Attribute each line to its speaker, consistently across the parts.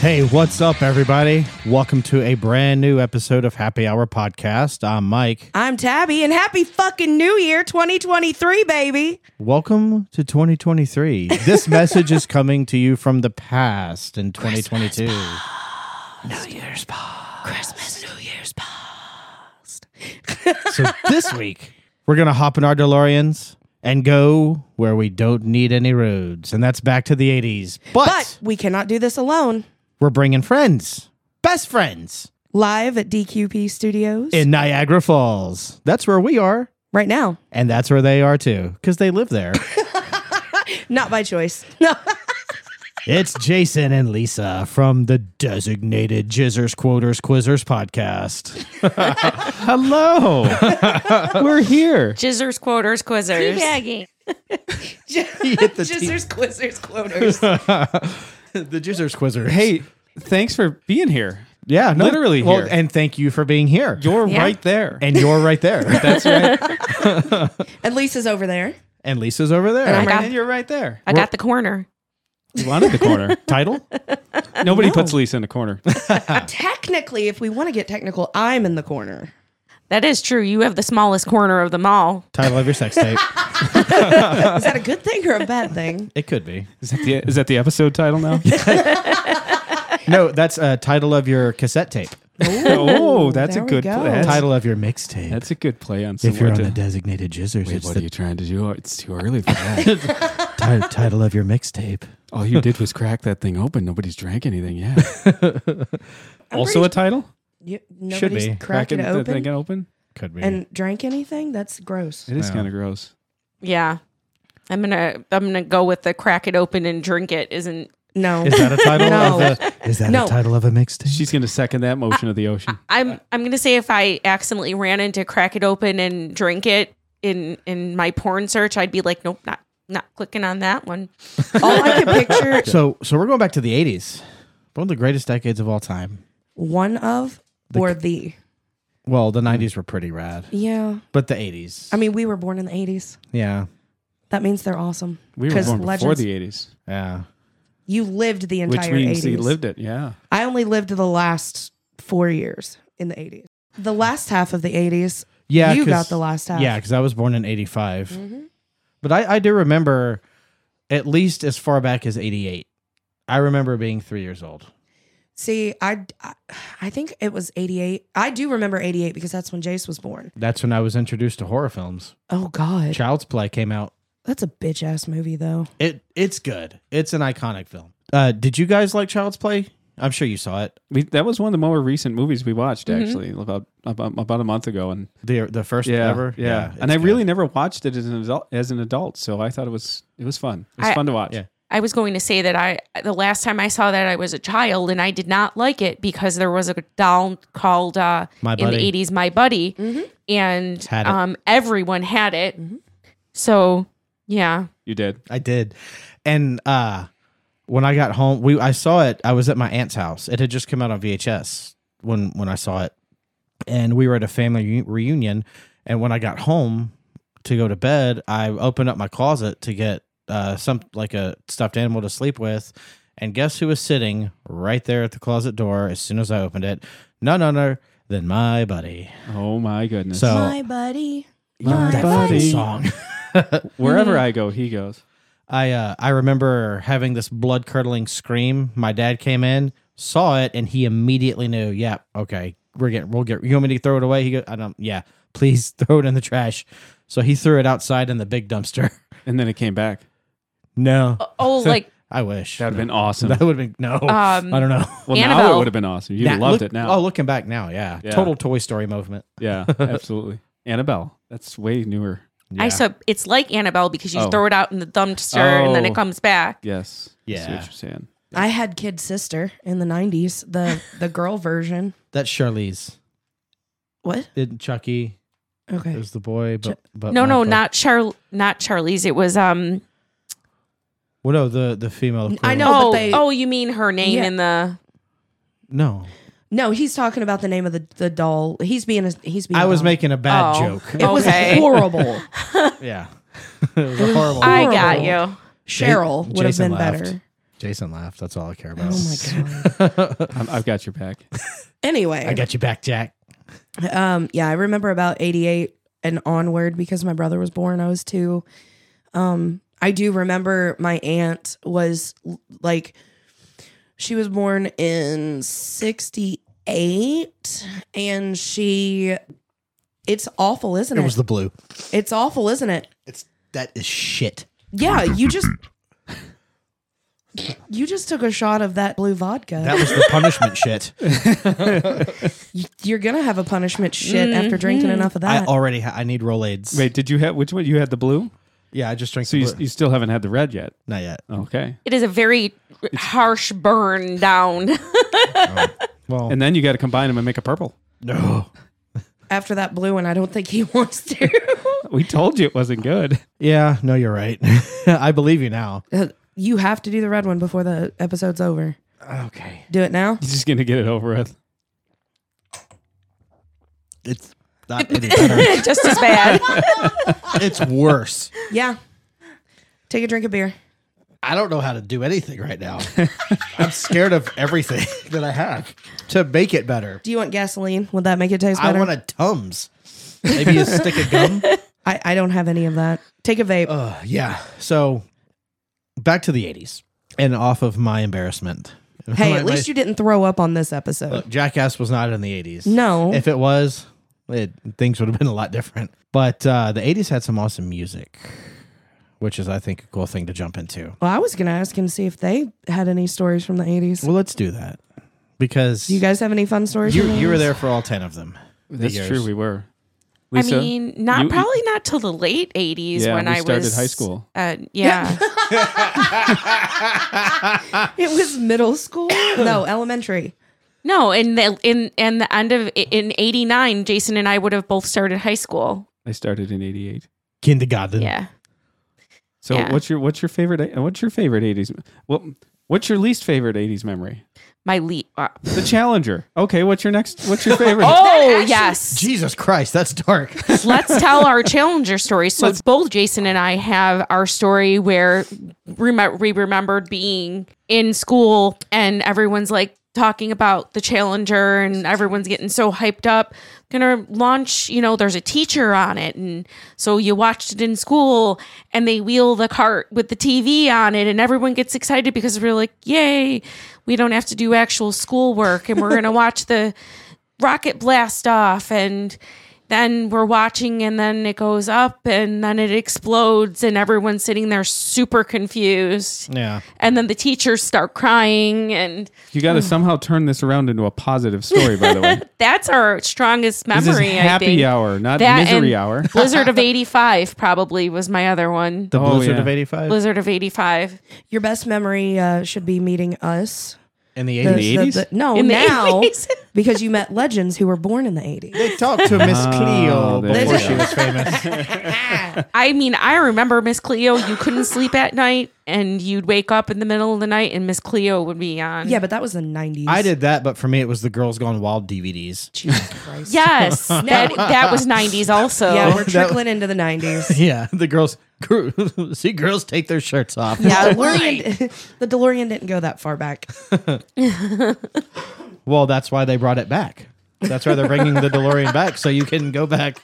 Speaker 1: Hey, what's up, everybody? Welcome to a brand new episode of Happy Hour Podcast. I'm Mike.
Speaker 2: I'm Tabby, and happy fucking New Year 2023, baby.
Speaker 1: Welcome to 2023. This message is coming to you from the past in 2022.
Speaker 2: New Year's past. Christmas, New Year's past.
Speaker 1: So this week, we're going to hop in our DeLoreans and go where we don't need any roads. And that's back to the 80s. But,
Speaker 2: But we cannot do this alone.
Speaker 1: we're bringing friends, best friends
Speaker 2: Live at DQP Studios
Speaker 1: in Niagara Falls. That's where we are.
Speaker 2: right now.
Speaker 1: And that's where they are too, because they live there.
Speaker 2: Not by choice. No.
Speaker 1: It's Jason and Lisa from the designated Jizzers Quoters Quizzers podcast.
Speaker 3: Hello. We're here.
Speaker 4: Jizzers, quarters, quizzers.
Speaker 1: hit the T.
Speaker 2: Jizzers, quizzers, quoters.
Speaker 1: the Jizzers Quizzers.
Speaker 3: Hey, thanks for being here.
Speaker 1: yeah, no,
Speaker 3: literally
Speaker 1: Well,
Speaker 3: here.
Speaker 1: and thank you for being here.
Speaker 3: You're right there.
Speaker 1: and you're right there.
Speaker 3: That's right.
Speaker 2: and Lisa's over there.
Speaker 1: and Lisa's over there.
Speaker 4: And I got-
Speaker 3: and you're right there.
Speaker 4: I got the corner.
Speaker 3: You wanted the corner.
Speaker 1: Title?
Speaker 3: Nobody puts Lisa in the corner.
Speaker 2: Technically, if we want to get technical, I'm in the corner.
Speaker 4: That is true. You have the smallest corner of them all.
Speaker 1: Title of your sex tape.
Speaker 2: Is that a good thing or a bad thing?
Speaker 1: It could be.
Speaker 3: Is that the, is that the episode title now?
Speaker 1: No, that's a title of your cassette tape.
Speaker 3: oh, that's a
Speaker 2: there we
Speaker 3: good
Speaker 2: go.
Speaker 3: play. That's,
Speaker 1: Title of your mixtape.
Speaker 3: that's a good play on
Speaker 1: if you're
Speaker 3: somewhere
Speaker 1: on
Speaker 3: to-
Speaker 1: the designated Jizzers,
Speaker 3: Wait,
Speaker 1: it's
Speaker 3: what
Speaker 1: the
Speaker 3: are you trying to do? Oh, It's too early for that.
Speaker 1: ti- title of your mixtape.
Speaker 3: All you did was crack that thing open. Nobody's drank anything yet. also
Speaker 2: pretty-
Speaker 3: a title?
Speaker 2: You,
Speaker 1: Should
Speaker 2: nobody's
Speaker 1: be.
Speaker 2: cracked it
Speaker 3: Cracking the thing
Speaker 2: open
Speaker 3: open?
Speaker 1: Could be.
Speaker 2: and drank anything? That's gross.
Speaker 3: It is
Speaker 1: Yeah.
Speaker 3: kind of gross.
Speaker 4: Yeah. I'm gonna I'm gonna go with the crack it open and drink it isn't
Speaker 2: No.
Speaker 1: is that a title
Speaker 2: No.
Speaker 1: of a is that
Speaker 2: No.
Speaker 1: a title of a mixtape?
Speaker 3: She's going to second that motion of the ocean.
Speaker 4: I'm I'm gonna say if I accidentally ran into crack it open and drink it in in my porn search, I'd be like, Nope, not not clicking on that one.
Speaker 2: All I can picture
Speaker 1: So, so we're going back to the '80s, one of the greatest decades of all time.
Speaker 2: one of or the.
Speaker 1: Well, the '90s were pretty rad,
Speaker 2: Yeah.
Speaker 1: but the '80s,
Speaker 2: I mean, we were born in the 80s.
Speaker 1: yeah,
Speaker 2: That means they're awesome.
Speaker 3: We were
Speaker 2: 'Cause
Speaker 3: born before
Speaker 2: legends-
Speaker 3: the 80s,
Speaker 1: yeah.
Speaker 2: You lived the
Speaker 3: which
Speaker 2: entire
Speaker 3: means
Speaker 2: 80s.
Speaker 3: he lived it. Yeah.
Speaker 2: I only lived the last four years in the 80s. The last half of the 80s.
Speaker 1: Yeah,
Speaker 2: You
Speaker 1: 'cause-
Speaker 2: got the last half. Mm-hmm.
Speaker 1: Yeah, because I was born in '85, but I, I do remember at least as far back as '88. I remember being three years old.
Speaker 2: See, I, I, I think it was 88. I do remember 88 because that's when Jace was born.
Speaker 1: That's when I was introduced to horror films.
Speaker 2: Oh, God.
Speaker 1: Child's Play came out.
Speaker 2: That's a bitch ass movie, though.
Speaker 1: It it's good. It's an iconic film. Uh, did you guys like Child's Play? I'm sure you saw it.
Speaker 3: We, that was one of the more recent movies we watched
Speaker 4: Mm-hmm.
Speaker 3: actually about, about about a month ago and
Speaker 1: The the first
Speaker 3: yeah,
Speaker 1: ever.
Speaker 3: yeah,
Speaker 1: it's
Speaker 3: and I
Speaker 1: good.
Speaker 3: really never watched it as an adult as an adult so I thought it was it was fun it was
Speaker 4: I-
Speaker 3: fun to watch
Speaker 1: yeah.
Speaker 4: I was going to say that I the last time I saw that I was a child and I did not like it because there was a doll called uh,
Speaker 1: My
Speaker 4: in
Speaker 1: Buddy.
Speaker 4: the eighties My Buddy, and
Speaker 1: Had it.
Speaker 4: um, everyone had it. So yeah,
Speaker 3: you did
Speaker 1: I did. And uh when I got home, we I saw it. I was at my aunt's house. It had just come out on VHS when when I saw it. And we were at a family reu- reunion and when I got home to go to bed, I opened up my closet to get uh some like a stuffed animal to sleep with. And guess who was sitting right there at the closet door as soon as I opened it? None other than my buddy.
Speaker 3: oh my goodness
Speaker 1: So- Oh.
Speaker 2: My buddy.
Speaker 3: My
Speaker 1: that
Speaker 3: buddy.
Speaker 1: fucking song.
Speaker 4: Mm-hmm.
Speaker 3: wherever I go he goes
Speaker 1: I uh, I remember having this blood curdling scream. My dad came in, saw it, and he immediately knew. Yeah, okay, we're getting we'll get. You want me to throw it away? He go, I don't. Yeah, please throw it in the trash. So he threw it outside in the big dumpster.
Speaker 3: and then it came back
Speaker 1: no,
Speaker 4: oh like
Speaker 1: I wish
Speaker 3: that would have been awesome
Speaker 1: that would have been no.
Speaker 4: Um,
Speaker 1: I don't know.
Speaker 3: well now
Speaker 4: Annabelle.
Speaker 3: it would have been awesome you'd
Speaker 1: Now-
Speaker 3: have loved
Speaker 1: look-
Speaker 3: it now
Speaker 1: Oh, looking back now, yeah,
Speaker 3: Yeah.
Speaker 1: total Toy Story movement.
Speaker 3: yeah absolutely Annabelle that's way newer
Speaker 1: Yeah.
Speaker 4: I sub it's like Annabelle because you
Speaker 3: Oh.
Speaker 4: throw it out in the dumpster and then
Speaker 3: Oh.
Speaker 4: it comes back.
Speaker 3: yes I see
Speaker 1: Yeah.
Speaker 3: what you're saying
Speaker 2: I had Kid Sister in the 90s, the, the girl version.
Speaker 1: That's Charlize.
Speaker 2: What?
Speaker 1: Didn't Chucky
Speaker 2: Okay.
Speaker 1: is the boy? But but
Speaker 4: No, no,
Speaker 1: Michael-
Speaker 4: not Char not Charlie's. It was um
Speaker 1: Well, no, the the female.
Speaker 2: I know. No, but
Speaker 4: oh
Speaker 2: they-
Speaker 4: oh you mean her name
Speaker 2: Yeah.
Speaker 4: in the
Speaker 1: No,
Speaker 2: No, he's talking about the name of the, the doll. He's being a he's being.
Speaker 1: I
Speaker 2: a
Speaker 1: was
Speaker 2: doll.
Speaker 1: making a bad
Speaker 4: Oh.
Speaker 1: joke.
Speaker 2: It was
Speaker 4: Okay.
Speaker 2: horrible.
Speaker 1: Yeah. it was a horrible.
Speaker 4: I got
Speaker 2: Horrible.
Speaker 4: you.
Speaker 2: Cheryl would have
Speaker 1: Jason
Speaker 2: been
Speaker 1: laughed.
Speaker 2: better.
Speaker 1: Jason laughed. That's all I care about.
Speaker 2: Oh my god.
Speaker 3: I'm, I've got your back.
Speaker 2: Anyway,
Speaker 1: I got you back, Jack.
Speaker 2: um, yeah, I remember about '88 and onward because my brother was born. I was two. Um, I do remember my aunt was l- like, she was born in '68, and she, it's awful, isn't
Speaker 1: It
Speaker 2: it?
Speaker 1: was the blue.
Speaker 2: it's awful, isn't it?
Speaker 1: It's that is shit.
Speaker 2: Yeah, you just. You just took a shot of that blue vodka.
Speaker 1: That was the punishment shit.
Speaker 2: Y- You're gonna have a punishment shit after drinking enough of
Speaker 1: I
Speaker 2: that.
Speaker 1: already ha- I need Rolades.
Speaker 3: Wait, did you have which one? You had the blue,
Speaker 1: Yeah, I just drank.
Speaker 3: so
Speaker 1: the
Speaker 3: you,
Speaker 1: blue. Mm.
Speaker 3: you still haven't had the red yet.
Speaker 1: Not yet.
Speaker 3: Okay,
Speaker 4: It is a very harsh burn down.
Speaker 1: Well,
Speaker 3: and then you got to combine them and make a purple.
Speaker 1: no.
Speaker 2: After that blue one, I don't think he wants to.
Speaker 3: We told you it wasn't good.
Speaker 1: Yeah, no, you're right. I believe you now.
Speaker 2: Uh, You have to do the red one before the episode's over.
Speaker 1: Okay.
Speaker 2: Do it now.
Speaker 3: You're just gonna get it over with.
Speaker 1: It's not any better.
Speaker 4: Just as bad.
Speaker 1: it's worse.
Speaker 2: Yeah. Take a drink of beer.
Speaker 1: I don't know how to do anything right now. I'm scared of everything that I have to make it better.
Speaker 2: Do you want gasoline? Would that make it taste
Speaker 1: I
Speaker 2: better?
Speaker 1: want a Tums. Maybe a stick of gum.
Speaker 2: I, I don't have any of that. Take a vape.
Speaker 1: Uh, yeah. So back to the 80s and off of my embarrassment.
Speaker 2: hey, at least you didn't throw up on this episode.
Speaker 1: Look, Jackass was not in the 80s.
Speaker 2: no.
Speaker 1: If it was, it, things would have been a lot different. But uh, the 80s had some awesome music, which is, I think, a cool thing to jump into.
Speaker 2: well, I was gonna ask him to see if they had any stories from the eighties.
Speaker 1: Well, let's do that because
Speaker 2: do you
Speaker 1: you,
Speaker 2: guys have any fun stories?
Speaker 1: you,
Speaker 2: from the
Speaker 1: were
Speaker 2: 80s?
Speaker 1: there for all 10 of them.
Speaker 3: That's
Speaker 1: years.
Speaker 3: true. We were.
Speaker 4: I
Speaker 3: Lisa,
Speaker 4: mean, not
Speaker 3: you- e
Speaker 4: probably not till the late '80s
Speaker 3: Yeah,
Speaker 4: when
Speaker 3: we
Speaker 4: I
Speaker 3: started
Speaker 4: was
Speaker 3: high school.
Speaker 4: Uh, yeah,
Speaker 2: It was middle school. no, elementary.
Speaker 4: no, in the in and the end of in '89, Jason and I would have both started high school.
Speaker 3: I started in '88.
Speaker 1: Kindergarten.
Speaker 4: Yeah,
Speaker 3: So
Speaker 4: Yeah.
Speaker 3: what's your what's your favorite and what's your favorite '80s? What what's your least favorite '80s memory?
Speaker 4: my uh, leap.
Speaker 3: The Challenger. Okay, what's your next? What's your favorite?
Speaker 4: oh yes,
Speaker 1: Jesus Christ, that's dark.
Speaker 4: let's tell our challenger story. So both Jason and I have our story where rem- we remembered being in school and everyone's like talking about the challenger and everyone's getting so hyped up gonna launch you know there's a teacher on it and so you watched it in school and they wheel the cart with the tv on it and everyone gets excited because we're like yay we don't have to do actual schoolwork and we're gonna watch the rocket blast off and then we're watching and then it goes up and then it explodes and everyone's sitting there super confused
Speaker 1: yeah.
Speaker 4: and then the teachers start crying and
Speaker 3: You got to somehow turn this around into a positive story. By the way,
Speaker 4: that's our strongest memory
Speaker 3: this is
Speaker 4: i think
Speaker 3: happy hour, not
Speaker 4: That
Speaker 3: misery
Speaker 4: and
Speaker 3: hour.
Speaker 4: blizzard of 85 probably was my other one
Speaker 1: The
Speaker 3: Oh,
Speaker 1: Blizzard
Speaker 3: yeah.
Speaker 1: of 85
Speaker 4: blizzard of 85
Speaker 2: Your best memory uh, should be meeting us.
Speaker 1: in the
Speaker 2: The-
Speaker 1: 80s.
Speaker 3: the 80s?
Speaker 2: no,
Speaker 4: In the
Speaker 2: now
Speaker 4: 80s.
Speaker 2: because you met legends who were born in the eighties.
Speaker 1: They talked to Miss Cleo
Speaker 3: Oh, there
Speaker 1: before
Speaker 2: you
Speaker 1: she
Speaker 2: go.
Speaker 1: was famous.
Speaker 4: i mean i remember miss cleo you couldn't sleep at night and you'd wake up in the middle of the night and miss cleo would be on
Speaker 2: Yeah, but that was the nineties.
Speaker 1: I did that, but for me, it was the Girls Gone Wild DVDs.
Speaker 2: Jesus Christ.
Speaker 4: yes that, that was 90s also
Speaker 2: Yeah, we're
Speaker 1: Oh, That-
Speaker 2: trickling into the 90s.
Speaker 1: Yeah, the girls. See, girls take their shirts off.
Speaker 2: Yeah, DeLorean, the DeLorean didn't go that far back.
Speaker 1: Well, that's why they brought it back. That's why they're bringing the DeLorean back, so you can go back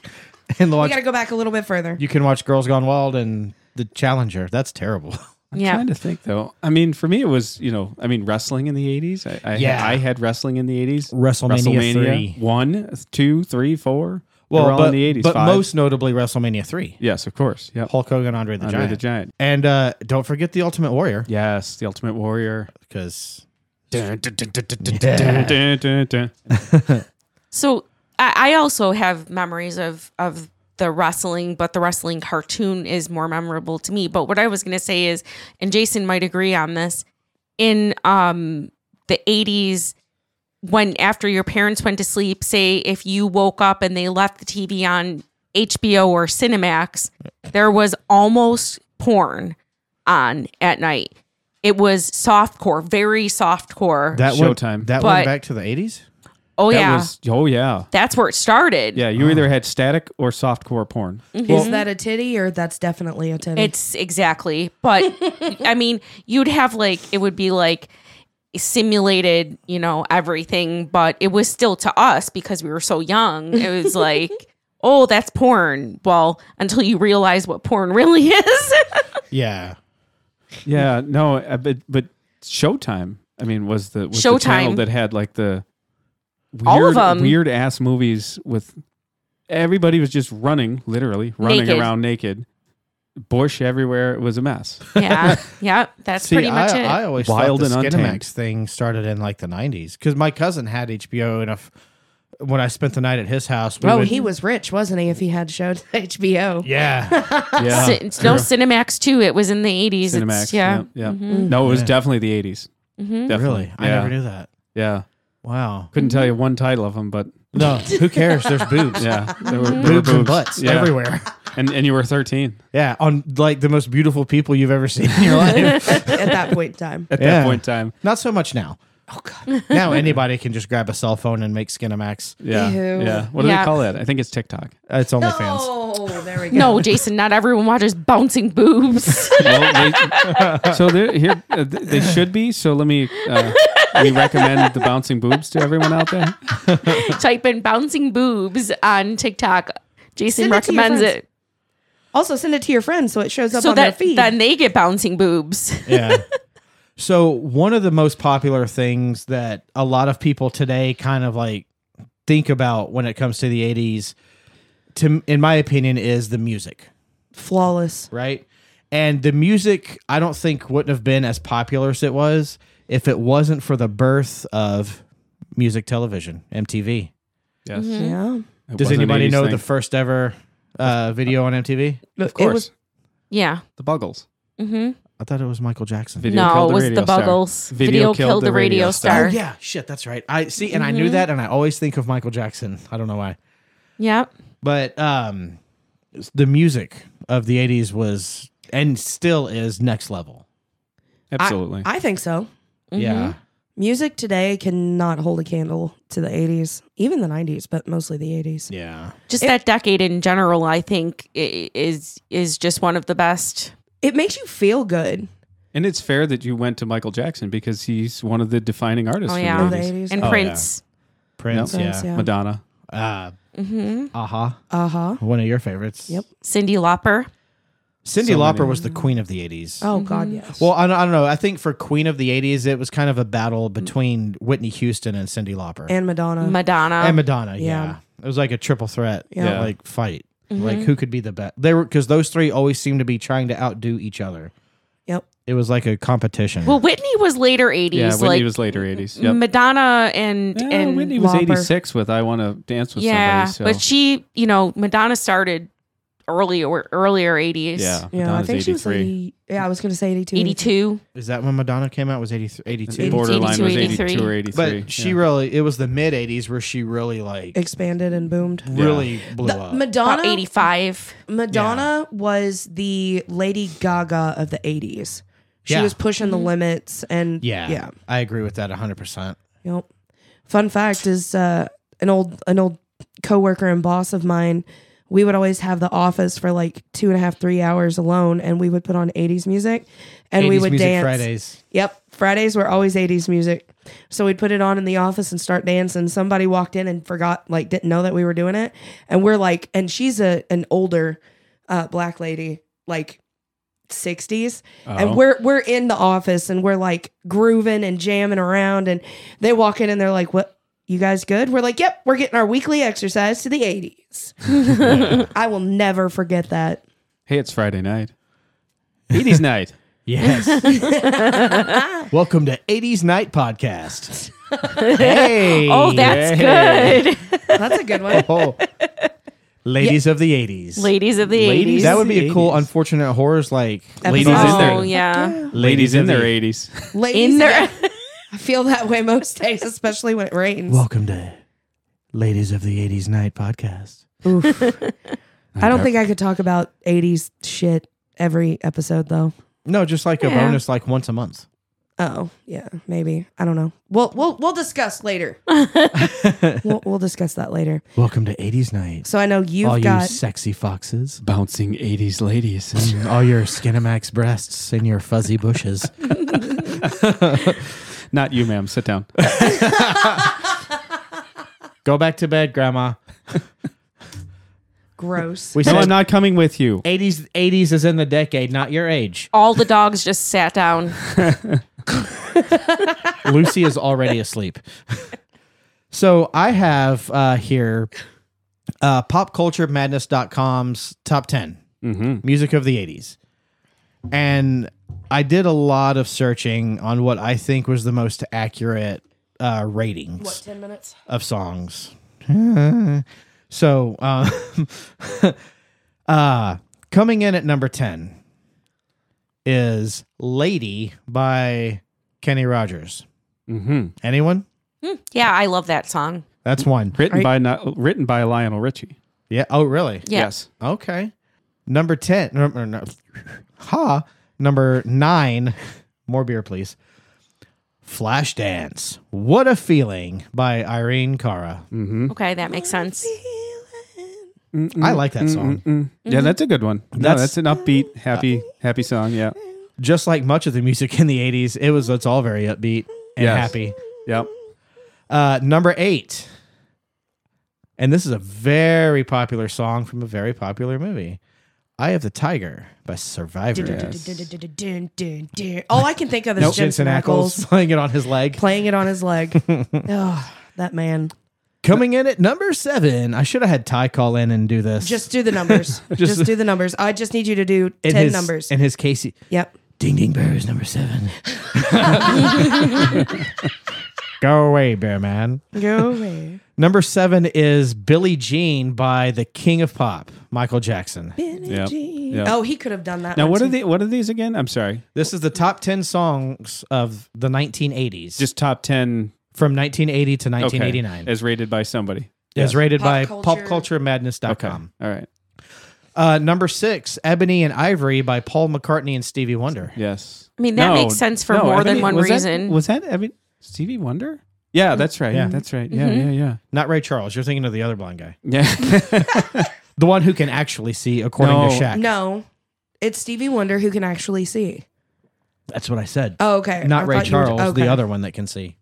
Speaker 1: and
Speaker 2: We
Speaker 1: watch.
Speaker 2: got to go back a little bit further.
Speaker 1: you can watch Girls Gone Wild and the Challenger. That's terrible.
Speaker 4: Yeah.
Speaker 3: Trying to think though. I mean, for me, it was you know, I mean, wrestling in the '80s. I, I,
Speaker 1: Yeah.
Speaker 3: I had wrestling in the '80s.
Speaker 1: WrestleMania three.
Speaker 3: one, two, three, four. They were all
Speaker 1: but,
Speaker 3: in the '80s.
Speaker 1: but
Speaker 3: five.
Speaker 1: most notably WrestleMania three,
Speaker 3: yes, of course. Yep.
Speaker 1: Hulk Hogan, Andre the
Speaker 3: Andre
Speaker 1: Giant,
Speaker 3: the Giant.
Speaker 1: and uh, don't forget the Ultimate Warrior
Speaker 3: Yes, the Ultimate Warrior.
Speaker 1: because
Speaker 3: Dun, dun, dun, dun, dun,
Speaker 1: Yeah.
Speaker 3: dun, dun, dun, dun.
Speaker 4: So I, I also have memories of of the wrestling, but the wrestling cartoon is more memorable to me. But what I was gonna say is, and Jason might agree on this, in um the eighties when after your parents went to sleep, say if you woke up and they left the TV on HBO or Cinemax, there was almost porn on at night. It was softcore, very softcore.
Speaker 1: that went
Speaker 3: Showtime.
Speaker 1: that
Speaker 4: But-
Speaker 1: went back to the eighties.
Speaker 4: Oh yeah,
Speaker 3: was, oh yeah,
Speaker 4: that's where it started.
Speaker 3: yeah. You either had static or softcore porn.
Speaker 4: Mm-hmm.
Speaker 2: Is that a titty or that's definitely a titty?
Speaker 4: It's exactly, but I mean, you'd have like it would be like simulated, you know, everything, but it was still to us because we were so young. It was like, oh, that's porn. Well, until you realize what porn really is.
Speaker 1: Yeah.
Speaker 3: Yeah, no, uh, but but Showtime. I mean, was the was the
Speaker 4: Showtime.
Speaker 3: channel that had like the weird,
Speaker 4: All of 'em.
Speaker 3: weird ass movies with everybody was just running, literally running
Speaker 4: Naked.
Speaker 3: around naked, bush everywhere. It was a mess.
Speaker 4: yeah, yeah, that's
Speaker 1: See,
Speaker 4: pretty much
Speaker 1: I,
Speaker 4: it.
Speaker 1: I always
Speaker 3: Wild
Speaker 1: thought the
Speaker 3: and untamed.
Speaker 1: Skinamax thing started in like the '90s because my cousin had HBO, and if when I spent the night at his house, we
Speaker 2: oh,
Speaker 1: would-
Speaker 2: he was rich, wasn't he? If he had showed HBO,
Speaker 1: yeah,
Speaker 3: Yeah,
Speaker 4: Ci- it's no Cinemax too. It was in the eighties.
Speaker 3: Cinemax.
Speaker 4: yeah. Mm-hmm.
Speaker 3: Yeah, yeah. No, it was definitely the eighties.
Speaker 1: really, I
Speaker 3: yeah.
Speaker 1: never knew that.
Speaker 3: Yeah,
Speaker 1: Wow.
Speaker 3: couldn't tell you one title of them, but
Speaker 1: No, who cares? There's boobs,
Speaker 3: yeah, there were, there were
Speaker 1: boobs and
Speaker 3: boobs.
Speaker 1: butts
Speaker 3: Yeah.
Speaker 1: everywhere.
Speaker 3: and and you were thirteen
Speaker 1: Yeah, on like the most beautiful people you've ever seen in your life.
Speaker 2: at that point in time.
Speaker 3: at
Speaker 1: Yeah.
Speaker 3: that point in time.
Speaker 1: Not so much now. Oh god. Now anybody can just grab a cell phone and make Skinamax.
Speaker 3: Yeah,
Speaker 2: Ew.
Speaker 3: yeah. What do
Speaker 4: Yeah.
Speaker 3: they call that? I think it's TikTok.
Speaker 1: Uh, It's OnlyFans.
Speaker 2: Oh, there we go.
Speaker 4: No, Jason, not everyone watches bouncing boobs.
Speaker 3: Well, they- so they're here uh, th- they should be. So let me uh, we recommend the bouncing boobs to everyone out there.
Speaker 4: Type in bouncing boobs on TikTok. Jason
Speaker 2: Send it to your
Speaker 4: recommends
Speaker 2: friends.
Speaker 4: it.
Speaker 2: Also, send it to your friends so it shows up
Speaker 4: so
Speaker 2: on
Speaker 4: that
Speaker 2: their feed.
Speaker 4: then they get bouncing boobs.
Speaker 1: Yeah. so one of the most popular things that a lot of people today kind of like think about when it comes to the 80s to in my opinion is the music,
Speaker 2: Flawless.
Speaker 1: right? And the music I don't think wouldn't have been as popular as it was if it wasn't for the birth of music television, MTV.
Speaker 3: Yes.
Speaker 4: Mm-hmm.
Speaker 2: Yeah.
Speaker 3: It was
Speaker 1: Does
Speaker 3: an
Speaker 1: anybody
Speaker 3: 80s
Speaker 1: know the
Speaker 3: thing.
Speaker 1: first ever uh, video on MTV?
Speaker 3: Of course.
Speaker 2: was-
Speaker 4: Yeah.
Speaker 3: the Buggles.
Speaker 4: Mm-hmm.
Speaker 1: I thought it was Michael Jackson.
Speaker 3: Video
Speaker 4: No,
Speaker 3: killed
Speaker 4: it was
Speaker 3: radio
Speaker 4: the
Speaker 3: star.
Speaker 4: Buggles. Video, killed, the radio
Speaker 1: Oh
Speaker 4: star.
Speaker 1: yeah, shit, that's right. I see, and I knew that, and I always think of Michael Jackson. I don't know why,
Speaker 4: Yep.
Speaker 1: but um, the music of the '80s was and still is next level.
Speaker 3: Absolutely.
Speaker 2: I think so. Mm-hmm.
Speaker 1: Yeah,
Speaker 2: Music today cannot hold a candle to the 80s, even the 90s, but mostly the 80s.
Speaker 1: yeah.
Speaker 4: Just that decade in general, I think i- is is just one of the best.
Speaker 2: It makes you feel good.
Speaker 3: and it's fair that you went to Michael Jackson because he's one of the defining artists
Speaker 4: Oh,
Speaker 3: from
Speaker 4: yeah.
Speaker 3: the
Speaker 2: The
Speaker 3: 80s.
Speaker 2: 80s.
Speaker 4: And
Speaker 1: Oh,
Speaker 4: Prince.
Speaker 1: Prince.
Speaker 2: Prince,
Speaker 1: yeah.
Speaker 2: yeah.
Speaker 3: Madonna.
Speaker 1: Uh,
Speaker 4: hmm
Speaker 1: uh-huh.
Speaker 2: Uh huh.
Speaker 1: One of your favorites.
Speaker 2: Yep.
Speaker 4: Cindy Lauper.
Speaker 1: Cindy
Speaker 3: So
Speaker 1: Lauper
Speaker 3: many.
Speaker 1: was the queen of the '80s.
Speaker 2: Oh, God, yes.
Speaker 1: Well, I don't, I don't know. I think for queen of the '80s, it was kind of a battle
Speaker 2: Mm.
Speaker 1: between Whitney Houston and Cindy Lauper.
Speaker 2: and Madonna.
Speaker 4: Madonna.
Speaker 1: and Madonna. Yeah.
Speaker 2: Yeah.
Speaker 1: it was like a triple threat.
Speaker 2: Yeah. Mm-hmm.
Speaker 1: like fight. Like who could be the best? They were because those three always seemed to be trying to outdo each other.
Speaker 2: yep.
Speaker 1: It was like a competition.
Speaker 4: well, Whitney was later 80s.
Speaker 3: Yeah, Whitney
Speaker 4: like,
Speaker 3: was later 80s. Yep.
Speaker 4: Madonna and
Speaker 3: Yeah,
Speaker 4: and
Speaker 3: Whitney was
Speaker 2: Lauper.
Speaker 3: 86 with I Want to Dance with
Speaker 4: yeah,
Speaker 3: Somebody. So.
Speaker 4: but she, you know, Madonna started earlier earlier 80s.
Speaker 3: yeah,
Speaker 2: Yeah, I
Speaker 3: Madonna's
Speaker 2: think she was
Speaker 3: 83.
Speaker 2: 80, Yeah, I was going to say 82.
Speaker 4: 82.
Speaker 1: Is that when Madonna came out? Was 83, 82?
Speaker 3: Borderline
Speaker 4: 82,
Speaker 3: was
Speaker 4: 83.
Speaker 3: 82 or 83.
Speaker 1: But she
Speaker 3: yeah.
Speaker 1: really, it was the mid '80s where she really like
Speaker 2: Expanded and boomed.
Speaker 1: really blew
Speaker 2: The-
Speaker 1: up.
Speaker 4: About
Speaker 2: Madonna,
Speaker 4: 85.
Speaker 2: Madonna was the Lady Gaga of the 80s. She
Speaker 1: Yeah.
Speaker 2: was pushing the limits and
Speaker 1: yeah,
Speaker 2: yeah.
Speaker 1: I agree with that 100. percent
Speaker 2: Yep. Fun fact is uh, an old an old coworker and boss of mine. We would always have the office for like two and a half three hours alone, and we would put on '80s music, and we would
Speaker 1: music
Speaker 2: dance.
Speaker 1: Fridays.
Speaker 2: Yep, Fridays were always '80s music, so we'd put it on in the office and start dancing. Somebody walked in and forgot, like didn't know that we were doing it, and we're like, and she's a an older uh, black lady, like 60s
Speaker 3: Oh.
Speaker 2: and we're we're in the office and we're like grooving and jamming around and they walk in and they're like what you guys good we're like yep we're getting our weekly exercise to the 80s i will never forget that
Speaker 3: Hey, it's Friday night. 80s night.
Speaker 1: Yes. Welcome to '80s Night Podcast. hey.
Speaker 4: Oh, that's good.
Speaker 2: that's a good one
Speaker 1: Oh. Ladies of the 80s.
Speaker 4: Ladies of the 80s.
Speaker 1: That would be
Speaker 3: the
Speaker 1: a cool
Speaker 3: 80s.
Speaker 1: unfortunate horrors like
Speaker 2: Ladies
Speaker 3: in
Speaker 4: oh,
Speaker 3: their-
Speaker 4: yeah.
Speaker 3: Ladies in
Speaker 1: of the
Speaker 3: their 80s.
Speaker 2: ladies
Speaker 4: In there.
Speaker 2: i feel that way most days especially when it rains
Speaker 1: Welcome to Ladies of the 80s Night podcast.
Speaker 2: i don't think i could talk about 80s shit every episode though
Speaker 1: No, just like a
Speaker 4: Yeah.
Speaker 1: bonus like once a month.
Speaker 2: Oh, yeah, maybe. I don't know. We'll we'll we'll discuss later. we'll, we'll discuss that later.
Speaker 1: Welcome to 80s night.
Speaker 2: So I know you've
Speaker 1: all you
Speaker 2: got
Speaker 1: sexy foxes.
Speaker 3: Bouncing 80s ladies.
Speaker 1: and all your Skinamax breasts and your fuzzy bushes.
Speaker 3: Not you, ma'am. Sit down.
Speaker 1: Go back to bed, Grandma.
Speaker 2: gross.
Speaker 1: We
Speaker 3: No, I'm
Speaker 1: said
Speaker 3: not coming with you.
Speaker 1: 80s 80s is in the decade, not your age.
Speaker 4: All the dogs just sat down.
Speaker 1: Lucy is already asleep. so I have uh, here uh, popculturemadness.com's top 10
Speaker 3: Mm-hmm.
Speaker 1: music of the 80s. And I did a lot of searching on what I think was the most accurate uh, ratings
Speaker 2: what, 10 minutes?
Speaker 1: of songs. so, uh, uh, coming in at number 10 is Lady by Kenny Rogers.
Speaker 3: Mm-hmm.
Speaker 1: Anyone?
Speaker 4: Yeah, I love that song.
Speaker 1: That's one.
Speaker 3: Written
Speaker 2: Are-
Speaker 3: by not, written by Lionel Richie. Mm.
Speaker 1: Yeah. Oh, really?
Speaker 4: Yeah.
Speaker 3: Yes.
Speaker 1: Okay. Number 10. No, no, no. Ha. Number nine. More beer, please. Flashdance. What a Feeling by Irene Cara.
Speaker 3: Mm-hmm.
Speaker 4: Okay, that makes sense.
Speaker 1: I like that song.
Speaker 3: Yeah,
Speaker 4: Mm-hmm.
Speaker 3: that's a good one. No,
Speaker 1: That's-
Speaker 3: that's an upbeat, happy, happy song. Yeah.
Speaker 1: Just like much of the music in the 80s, it was, it's all very upbeat and
Speaker 3: Yes.
Speaker 1: happy.
Speaker 3: Yep.
Speaker 1: Uh, number eight. And this is a very popular song from a very popular movie. I Have the Tiger by Survivor.
Speaker 2: All I can think of is
Speaker 1: Nope.
Speaker 2: Jensen Ackles
Speaker 1: playing it on his leg.
Speaker 2: playing it on his leg. oh, that man.
Speaker 1: Coming in at number seven, I should have had Ty call in and do this.
Speaker 2: Just do the numbers. just, do the numbers. I just need you to do 10
Speaker 1: his,
Speaker 2: numbers.
Speaker 1: In his Casey,
Speaker 2: yep.
Speaker 1: Ding Ding Bear is number seven. Go away, Bear Man.
Speaker 2: Go away.
Speaker 1: Number seven is Billie Jean by the King of Pop, Michael Jackson.
Speaker 3: Yep. Yep.
Speaker 2: Oh, he could have done that.
Speaker 3: Now,
Speaker 2: one
Speaker 3: what are
Speaker 2: too.
Speaker 3: the what are these again? I'm sorry.
Speaker 1: This is the top ten songs of the 1980s,
Speaker 3: Just top ten.
Speaker 1: from 1980 to
Speaker 3: okay,
Speaker 1: 1989.
Speaker 3: as rated by somebody.
Speaker 1: It's rated
Speaker 2: Pop
Speaker 1: by
Speaker 2: culture.
Speaker 3: Okay.
Speaker 1: popculturemadness.com.
Speaker 4: Um,
Speaker 3: All right.
Speaker 1: Uh, number six, Ebony and Ivory by Paul McCartney and Stevie Wonder.
Speaker 3: Yes.
Speaker 4: I mean, that makes sense for more than one
Speaker 3: was that-
Speaker 4: reason.
Speaker 3: was that Ebony, Stevie Wonder? Yeah, that's right.
Speaker 1: Yeah.
Speaker 3: Yeah, that's right. Yeah,
Speaker 4: Mm-hmm.
Speaker 3: yeah,
Speaker 1: Not Ray Charles. You're thinking of the other blind guy.
Speaker 3: yeah, yeah.
Speaker 1: The one who can actually see, according
Speaker 3: No.
Speaker 1: to Shaq.
Speaker 2: No, it's Stevie Wonder who can actually see.
Speaker 1: That's what I said.
Speaker 2: Oh, okay. I
Speaker 1: Not Ray
Speaker 2: thought you were-
Speaker 1: Charles,
Speaker 2: okay.
Speaker 1: the other one that can see.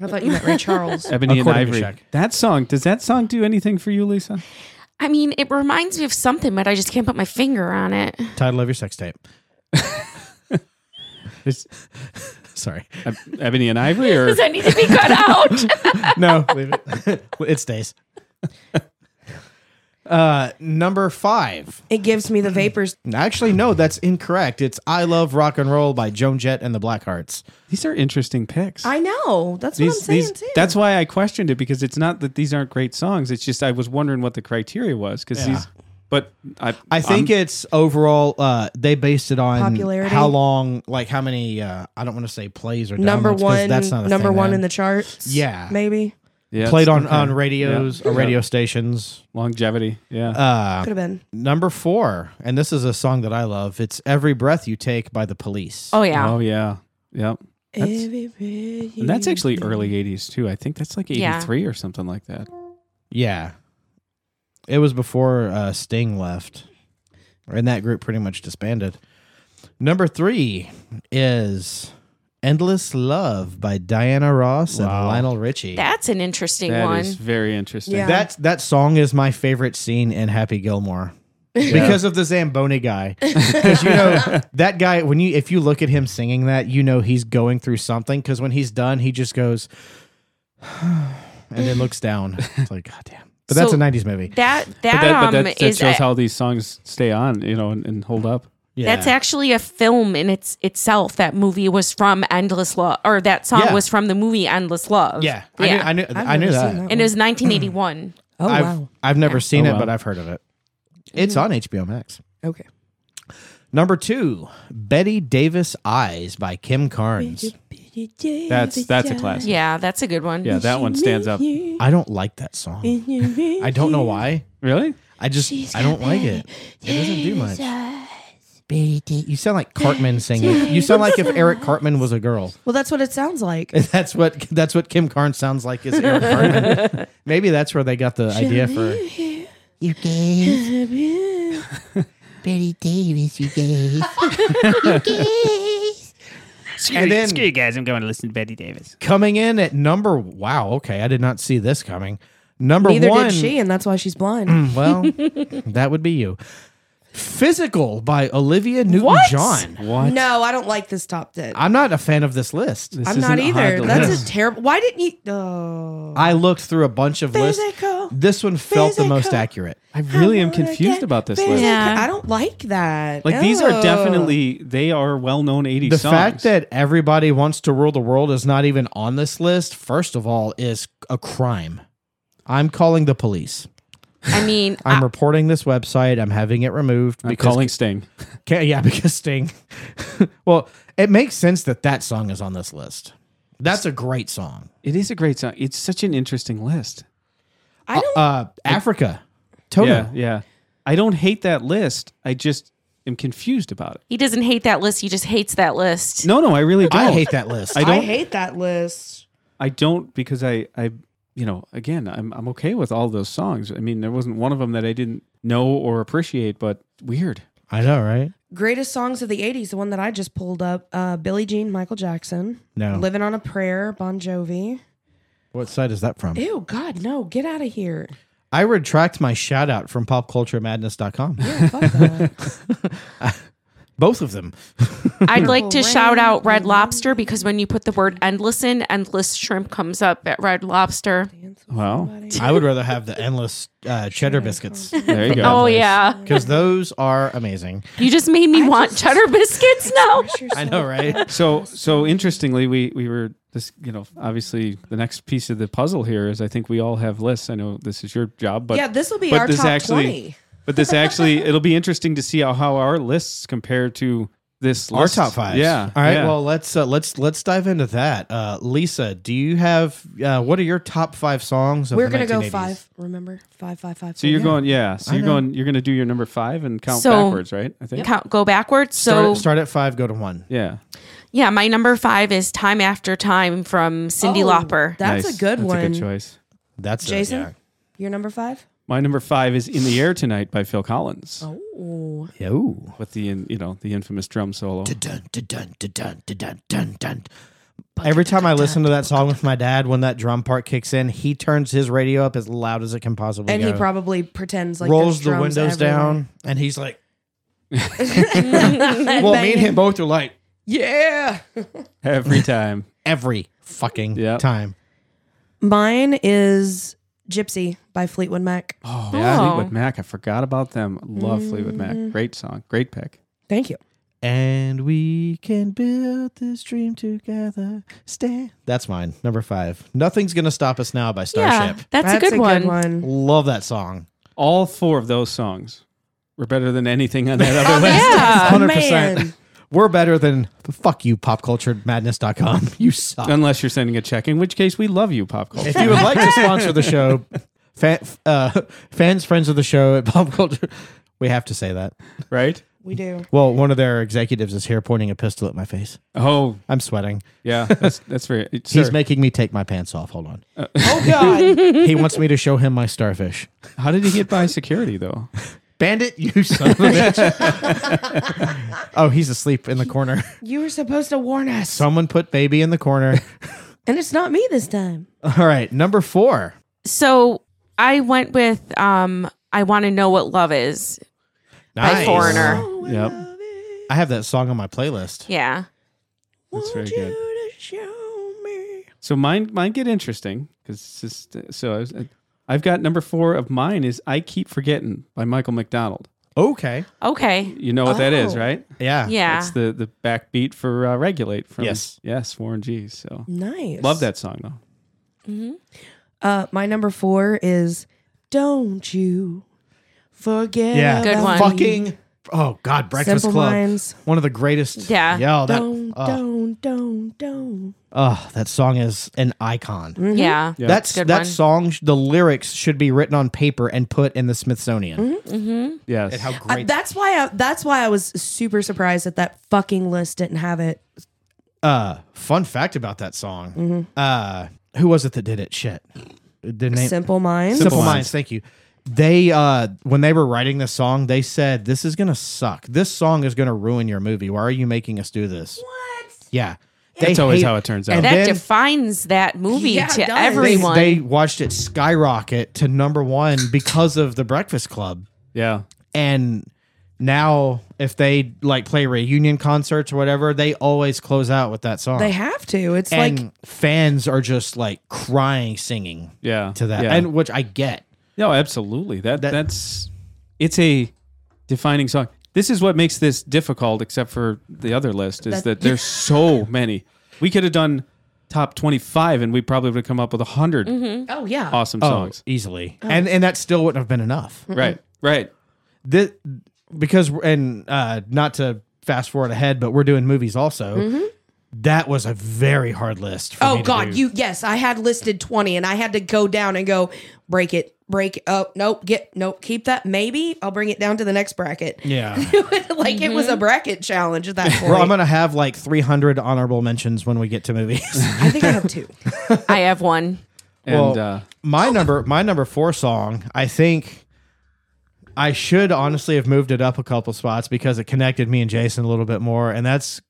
Speaker 2: I thought you meant Ray Charles.
Speaker 3: Ebony and
Speaker 1: According to
Speaker 3: Ivory.
Speaker 1: Shaq.
Speaker 3: That song. Does that song do anything for you, Lisa?
Speaker 4: I mean, it reminds me of something, but I just can't put my finger on it.
Speaker 1: Title of your sex tape.
Speaker 3: Is
Speaker 1: Sorry.
Speaker 3: Eb- Ebony and Ivory, or
Speaker 4: Does that need to be cut out?
Speaker 1: No, leave it. it stays. Uh, number five.
Speaker 2: it gives me the vapors.
Speaker 1: Actually, no, that's incorrect. It's I Love Rock and Roll by Joan Jett and the Blackhearts.
Speaker 3: these are interesting picks.
Speaker 2: I know. That's what I'm saying
Speaker 3: these,
Speaker 2: too.
Speaker 3: That's why I questioned it because it's not that these aren't great songs. It's just I was wondering what the criteria was because
Speaker 1: Yeah.
Speaker 3: these. But I,
Speaker 1: I think
Speaker 3: I'm-
Speaker 1: it's overall, uh, they based it on
Speaker 2: Popularity.
Speaker 1: how long, like how many, uh, I don't want to say plays or
Speaker 2: number
Speaker 1: downloads, 'cause
Speaker 2: one.
Speaker 1: That's not a
Speaker 2: number
Speaker 1: thing
Speaker 2: one
Speaker 1: then.
Speaker 2: in the charts.
Speaker 1: Yeah.
Speaker 2: maybe
Speaker 3: yeah,
Speaker 1: played
Speaker 3: it's-
Speaker 1: on,
Speaker 3: okay.
Speaker 1: on radios
Speaker 3: Yeah.
Speaker 1: or radio stations.
Speaker 3: longevity. Yeah,
Speaker 1: Uh,
Speaker 2: could have been.
Speaker 1: Number four, and this is a song that I love. It's "Every Breath You Take" by the Police.
Speaker 4: Oh yeah.
Speaker 3: Oh yeah. Yep. That's,
Speaker 2: That's,
Speaker 3: and that's actually early 80s too. I think that's like
Speaker 4: Yeah.
Speaker 3: 83 or something like that.
Speaker 1: yeah, it was before uh, Sting left, and that group pretty much disbanded. Number three is "Endless Love" by Diana Ross and
Speaker 3: Wow.
Speaker 1: Lionel Richie.
Speaker 4: That's an interesting
Speaker 3: That
Speaker 4: one.
Speaker 3: is very interesting.
Speaker 2: Yeah.
Speaker 1: that that song is my favorite scene in Happy Gilmore. Because of the Zamboni guy, because you know that guy. When you if you look at him singing that, you know he's going through something. Because when he's done, he just goes and then looks down. It's like God damn. But that's
Speaker 4: So-
Speaker 1: a '90s movie.
Speaker 4: that that,
Speaker 3: But that, but
Speaker 4: um
Speaker 3: that, that
Speaker 4: is
Speaker 3: shows
Speaker 4: a-
Speaker 3: how these songs stay on, you know, and, and hold up.
Speaker 1: Yeah.
Speaker 4: that's actually a film in its itself. That movie was from Endless Love, or that song
Speaker 1: Yeah.
Speaker 4: was from the movie Endless Love.
Speaker 1: yeah.
Speaker 4: yeah.
Speaker 1: I knew I knew, I
Speaker 2: I've
Speaker 1: knew
Speaker 2: never
Speaker 1: that.
Speaker 2: seen
Speaker 4: and it was 1981.
Speaker 2: Oh
Speaker 1: I've
Speaker 2: wow.
Speaker 1: I've never seen
Speaker 3: Oh,
Speaker 1: it,
Speaker 3: wow.
Speaker 1: but I've heard of it. It's on HBO Max.
Speaker 2: Okay.
Speaker 1: Number two, Betty Davis Eyes by Kim Carnes.
Speaker 3: That's that's a classic.
Speaker 4: yeah, that's a good one.
Speaker 3: Yeah, that one stands up.
Speaker 1: I don't like that song. I don't know why.
Speaker 3: Really?
Speaker 1: I just I don't like it. It doesn't do much. "Baby," You sound like Cartman singing. You sound like if Eric Cartman was a girl.
Speaker 2: Well, that's what it sounds like.
Speaker 1: That's what that's what Kim Carnes sounds like is Eric Cartman. Maybe that's where they got the idea for
Speaker 5: You guys, Betty Davis, you guys. you guys.
Speaker 1: And then-
Speaker 6: screw you guys. I'm going to listen to Betty Davis.
Speaker 1: coming in at number. Wow, okay, I did not see this coming. Number
Speaker 2: Neither
Speaker 1: one,
Speaker 2: did she, and that's why she's blind.
Speaker 1: well, that would be you. Physical by Olivia Newton John.
Speaker 3: What? Ah,
Speaker 2: no, I don't like this top 10.
Speaker 1: I'm not a fan of this list.
Speaker 3: This
Speaker 2: I'm not
Speaker 3: isn't hard
Speaker 2: either.
Speaker 3: to
Speaker 2: That's a
Speaker 3: list.
Speaker 2: terrible. Why didn't you? Oh.
Speaker 1: I looked through a bunch of
Speaker 2: Physical.
Speaker 1: lists. This one felt the most
Speaker 2: Physical.
Speaker 1: accurate.
Speaker 3: I really am
Speaker 2: wanna get
Speaker 3: confused about this
Speaker 2: physical.
Speaker 3: list.
Speaker 4: Yeah.
Speaker 2: I don't like that.
Speaker 3: Like these
Speaker 2: Oh.
Speaker 3: are definitely they are well known 80s
Speaker 1: The
Speaker 3: songs.
Speaker 1: fact that everybody wants to rule the world is not even on this list, first of all, is a crime. I'm calling the police.
Speaker 4: I mean,
Speaker 1: I'm reporting this website. I'm having it removed
Speaker 3: Ah. I'm
Speaker 1: because
Speaker 3: calling Sting.
Speaker 1: Ca- yeah, because Sting. well, it makes sense that that song is on this list. That's a great song.
Speaker 3: It is a great song. It's such an interesting list.
Speaker 2: I don't.
Speaker 1: Uh, Africa, Toto.
Speaker 3: Yeah, yeah. I don't hate that list. I just am confused about it.
Speaker 4: he doesn't hate that list. He just hates that list.
Speaker 3: No, no, I really don't.
Speaker 1: I hate that list.
Speaker 3: I
Speaker 2: Oh. I,
Speaker 3: don't.
Speaker 2: hate that list.
Speaker 3: I don't because I, I, you know, again, I'm, I'm okay with all those songs. I mean, there wasn't one of them that I didn't know or appreciate, but weird.
Speaker 1: I know, right?
Speaker 2: Greatest songs of the '80s. The one that I just pulled up: uh, Billie Jean, Michael Jackson,
Speaker 1: No.
Speaker 2: "Living on a Prayer," Bon Jovi.
Speaker 1: What site is that from?
Speaker 2: Ew, God, no! Get out of here.
Speaker 1: I retract my shout out from popculturemadness.com.
Speaker 2: Fuck that.
Speaker 1: Both of them.
Speaker 4: I'd like to
Speaker 2: Rain,
Speaker 4: shout out Red
Speaker 2: rain.
Speaker 4: Lobster because when you put the word endless in, endless shrimp comes up at Red Lobster.
Speaker 3: Wow.
Speaker 1: I would rather have the endless uh, cheddar biscuits
Speaker 3: There you go.
Speaker 4: Oh yeah,
Speaker 1: because those are amazing.
Speaker 4: you just made me want cheddar biscuits now.
Speaker 1: I know, right?
Speaker 3: So, so interestingly, we we were this. You know, obviously, the next piece of the puzzle here is I think we all have lists. I know this is your job, but
Speaker 2: yeah, this will be
Speaker 3: but
Speaker 2: our
Speaker 3: this
Speaker 2: top
Speaker 3: actually-
Speaker 2: twenty.
Speaker 3: but this actually it'll be interesting to see how, how our lists compare to this
Speaker 1: Our
Speaker 3: list.
Speaker 1: top five.
Speaker 3: Yeah.
Speaker 1: All right.
Speaker 3: yeah.
Speaker 1: Well, let's uh, let's let's dive into that. Uh, Lisa, do you have uh, what are your top five songs? Of
Speaker 2: We're
Speaker 1: the
Speaker 2: gonna go
Speaker 1: 1980s?
Speaker 2: five. Remember, five, five, five.
Speaker 3: so you're
Speaker 2: yeah.
Speaker 3: going, yeah. So
Speaker 1: I
Speaker 3: you're
Speaker 1: know.
Speaker 3: going, you're going to do your number five and count
Speaker 4: So-
Speaker 3: backwards, right? I think.
Speaker 4: Count, go backwards.
Speaker 1: Start,
Speaker 4: So
Speaker 1: at- start at five, go to one.
Speaker 3: Yeah.
Speaker 4: yeah, my number five is "Time After Time" from Cindy
Speaker 2: Oh,
Speaker 4: Lauper.
Speaker 2: That's
Speaker 3: Nice.
Speaker 2: a good
Speaker 3: That's
Speaker 2: one.
Speaker 3: a good choice.
Speaker 1: That's it,
Speaker 2: Jason,
Speaker 1: yeah.
Speaker 2: you're number five.
Speaker 3: My number five is "In the Air Tonight" by Phil Collins
Speaker 2: Oh,
Speaker 1: Yo.
Speaker 3: with the in- you know the infamous drum solo.
Speaker 5: Dun, dun, dun, dun, dun, dun, dun, dun.
Speaker 1: Every time I listen to that song with my dad, when that drum part kicks in, he turns his radio up as loud as it can possibly
Speaker 2: and
Speaker 1: go.
Speaker 2: he probably pretends like
Speaker 1: rolls
Speaker 2: there's
Speaker 1: the
Speaker 2: drums
Speaker 1: windows
Speaker 2: everywhere.
Speaker 1: down, and he's like,
Speaker 2: well,
Speaker 1: "Well, me and him both are like
Speaker 2: Yeah.
Speaker 3: Every time,
Speaker 1: every fucking
Speaker 3: Yeah.
Speaker 1: time."
Speaker 2: Mine is Gypsy by Fleetwood Mac.
Speaker 3: oh, yeah,
Speaker 4: Oh.
Speaker 3: Fleetwood Mac. I forgot about them. Love Fleetwood Mac. Great song. Great pick.
Speaker 2: Thank you.
Speaker 1: And we can build this dream together. Stay. That's mine. Number five. Nothing's gonna stop us now by
Speaker 4: Yeah,
Speaker 1: Starship.
Speaker 4: that's, a good one.
Speaker 1: Love that song.
Speaker 3: All four of those songs were better than anything on that other list.
Speaker 4: Yeah,
Speaker 1: 100%.
Speaker 2: man.
Speaker 1: We're better than fuck you, popculturedmadness.com. You suck.
Speaker 3: Unless you're sending a check, in which case we love you, pop culture.
Speaker 1: If you would like to sponsor the show, fan, uh, fans, friends of the show at Pop Culture, we have to say that.
Speaker 3: right?
Speaker 2: We do.
Speaker 1: Well, one of their executives is here pointing a pistol at my face.
Speaker 3: Oh,
Speaker 1: I'm sweating.
Speaker 3: yeah. That's that's very.
Speaker 1: He's
Speaker 3: Sir,
Speaker 1: making me take my pants off. Hold on.
Speaker 2: Oh God.
Speaker 1: he wants me to show him my starfish.
Speaker 3: how did he get by security though?
Speaker 1: Bandit, you son of a bitch. oh, he's asleep in the corner.
Speaker 2: you were supposed to warn us.
Speaker 1: Someone put baby in the corner.
Speaker 2: and it's not me this time.
Speaker 1: All right, number four.
Speaker 4: So I went with um, "I Want to Know What Love Is." By
Speaker 1: Nice.
Speaker 4: Foreigner.
Speaker 3: Yep.
Speaker 1: I have that song on my playlist.
Speaker 4: Yeah,
Speaker 3: That's very
Speaker 2: you
Speaker 3: good.
Speaker 2: to show me.
Speaker 3: So mine mine get interesting because just uh, so I was, I've got number four of mine is I keep forgetting by Michael McDonald.
Speaker 1: Okay.
Speaker 4: okay,
Speaker 3: You know what that is,
Speaker 2: Oh.
Speaker 3: right?
Speaker 1: Yeah.
Speaker 4: yeah.
Speaker 3: It's the the backbeat for uh, Regulate from
Speaker 1: Yes.
Speaker 3: yes Warren G. So
Speaker 2: Nice.
Speaker 3: love that song though.
Speaker 2: Uh, my number four is Don't You Forget
Speaker 1: Yeah.
Speaker 4: Good
Speaker 2: About
Speaker 4: one.
Speaker 2: Me
Speaker 1: Fucking Oh God, Breakfast
Speaker 2: Simple
Speaker 1: Club,
Speaker 2: Minds.
Speaker 1: one of the greatest.
Speaker 4: Yeah.
Speaker 1: yeah. That
Speaker 2: Don't,
Speaker 1: uh,
Speaker 2: don't, don't, don't.
Speaker 1: oh, that song is an icon.
Speaker 4: Yeah.
Speaker 3: Yeah.
Speaker 1: That's
Speaker 4: Good
Speaker 1: that
Speaker 4: one.
Speaker 1: song. sh- The lyrics should be written on paper and put in the Smithsonian.
Speaker 3: Yes.
Speaker 1: And how
Speaker 2: I-
Speaker 1: great!
Speaker 2: that's why I, that's why I was super surprised that that fucking list didn't have it.
Speaker 1: uh, fun fact about that song. Uh, who was it that did it? Shit, the name
Speaker 2: Simple Minds.
Speaker 1: Simple,
Speaker 3: Minds.
Speaker 1: Minds. Thank you. They uh, when they were writing this song, they said this is gonna suck. This song is gonna ruin your movie. Why are you making us do this? What? Yeah,
Speaker 3: That's always
Speaker 1: hate-
Speaker 3: how it turns
Speaker 1: and
Speaker 3: out.
Speaker 4: That
Speaker 1: then-
Speaker 4: defines that movie
Speaker 2: Yeah, it
Speaker 4: to
Speaker 2: does.
Speaker 1: They,
Speaker 4: everyone.
Speaker 1: they watched it skyrocket to number one because of the Breakfast Club.
Speaker 3: yeah.
Speaker 1: and now if they like play reunion concerts or whatever they always close out with that song
Speaker 2: They have to. It's
Speaker 1: and
Speaker 2: like
Speaker 1: fans are just like crying singing
Speaker 3: Yeah.
Speaker 1: to that
Speaker 3: Yeah.
Speaker 1: and which i get
Speaker 3: No, absolutely. That,
Speaker 1: That-
Speaker 3: that's it's a defining song. This is what makes this difficult, except for the other list, is that, there's so many. We could have done top twenty five, and we probably would have come up with 100
Speaker 1: Mm-hmm.
Speaker 2: oh yeah.
Speaker 3: awesome songs.
Speaker 1: easily
Speaker 2: Oh.
Speaker 1: and and that still wouldn't have been enough
Speaker 3: Right, right.
Speaker 1: this because and uh not to fast forward ahead but we're doing movies also that was a very hard list for me
Speaker 2: Mm-hmm. Oh
Speaker 1: to
Speaker 2: God,
Speaker 1: do.
Speaker 2: you yes, I had listed twenty, and I had to go down and go break it, break. it. Oh nope, get nope, keep that. Maybe I'll bring it down to the next bracket.
Speaker 1: yeah
Speaker 2: like it
Speaker 4: Mm-hmm.
Speaker 2: was a bracket challenge at that point.
Speaker 1: Bro, i'm gonna have like 300 honorable mentions when we get to movies
Speaker 2: I think I have two.
Speaker 4: I have one.
Speaker 3: And
Speaker 1: Well-
Speaker 3: uh,
Speaker 1: my number my number four song i think i should honestly have moved it up a couple spots because it connected me and jason a little bit more and that's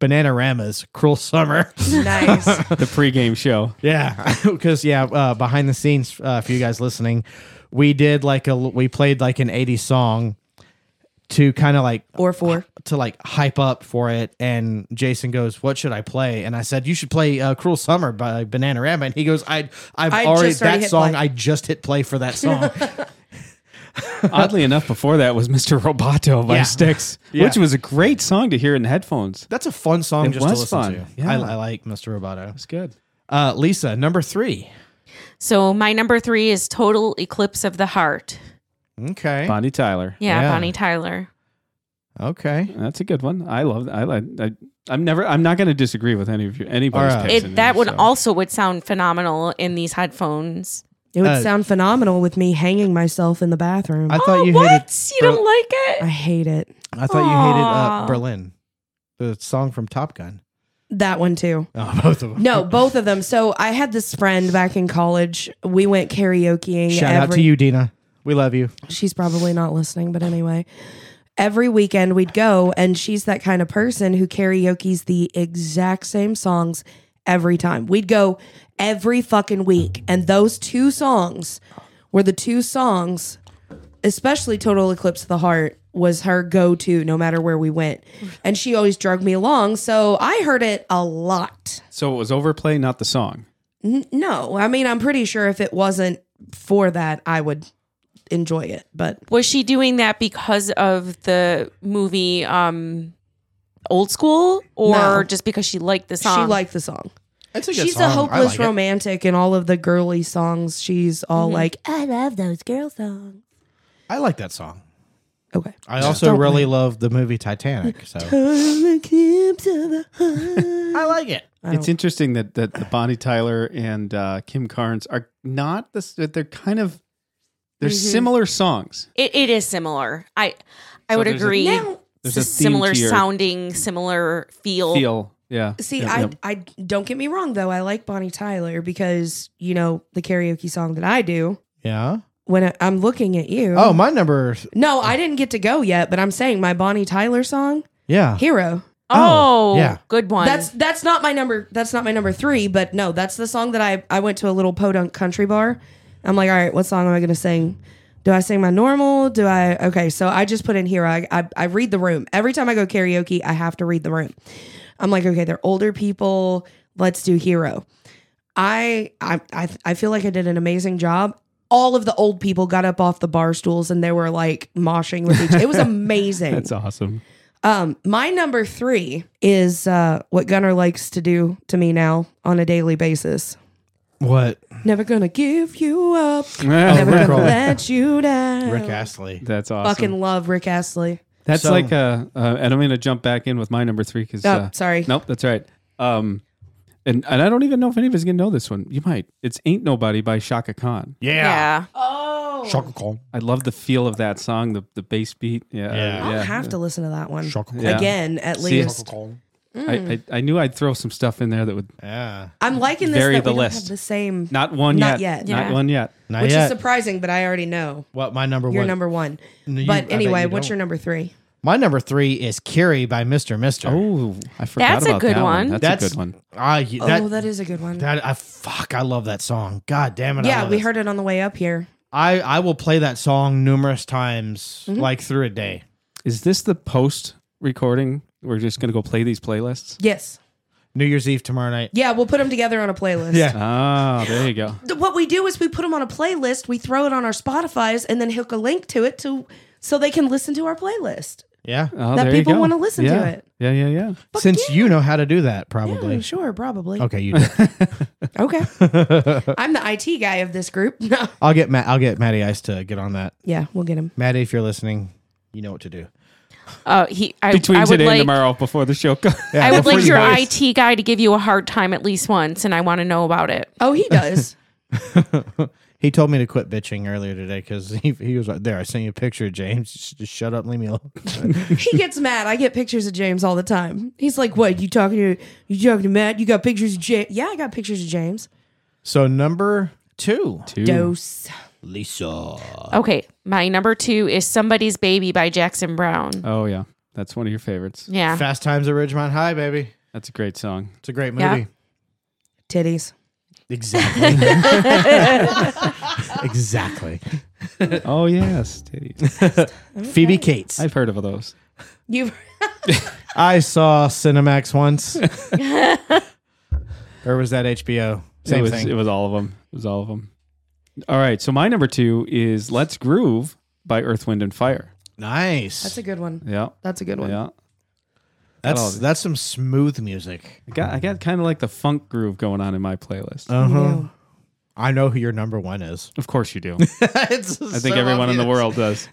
Speaker 1: bananarama's cruel summer
Speaker 2: nice.
Speaker 3: the pregame show.
Speaker 1: yeah because yeah uh, behind the scenes uh, for you guys listening we did like a we played like an 80s song to kind of like
Speaker 2: Or four.
Speaker 1: to like hype up for it and jason goes what should i play and i said you should play uh, cruel summer by bananarama and he goes i i've
Speaker 2: I
Speaker 1: already
Speaker 2: just already
Speaker 1: that
Speaker 2: hit
Speaker 1: song
Speaker 2: play."
Speaker 1: i just hit play for that song
Speaker 3: Oddly enough, before that was Mr. Roboto by
Speaker 1: Yeah.
Speaker 3: Styx,
Speaker 1: Yeah.
Speaker 3: which was a great song to hear in headphones.
Speaker 1: That's a fun song
Speaker 3: It
Speaker 1: just
Speaker 3: was
Speaker 1: to listen
Speaker 3: fun,
Speaker 1: to.
Speaker 3: yeah.
Speaker 1: I, I like Mr. Roboto.
Speaker 3: It's good.
Speaker 1: Uh, Lisa, number three.
Speaker 4: So my number three is Total Eclipse of the Heart.
Speaker 1: Okay.
Speaker 3: Bonnie Tyler.
Speaker 4: Yeah,
Speaker 1: Yeah.
Speaker 4: Bonnie Tyler.
Speaker 1: Okay.
Speaker 3: That's a good one. I love. I like. I, I'm never. I'm not going to disagree with any of you. Anybody's
Speaker 1: All right.
Speaker 3: picks in
Speaker 4: It, that
Speaker 3: here,
Speaker 4: would
Speaker 3: so.
Speaker 4: also would sound phenomenal in these headphones.
Speaker 2: It would
Speaker 1: Uh,
Speaker 2: sound phenomenal with me hanging myself in the bathroom.
Speaker 1: I
Speaker 2: I,
Speaker 1: thought you
Speaker 4: Oh, what?
Speaker 1: hated.
Speaker 4: you
Speaker 1: Bro-
Speaker 4: don't like it?
Speaker 2: hate it.
Speaker 1: I thought you hated uh,
Speaker 4: Aw.
Speaker 1: Berlin, the song from Top Gun.
Speaker 2: That one too.
Speaker 1: Oh, both of them.
Speaker 2: No, both of them. So I had this friend back in college. We went karaokeing.
Speaker 1: Shout out
Speaker 2: every-
Speaker 1: to you, Dina. We love you.
Speaker 2: she's probably not listening, but anyway. Every weekend we'd go, and she's that kind of person who karaoke's the exact same songs every time. We'd go every fucking week, and those two songs were the two songs, especially Total Eclipse of the Heart, was her go to no matter where we went. And she always drug me along, so I heard it a lot.
Speaker 3: So it was overplay, not the song.
Speaker 2: No, I mean, I'm pretty sure if it wasn't for that, I would enjoy it, but
Speaker 4: Was she doing that because of the movie um Old School or
Speaker 2: No.
Speaker 4: just because she liked the song?
Speaker 2: she liked the song.
Speaker 1: That's a good
Speaker 2: she's
Speaker 1: song.
Speaker 2: a
Speaker 1: I
Speaker 2: hopeless
Speaker 1: like it.
Speaker 2: romantic in all of the girly songs. She's all like, eh,
Speaker 5: I love those girl songs.
Speaker 1: I like that song.
Speaker 2: okay.
Speaker 1: I also really love the movie Titanic. So I like it.
Speaker 2: Oh.
Speaker 3: It's interesting that that the Bonnie Tyler and uh, Kim Carnes are not the. s- that They're kind of they're
Speaker 2: Mm-hmm.
Speaker 3: similar songs.
Speaker 4: it, it is similar. I I
Speaker 3: So
Speaker 4: would
Speaker 3: there's a-
Speaker 4: agree.
Speaker 2: Now-
Speaker 4: it's
Speaker 3: There's a
Speaker 4: a
Speaker 3: theme
Speaker 4: similar
Speaker 3: to your
Speaker 4: sounding, similar feel.
Speaker 3: Feel yeah.
Speaker 2: See,
Speaker 3: Yep,
Speaker 2: I,
Speaker 3: yep.
Speaker 2: I don't get me wrong though. I like Bonnie Tyler because you know the karaoke song that I do.
Speaker 1: Yeah.
Speaker 2: When I, I'm looking at you,
Speaker 1: Oh, my number.
Speaker 2: no, I didn't get to go yet. But I'm saying my Bonnie Tyler song,
Speaker 1: Yeah.
Speaker 2: "Hero."
Speaker 1: Oh,
Speaker 4: Oh,
Speaker 1: yeah.
Speaker 4: good one.
Speaker 2: That's that's not my number. That's not my number three. But no, that's the song that I I went to a little podunk country bar. I'm like, all right, what song am I gonna sing? Do I sing my normal? Do I okay? So I just put in here. I I, I read the room every time I go karaoke. I have to read the room. I'm like, okay, they're older people. Let's do hero. I I I, I feel like I did an amazing job. All of the old people got up off the bar stools and they were like moshing with each. It was amazing.
Speaker 3: That's awesome.
Speaker 2: Um, my number three is uh, what Gunnar likes to do to me now on a daily basis.
Speaker 1: What?
Speaker 2: Never gonna give you up.
Speaker 3: That's
Speaker 2: Never
Speaker 1: Rick
Speaker 2: gonna
Speaker 1: Roll.
Speaker 2: let you down.
Speaker 1: Rick Astley.
Speaker 3: awesome.
Speaker 2: Fucking love Rick Astley.
Speaker 3: That's
Speaker 1: So-
Speaker 3: like a, uh, and I'm going to jump back in with my number three because.
Speaker 2: Oh,
Speaker 3: uh,
Speaker 2: sorry.
Speaker 3: Nope, that's all right. Um, and, and I don't even know if any of us going to know this one. You might. It's Ain't Nobody by Shaka Khan.
Speaker 4: Yeah.
Speaker 2: Oh,
Speaker 1: Shaka Khan.
Speaker 3: I love the feel of that song, the, the bass beat. Yeah. uh,
Speaker 1: Yeah.
Speaker 2: I'll have to listen to that one
Speaker 1: Shaka
Speaker 3: Yeah.
Speaker 2: again, at
Speaker 3: See,
Speaker 2: least.
Speaker 4: Oh, mm.
Speaker 3: I, I, I knew I'd throw some stuff in there that would.
Speaker 1: Yeah.
Speaker 2: I'm liking this.
Speaker 3: Vary
Speaker 2: that
Speaker 3: the
Speaker 2: we don't
Speaker 3: list.
Speaker 2: have the same,
Speaker 3: Not one
Speaker 2: Not
Speaker 3: yet.
Speaker 2: yet.
Speaker 3: Not
Speaker 4: Yeah.
Speaker 3: one yet.
Speaker 1: Not
Speaker 2: which
Speaker 1: yet.
Speaker 2: is surprising, but I already know
Speaker 1: what my number
Speaker 2: your
Speaker 1: one.
Speaker 2: number one.
Speaker 1: No, you- I
Speaker 2: but
Speaker 1: bet
Speaker 2: anyway,
Speaker 1: you
Speaker 2: what's
Speaker 1: don't.
Speaker 2: your number three?
Speaker 1: My number three is Curie by Mr. Mister.
Speaker 3: Oh, I forgot
Speaker 4: That's a
Speaker 3: about
Speaker 4: good
Speaker 3: that
Speaker 4: one.
Speaker 3: That's,
Speaker 1: That's
Speaker 3: a good one.
Speaker 1: I, that,
Speaker 2: oh, that is a good one.
Speaker 1: that I fuck, I love that song. God damn it. I
Speaker 2: yeah,
Speaker 1: love
Speaker 2: we
Speaker 1: it.
Speaker 2: heard it on the way up here.
Speaker 1: I I will play that song numerous times
Speaker 2: Mm-hmm.
Speaker 1: like through a day.
Speaker 3: Is this the post recording? We're just going to go play these playlists.
Speaker 2: Yes.
Speaker 1: New Year's Eve tomorrow night.
Speaker 2: Yeah, we'll put them together on a playlist.
Speaker 1: Yeah.
Speaker 3: Ah, there you go.
Speaker 2: Th- What we do is we put them on a playlist, we throw it on our Spotify's, and then hook a link to it to so they can listen to our playlist.
Speaker 1: Yeah.
Speaker 3: Oh,
Speaker 2: That
Speaker 3: there you
Speaker 2: people
Speaker 3: go.
Speaker 2: wanna listen to
Speaker 3: Yeah.
Speaker 2: it.
Speaker 3: Yeah, yeah, yeah.
Speaker 1: Since you know how to do that, probably.
Speaker 2: Yeah, Hmm, sure, probably.
Speaker 1: Okay, you do.
Speaker 2: Okay. I'm the IT guy of this group. No.
Speaker 1: I'll get Matt I'll get Matty Ice to get on that.
Speaker 2: Yeah, we'll get him.
Speaker 1: Maddie, if you're listening, you know what to do.
Speaker 4: Uh, he. I,
Speaker 3: Between
Speaker 4: I would
Speaker 3: today
Speaker 4: like,
Speaker 3: and tomorrow before the show comes.
Speaker 1: Yeah,
Speaker 4: I would
Speaker 1: before
Speaker 4: like
Speaker 1: you
Speaker 4: your
Speaker 1: guys-
Speaker 4: IT guy to give you a hard time at least once, and I want to know about it.
Speaker 2: Oh, he does.
Speaker 1: He told me to quit bitching earlier today because he, he was like, "There, I sent you a picture, James. Just, just shut up, and leave me alone."
Speaker 2: he gets mad. I get pictures of James all the time. He's like, "What? You talking to you talking to Matt? You got pictures of James? Yeah, I got pictures of James.
Speaker 1: so number two,
Speaker 2: Dose.
Speaker 1: Lisa.
Speaker 3: Uh.
Speaker 4: Okay, my number two is "Somebody's Baby" by Jackson Brown.
Speaker 3: Oh, yeah. That's one of your favorites.
Speaker 4: Yeah,
Speaker 1: Fast Times at Ridgemont High, baby.
Speaker 3: That's a great song.
Speaker 1: It's a great movie.
Speaker 4: Yeah.
Speaker 2: Titties.
Speaker 1: Exactly. exactly.
Speaker 3: oh, yes. titties.
Speaker 1: Phoebe Cates. I,
Speaker 3: I've heard of those.
Speaker 2: You've
Speaker 1: saw Cinemax once. or was that HBO? Same
Speaker 3: it was,
Speaker 1: thing.
Speaker 3: It was all of them. It was all of them. All right. So my number two is "Let's Groove" by Earth, Wind, and Fire.
Speaker 1: nice.
Speaker 2: that's a good one.
Speaker 3: Yeah,
Speaker 2: That's a good one.
Speaker 3: yeah.
Speaker 1: that's that's some smooth music.
Speaker 3: I got I got kind of like the funk groove going on in my playlist.
Speaker 1: Uh huh.
Speaker 2: Yeah.
Speaker 1: I know who your number one is.
Speaker 3: of course you do.
Speaker 1: It's
Speaker 3: I
Speaker 1: so
Speaker 3: think everyone in the
Speaker 1: obvious.
Speaker 3: world does.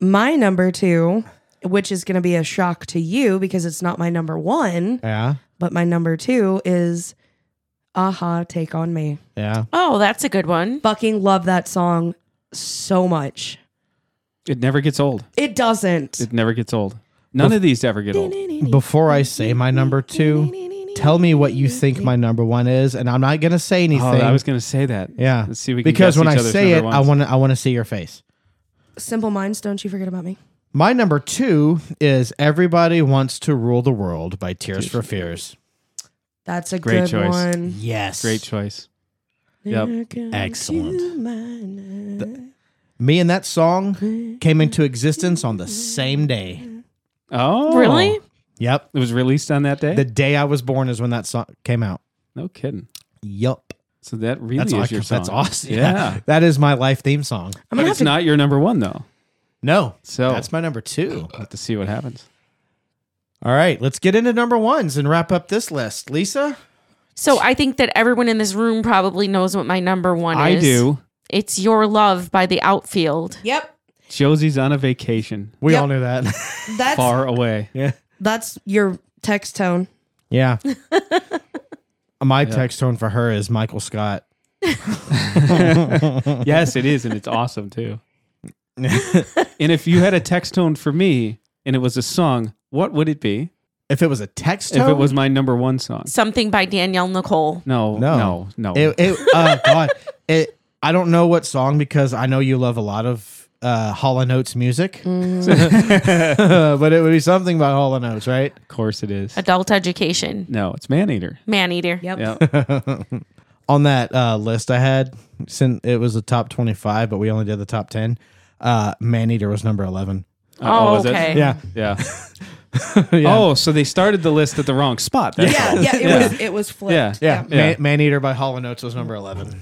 Speaker 2: My number two, which is going to be a shock to you because it's not my number one,
Speaker 1: Yeah.
Speaker 2: but my number two is Aha, Take On Me.
Speaker 1: Yeah.
Speaker 4: Oh, that's a good one.
Speaker 2: Fucking love that song so much.
Speaker 3: It never gets old.
Speaker 2: It doesn't.
Speaker 3: It never gets old. None of these ever get old.
Speaker 1: Before I say my number two, tell me what you think my number one is, and I'm not gonna say anything.
Speaker 3: Oh, I was gonna say that.
Speaker 1: yeah,
Speaker 3: Let's see if we can
Speaker 1: because
Speaker 3: guess
Speaker 1: when
Speaker 3: each
Speaker 1: I
Speaker 3: other's
Speaker 1: say it, I
Speaker 3: number ones.
Speaker 1: want to I want to see your face.
Speaker 2: Simple Minds, Don't You Forget About Me.
Speaker 1: My number two is "Everybody Wants to Rule the World" by Tears for Fears.
Speaker 2: That's a
Speaker 3: Great
Speaker 2: good
Speaker 3: choice.
Speaker 2: one.
Speaker 1: Yes,
Speaker 3: Great choice. Yep.
Speaker 1: Excellent.
Speaker 2: To my night.
Speaker 1: Me and that song came into existence on the same day.
Speaker 3: Oh,
Speaker 4: Really?
Speaker 1: Yep,
Speaker 3: It was released on that day.
Speaker 1: the day I was born is when that song came out.
Speaker 3: no kidding.
Speaker 1: Yup,
Speaker 3: So that really
Speaker 1: that's
Speaker 3: is
Speaker 1: awesome.
Speaker 3: your song.
Speaker 1: That's awesome.
Speaker 3: Yeah.
Speaker 1: that is my life theme song.
Speaker 2: I'm
Speaker 3: But
Speaker 2: gonna
Speaker 3: it's
Speaker 2: have to-
Speaker 3: not your number one though.
Speaker 1: No,
Speaker 3: So-
Speaker 1: that's my number two.
Speaker 3: We'll have to see what happens.
Speaker 1: All right, let's get into number ones and wrap up this list. Lisa,
Speaker 4: So I think that everyone in this room probably knows what my number one
Speaker 3: I
Speaker 4: is.
Speaker 3: do.
Speaker 4: It's "Your Love" by The Outfield.
Speaker 2: Yep.
Speaker 3: Josie's on a vacation
Speaker 1: we
Speaker 2: Yep.
Speaker 1: all knew that.
Speaker 2: That's
Speaker 3: far away.
Speaker 1: yeah,
Speaker 2: that's your text tone.
Speaker 1: yeah. my text tone for her is Michael Scott.
Speaker 3: yes, it is, and it's awesome too. and if you had a text tone for me and it was a song, what would it be?
Speaker 1: If it was a text
Speaker 3: If
Speaker 1: tone,
Speaker 3: it was my number one song.
Speaker 4: Something by Danielle Nicole.
Speaker 3: No,
Speaker 1: no,
Speaker 3: no, no.
Speaker 1: It, it, uh, God, it. I don't know what song because I know you love a lot of uh, Hall and Oates music,
Speaker 3: Mm.
Speaker 1: but it would be something by Hall and Oates, right?
Speaker 3: of course it is.
Speaker 4: Adult Education.
Speaker 3: No, it's Man Eater.
Speaker 4: Man Eater.
Speaker 2: Yep.
Speaker 3: Yeah.
Speaker 1: on that uh, list I had, since it was the top 25, but we only did the top 10, uh, Man Eater was number 11.
Speaker 4: Oh,
Speaker 3: Uh, is it?
Speaker 4: okay.
Speaker 1: Yeah.
Speaker 3: Yeah.
Speaker 1: Yeah.
Speaker 3: Oh, so they started the list at the wrong spot. That's
Speaker 2: Yeah,
Speaker 3: all.
Speaker 2: yeah, it
Speaker 3: Yeah.
Speaker 2: was it was flipped.
Speaker 3: Yeah.
Speaker 1: Yeah.
Speaker 3: Yeah.
Speaker 1: Man, Man Eater by Hall & Oates was number 11.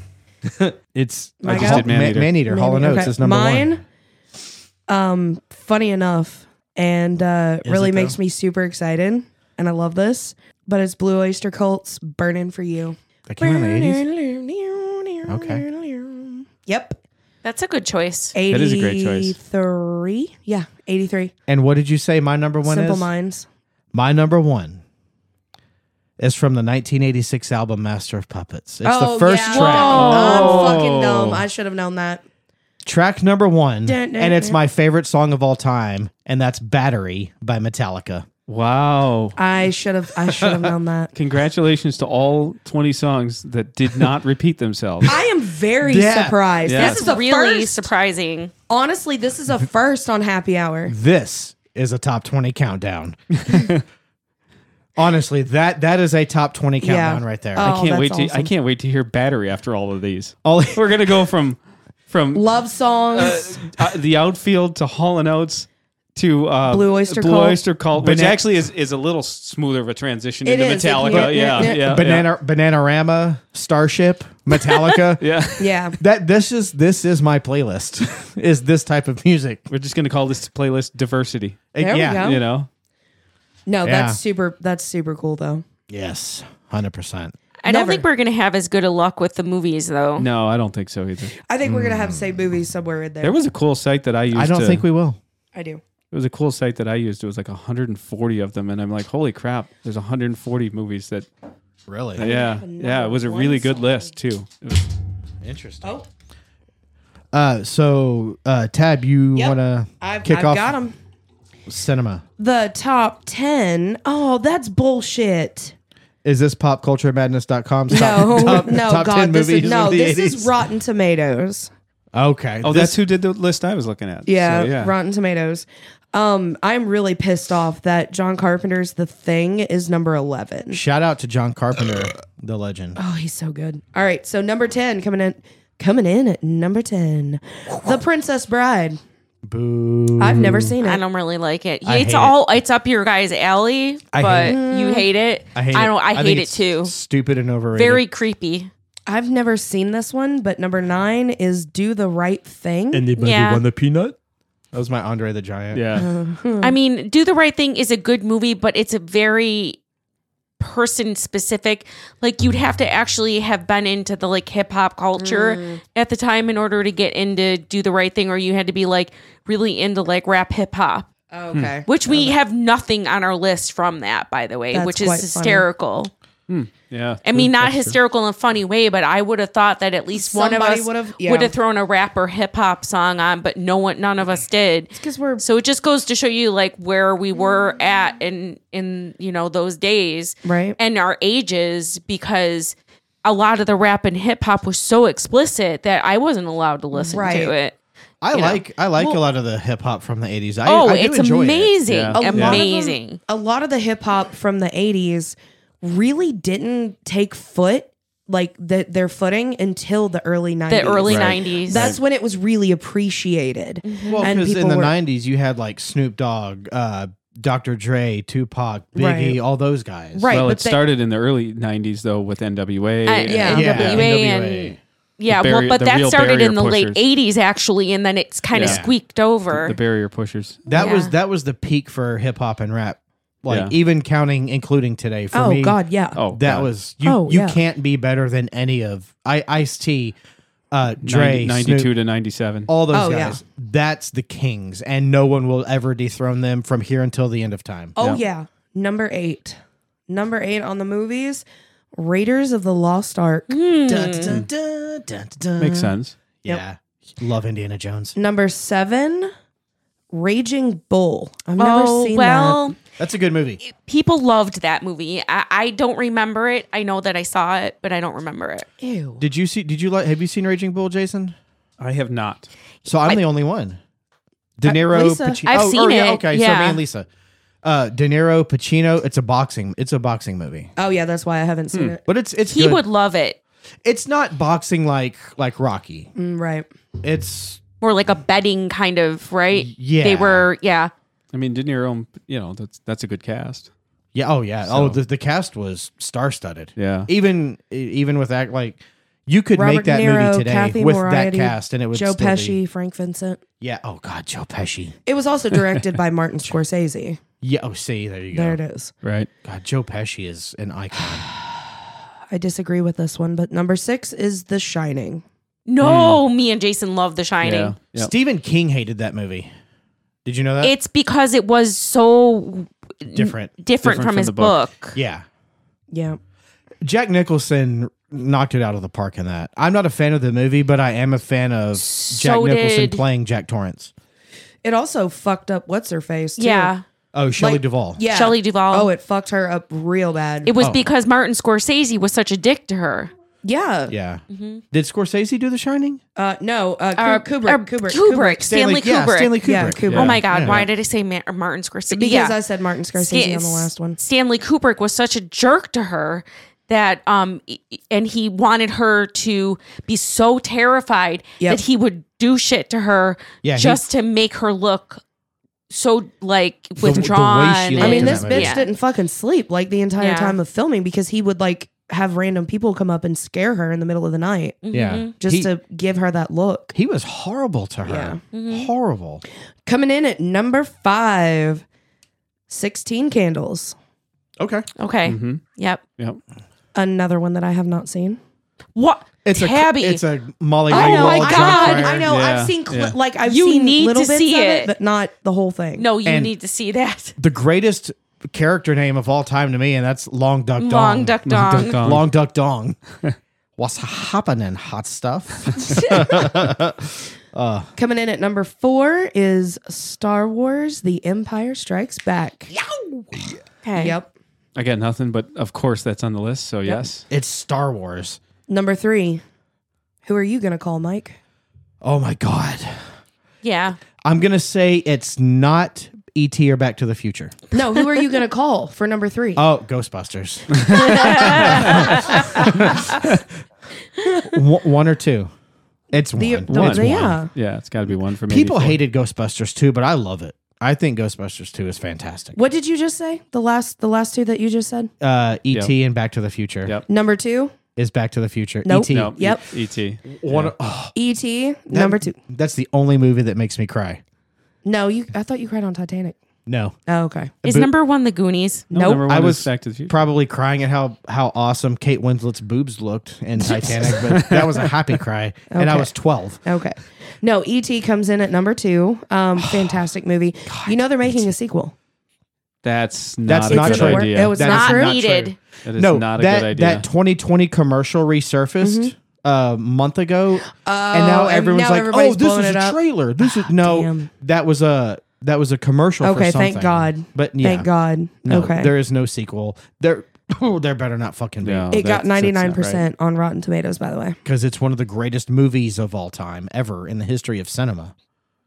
Speaker 3: It's
Speaker 2: My
Speaker 3: I just
Speaker 2: God.
Speaker 3: did Man Eater.
Speaker 1: Man Eater,
Speaker 2: Maybe-
Speaker 1: Hall & Oates
Speaker 2: okay.
Speaker 1: is number
Speaker 2: Mine,
Speaker 1: one.
Speaker 2: um, funny enough, and uh,
Speaker 1: Is
Speaker 2: really
Speaker 1: it, though?
Speaker 2: makes me super excited, and I love this. But it's Blue Oyster Cult's "Burning for You."
Speaker 1: That came out in the 80s.
Speaker 2: Okay. Yep.
Speaker 4: That's a good choice.
Speaker 3: That is a great choice.
Speaker 2: 83? Yeah, 83.
Speaker 1: And what did you say my number one
Speaker 2: Simple
Speaker 1: is?
Speaker 2: Minds.
Speaker 1: My number one is from the 1986 album Master of Puppets. It's the first
Speaker 2: Oh, yeah.
Speaker 1: track. Oh.
Speaker 3: Whoa.
Speaker 2: I'm fucking dumb. I should have known that.
Speaker 1: Track number one,
Speaker 2: Dun, dun,
Speaker 1: and it's
Speaker 2: dun.
Speaker 1: my favorite song of all time, and that's Battery by Metallica.
Speaker 3: Wow.
Speaker 2: I should have. I should have known that.
Speaker 3: Congratulations to all 20 songs that did not repeat themselves.
Speaker 2: I am very
Speaker 1: Yeah.
Speaker 2: surprised.
Speaker 3: Yeah.
Speaker 2: This
Speaker 4: That's
Speaker 2: is a
Speaker 4: really
Speaker 2: first.
Speaker 4: surprising.
Speaker 2: Honestly, this is a first on Happy Hour.
Speaker 1: This is a top 20 countdown. Honestly, that that is a top 20
Speaker 2: Yeah.
Speaker 1: countdown right there.
Speaker 2: Oh.
Speaker 1: Like,
Speaker 3: I can't
Speaker 2: that's
Speaker 3: wait to I
Speaker 2: awesome.
Speaker 3: can't wait to hear Battery after all of these.
Speaker 1: all-
Speaker 3: We're going to go from from
Speaker 2: Love songs.
Speaker 3: uh, the outfield to Hall and Oates to uh,
Speaker 2: Blue Oyster
Speaker 3: Blue
Speaker 2: Cult.
Speaker 3: Oyster Cult, which
Speaker 1: Banana-
Speaker 3: actually is, is a little smoother of a transition
Speaker 2: It
Speaker 3: into
Speaker 2: is. It-
Speaker 3: Metallica.
Speaker 2: yeah,
Speaker 3: yeah,
Speaker 2: yeah,
Speaker 3: yeah,
Speaker 2: yeah.
Speaker 1: Banana Bananarama, Starship, Metallica.
Speaker 3: Yeah. Yeah.
Speaker 2: yeah.
Speaker 1: That this is this is my playlist. is this type of music. Uh,
Speaker 3: We're just going to call this playlist diversity.
Speaker 2: There we go.
Speaker 3: You know,
Speaker 2: No,
Speaker 1: Yeah.
Speaker 2: that's super. That's super cool though.
Speaker 1: Yes. 100%.
Speaker 4: I
Speaker 2: Never.
Speaker 4: don't think we're gonna have as good a luck with the movies though.
Speaker 3: no, I don't think so either.
Speaker 2: I think we're gonna
Speaker 1: Hmm.
Speaker 2: have to say movies somewhere in there.
Speaker 3: There was a cool site that I used.
Speaker 1: I don't
Speaker 3: to-
Speaker 1: think we will.
Speaker 2: I do.
Speaker 3: It was a cool site that I used. It was like 140 of them, and I'm like, holy crap! There's 140 movies that.
Speaker 1: Really?
Speaker 3: Yeah, yeah. It was a really good list too. It was-
Speaker 1: Interesting.
Speaker 2: Oh.
Speaker 1: Uh, so, uh, Tab, you
Speaker 2: Yep.
Speaker 1: want to
Speaker 2: I've,
Speaker 1: kick
Speaker 2: I've
Speaker 1: off
Speaker 2: got them.
Speaker 1: cinema?
Speaker 2: The top ten. Oh, that's bullshit.
Speaker 1: Is this popculturemadness.com's
Speaker 2: No,
Speaker 1: top, top,
Speaker 2: no,
Speaker 1: top
Speaker 2: God,
Speaker 1: 10
Speaker 2: this
Speaker 1: movies
Speaker 2: is no.
Speaker 1: of the
Speaker 2: This
Speaker 1: 80s?
Speaker 2: is Rotten Tomatoes.
Speaker 1: Okay.
Speaker 3: oh,
Speaker 1: this-
Speaker 3: that's who did the list I was looking at.
Speaker 2: Yeah,
Speaker 3: So, yeah.
Speaker 2: Rotten Tomatoes. Um, I'm really pissed off that John Carpenter's The Thing is number eleven.
Speaker 1: Shout out to John Carpenter,
Speaker 3: Uh,
Speaker 1: the legend.
Speaker 2: Oh, he's so good. All right, so number ten coming in, coming in at number ten, The Princess Bride.
Speaker 1: Boo.
Speaker 2: I've never seen it.
Speaker 4: I don't really like it.
Speaker 1: I hate
Speaker 4: it's all it's up your guys' alley,
Speaker 1: I hate
Speaker 4: but
Speaker 2: Mm.
Speaker 4: you hate it.
Speaker 1: I hate
Speaker 4: I
Speaker 1: it.
Speaker 4: don't. I,
Speaker 1: think
Speaker 4: hate it
Speaker 1: it's
Speaker 4: too.
Speaker 1: Stupid and overrated.
Speaker 4: Very creepy.
Speaker 2: I've never seen this one, but number nine is Do the Right Thing.
Speaker 1: Anybody
Speaker 4: Yeah. want
Speaker 1: the peanut? That was my Andre the Giant.
Speaker 3: Yeah.
Speaker 2: Uh-huh. Mm.
Speaker 4: I mean, Do the Right Thing is a good movie, but it's a very person specific. Like you'd have to actually have been into the like hip hop culture
Speaker 2: Mm.
Speaker 4: at the time in order to get into Do the Right Thing, or you had to be like really into like rap hip hop.
Speaker 1: Hmm.
Speaker 2: okay.
Speaker 4: Which we have nothing on our list from that, by the way,
Speaker 2: That's
Speaker 4: which
Speaker 2: quite
Speaker 4: is
Speaker 2: funny.
Speaker 4: hysterical.
Speaker 3: Yeah.
Speaker 4: I mean, not hysterical in a funny way, but I would have thought that at least one
Speaker 2: Somebody
Speaker 4: of us
Speaker 2: would have- yeah.
Speaker 4: would have thrown a rap or hip hop song on, but no one, none of us did.
Speaker 2: Because we're Mm-hmm.
Speaker 4: So it just goes to show you like where we were at in in you know those days,
Speaker 2: Right.
Speaker 4: And our ages because a lot of the rap and hip hop was so explicit that I wasn't allowed to listen
Speaker 2: Right.
Speaker 4: to it.
Speaker 1: I
Speaker 4: You know.
Speaker 1: like I like a lot of the hip hop from the 80s. I,
Speaker 4: oh,
Speaker 1: I do
Speaker 4: it's
Speaker 1: enjoy it.
Speaker 4: amazing,
Speaker 3: Yeah.
Speaker 2: a lot of them-
Speaker 4: amazing.
Speaker 2: a lot of the hip hop from the 80s really didn't take foot like the, their footing until the early 90s.
Speaker 4: the early Mm-hmm.
Speaker 3: Right.
Speaker 4: '90s.
Speaker 2: That's when it was really appreciated.
Speaker 1: Well,
Speaker 2: And
Speaker 1: because in
Speaker 2: people
Speaker 1: the
Speaker 2: were-
Speaker 1: 90s, you had like Snoop Dogg, uh, Dr. Dre, Tupac, Biggie,
Speaker 2: Right.
Speaker 1: all those guys.
Speaker 2: Right,
Speaker 3: well,
Speaker 2: but
Speaker 3: it
Speaker 2: they-
Speaker 3: started in the early '90s though with NWA.
Speaker 4: Uh,
Speaker 2: yeah.
Speaker 1: Yeah.
Speaker 4: NWA and Yeah,
Speaker 3: The barrier-
Speaker 4: well, but
Speaker 3: the
Speaker 4: that
Speaker 3: real
Speaker 4: started
Speaker 3: barrier
Speaker 4: in the late
Speaker 3: pushers.
Speaker 4: '80s, actually, and then it's kind of
Speaker 3: Yeah.
Speaker 4: squeaked over.
Speaker 3: the barrier pushers.
Speaker 1: That was
Speaker 4: Yeah.
Speaker 1: that was the peak for hip hop and rap. Like
Speaker 3: Yeah.
Speaker 1: even counting including today for
Speaker 2: oh
Speaker 1: me.
Speaker 2: god, yeah.
Speaker 3: Oh,
Speaker 1: That
Speaker 3: God.
Speaker 1: was you
Speaker 2: Oh,
Speaker 1: you
Speaker 2: yeah.
Speaker 1: can't be better than any of I Ice T, uh Dre,
Speaker 3: 90- 92
Speaker 1: Snoop,
Speaker 3: to 97.
Speaker 1: all those
Speaker 2: Oh, yeah.
Speaker 1: guys. That's the kings and no one will ever dethrone them from here until the end of time.
Speaker 2: Oh yeah. Number 8. Number 8 on the movies, Raiders of the Lost Ark.
Speaker 4: Mm. Hmm.
Speaker 1: Dun, dun, dun, dun, dun.
Speaker 3: Makes sense.
Speaker 1: Yeah. Love Indiana Jones.
Speaker 2: Number 7, Raging Bull. I've
Speaker 4: oh
Speaker 2: never seen that.
Speaker 4: well,
Speaker 1: That's a good movie.
Speaker 4: people loved that movie. I, I don't remember it. I know that I saw it, but I don't remember it.
Speaker 2: Ew.
Speaker 1: Did you see did you like have you seen Raging Bull, Jason?
Speaker 3: I have not.
Speaker 1: So I'm the only one. De Niro,
Speaker 2: Lisa.
Speaker 1: Pacino.
Speaker 4: I've
Speaker 1: oh,
Speaker 4: seen
Speaker 1: oh, yeah,
Speaker 4: it,
Speaker 1: Okay, so
Speaker 4: yeah.
Speaker 1: me and Lisa. Uh, De Niro, Pacino. It's a boxing. It's a boxing movie,
Speaker 2: Oh yeah, that's why I haven't seen it.
Speaker 1: but it's it's
Speaker 4: He
Speaker 1: good.
Speaker 4: would love it.
Speaker 1: It's not boxing like like Rocky.
Speaker 2: Mm, right.
Speaker 1: It's
Speaker 4: More like a betting kind of, right?
Speaker 1: yeah.
Speaker 4: They were, yeah.
Speaker 3: I mean, didn't your own? You know, that's that's a good cast.
Speaker 1: yeah. Oh yeah. Oh, the, the cast was star studded.
Speaker 3: Yeah.
Speaker 1: Even e, even with that, like you could
Speaker 2: Robert
Speaker 1: make that
Speaker 2: De Niro,
Speaker 1: movie today
Speaker 2: Kathy
Speaker 1: with
Speaker 2: Moriarty,
Speaker 1: that cast, and it would
Speaker 2: Joe
Speaker 1: still
Speaker 2: Pesci,
Speaker 1: Be,
Speaker 2: Frank Vincent.
Speaker 1: yeah. Oh God, Joe Pesci.
Speaker 2: It was also directed by Martin Scorsese.
Speaker 1: Yeah. Oh, see, there you go.
Speaker 2: There it is.
Speaker 3: Right.
Speaker 1: God, Joe Pesci is an icon.
Speaker 2: I disagree with this one, but number six is The Shining.
Speaker 4: No, me and Jason love The Shining.
Speaker 3: Yeah. Yep.
Speaker 1: Stephen King hated that movie. Did you know that?
Speaker 4: It's because it was so
Speaker 1: different.
Speaker 4: different, from,
Speaker 3: from
Speaker 4: his
Speaker 3: the book.
Speaker 4: book.
Speaker 1: Yeah.
Speaker 2: Yeah.
Speaker 1: Jack Nicholson knocked it out of the park in that. I'm not a fan of the movie, but I am a fan of Jack
Speaker 4: So
Speaker 1: Nicholson
Speaker 4: did-
Speaker 1: playing Jack Torrance.
Speaker 2: It also fucked up what's her face. too.
Speaker 4: Yeah.
Speaker 1: Oh, Shelley
Speaker 2: Like-
Speaker 1: Duvall.
Speaker 2: Yeah.
Speaker 4: Shelley Duvall.
Speaker 2: Oh, it fucked her up real bad.
Speaker 4: It was
Speaker 1: Oh.
Speaker 4: because Martin Scorsese was such a dick to her.
Speaker 2: yeah.
Speaker 1: Yeah.
Speaker 2: Mm-hmm.
Speaker 1: Did Scorsese do The Shining?
Speaker 2: Uh, no. Uh, Ku-
Speaker 4: Or-
Speaker 2: Kubrick,
Speaker 4: or
Speaker 2: Kubrick.
Speaker 4: Kubrick. Stanley,
Speaker 1: Yeah,
Speaker 4: Kubrick.
Speaker 1: Stanley Kubrick.
Speaker 2: Yeah, Kubrick.
Speaker 4: Oh my God! Why did I say Ma- Martin Scorsese?
Speaker 2: Because
Speaker 4: Yeah.
Speaker 2: I said Martin Scorsese
Speaker 4: Stan-
Speaker 2: on the last one.
Speaker 4: Stanley Kubrick was such a jerk to her that um e- e- and he wanted her to be so terrified
Speaker 2: Yep.
Speaker 4: that he would do shit to her
Speaker 1: Yeah, he-
Speaker 4: just to make her look so like
Speaker 1: way she
Speaker 4: withdrawn.
Speaker 1: looked
Speaker 2: I
Speaker 1: Yeah,
Speaker 2: mean,
Speaker 1: in
Speaker 4: and-
Speaker 2: this
Speaker 1: that movie.
Speaker 2: bitch
Speaker 4: Yeah.
Speaker 2: didn't fucking sleep like the entire
Speaker 4: Yeah.
Speaker 2: time of filming because he would like have random people come up and scare her in the middle of the night
Speaker 1: Yeah.
Speaker 2: just
Speaker 1: He-
Speaker 2: to give her that look.
Speaker 1: He was horrible to her. Horrible.
Speaker 2: Coming in at number five, 16 Candles.
Speaker 1: Okay.
Speaker 4: Okay.
Speaker 1: Mm-hmm.
Speaker 3: Mhm.
Speaker 4: Yep.
Speaker 3: Yep.
Speaker 2: Another one that I have not seen.
Speaker 4: What?
Speaker 1: It's
Speaker 4: Tabby.
Speaker 1: a it's a Molly
Speaker 4: Oh
Speaker 1: Ringwald
Speaker 4: my
Speaker 1: jump
Speaker 4: God.
Speaker 1: fire.
Speaker 2: I know.
Speaker 3: Yeah,
Speaker 2: I've seen cl-
Speaker 3: yeah.
Speaker 2: like I've
Speaker 4: You
Speaker 2: seen
Speaker 4: need
Speaker 2: little
Speaker 4: to
Speaker 2: bits
Speaker 4: see
Speaker 2: of
Speaker 4: it.
Speaker 2: but not the whole thing.
Speaker 4: no, you
Speaker 1: And-
Speaker 4: need to see that.
Speaker 1: The greatest character name of all time to me, and that's Long Duck Dong.
Speaker 4: Long duck dong.
Speaker 3: Duck Dong.
Speaker 1: Long Duck Dong. What's happening, hot stuff?
Speaker 2: Coming in at number four is Star Wars: The Empire Strikes Back.
Speaker 4: Okay.
Speaker 2: Yep.
Speaker 3: I got nothing, but of course that's on the list. So yes.
Speaker 1: it's Star Wars.
Speaker 2: Number three. Who are you gonna call, Mike?
Speaker 1: Oh my God.
Speaker 4: Yeah.
Speaker 1: I'm going to say it's not E.T. or Back to the Future.
Speaker 2: No, who are you gonna call for number three?
Speaker 1: Oh, Ghostbusters. One- one or two. It's
Speaker 2: The-
Speaker 1: one.
Speaker 2: the-
Speaker 1: It's one.
Speaker 2: yeah.
Speaker 3: Yeah, it's got to be one for me.
Speaker 1: People
Speaker 3: before-
Speaker 1: hated Ghostbusters 2, but I love it. I think Ghostbusters 2 is fantastic.
Speaker 2: What did you just say? The last, the last two that you just said.
Speaker 1: Uh, E.T. and Back to the Future
Speaker 3: Yep.
Speaker 2: Number two,
Speaker 1: is Back to the Future.
Speaker 2: Nope.
Speaker 1: E.T.
Speaker 3: No.
Speaker 2: E Yep.
Speaker 3: E.T.
Speaker 1: One, oh,
Speaker 2: E.T.
Speaker 1: that-
Speaker 2: E number two.
Speaker 1: That's the only movie that makes me cry.
Speaker 2: No, you. I thought you cried on Titanic.
Speaker 1: No.
Speaker 2: Oh, okay.
Speaker 4: Is
Speaker 1: Bo-
Speaker 4: number one the Goonies?
Speaker 2: Nope.
Speaker 3: Number one
Speaker 1: I
Speaker 3: I was
Speaker 1: was
Speaker 3: is Back to the Future.
Speaker 1: Probably crying at how how awesome Kate Winslet's boobs looked in Titanic, but that was a happy cry, and I
Speaker 2: Okay.
Speaker 1: was twelve.
Speaker 2: Okay. No, E.T. comes in at number two. Um, fantastic movie. you know they're making a sequel.
Speaker 3: that's not
Speaker 1: That's
Speaker 3: a
Speaker 1: E not
Speaker 3: good
Speaker 1: true.
Speaker 3: idea.
Speaker 2: It was
Speaker 1: That is
Speaker 2: not
Speaker 4: Not
Speaker 2: true.
Speaker 4: needed.
Speaker 3: that is
Speaker 1: no,
Speaker 3: not a
Speaker 1: that
Speaker 3: good idea.
Speaker 1: that 2020 commercial resurfaced a month ago, and
Speaker 2: Mm-hmm. Oh,
Speaker 1: now
Speaker 2: and
Speaker 1: everyone's
Speaker 2: now
Speaker 1: like,
Speaker 2: everybody's
Speaker 1: "Oh, this
Speaker 2: blowing
Speaker 1: is
Speaker 2: it
Speaker 1: a
Speaker 2: up." Ah,
Speaker 1: trailer. This is no,
Speaker 2: damn.
Speaker 1: that was a that was a commercial." for
Speaker 2: Okay, thank
Speaker 1: something.
Speaker 2: God.
Speaker 1: But yeah,
Speaker 2: Thank God.
Speaker 1: no,
Speaker 2: okay.
Speaker 1: there is no sequel. There, oh, there better not fucking be
Speaker 3: No,
Speaker 2: it got
Speaker 3: that's- that's
Speaker 2: ninety nine
Speaker 3: not right.
Speaker 2: percent on Rotten Tomatoes. By the way,
Speaker 1: because it's one of the greatest movies of all time ever in the history of cinema.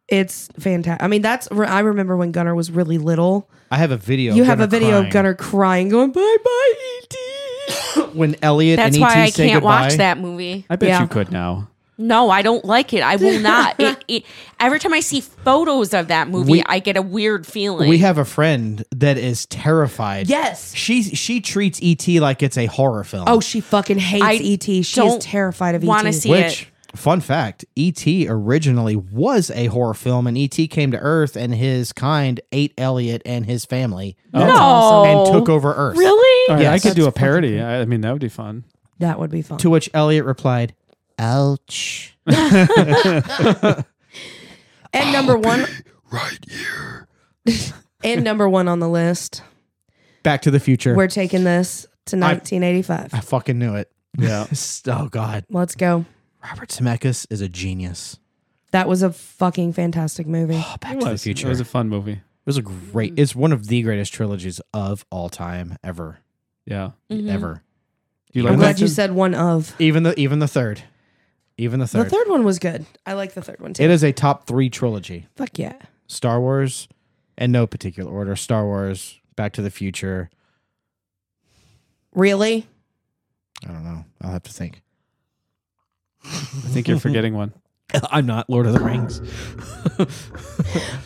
Speaker 2: it's fantastic. I mean, that's I remember when Gunnar was really little.
Speaker 1: I have a video.
Speaker 2: you
Speaker 1: of
Speaker 2: have a
Speaker 1: Gunnar
Speaker 2: video
Speaker 1: crying.
Speaker 2: of Gunnar crying, going bye bye E E.T.
Speaker 1: when Elliot
Speaker 4: That's
Speaker 1: and ET
Speaker 4: why I
Speaker 1: E say
Speaker 4: can't
Speaker 1: goodbye.
Speaker 4: watch that movie.
Speaker 3: I bet
Speaker 2: Yeah.
Speaker 3: you could now.
Speaker 4: No, I don't like it. I will not. It, it, every time I see photos of that movie,
Speaker 1: We-
Speaker 4: I get a weird feeling.
Speaker 1: We have a friend that is terrified.
Speaker 2: yes.
Speaker 1: She she treats ET like it's a horror film.
Speaker 2: Oh, she fucking hates
Speaker 4: I
Speaker 2: ET. She
Speaker 4: don't
Speaker 2: is terrified of E ET.
Speaker 4: wanna see
Speaker 1: which fun fact, ET originally was a horror film and ET came to Earth and his kind ate Elliot and his family
Speaker 4: no.
Speaker 1: and took over Earth.
Speaker 4: Really?
Speaker 3: All right, I
Speaker 1: Yes.
Speaker 3: could do a parody. I, I mean, that would be fun.
Speaker 2: That would be fun.
Speaker 1: To which Elliot replied, "Ouch."
Speaker 2: And number one, right here. and number one on the list.
Speaker 1: Back to the Future.
Speaker 2: We're taking this to 1985.
Speaker 1: I fucking knew it.
Speaker 3: Yeah.
Speaker 1: oh god,
Speaker 2: Let's go.
Speaker 1: Robert Zemeckis is a genius.
Speaker 2: That was a fucking fantastic movie.
Speaker 1: Oh, Back
Speaker 3: It
Speaker 1: to the
Speaker 3: was. It
Speaker 1: Future.
Speaker 3: was a fun movie.
Speaker 1: It was a great. It's one of the greatest trilogies of all time, ever,
Speaker 3: Yeah.
Speaker 4: Mhm.
Speaker 1: ever.
Speaker 3: Do you
Speaker 2: I'm
Speaker 3: like
Speaker 2: glad
Speaker 3: that?
Speaker 2: you
Speaker 3: Jen?
Speaker 2: said one of.
Speaker 1: Even the even the third, even the third.
Speaker 2: The third one was good. I like the third one too.
Speaker 1: It is a top three trilogy:
Speaker 2: Fuck yeah.
Speaker 1: Star Wars, and no particular order. Star Wars, Back to the Future.
Speaker 2: Really?
Speaker 1: I don't know. I'll have to think.
Speaker 3: I think you're forgetting one.
Speaker 1: I'm not Lord of the Rings.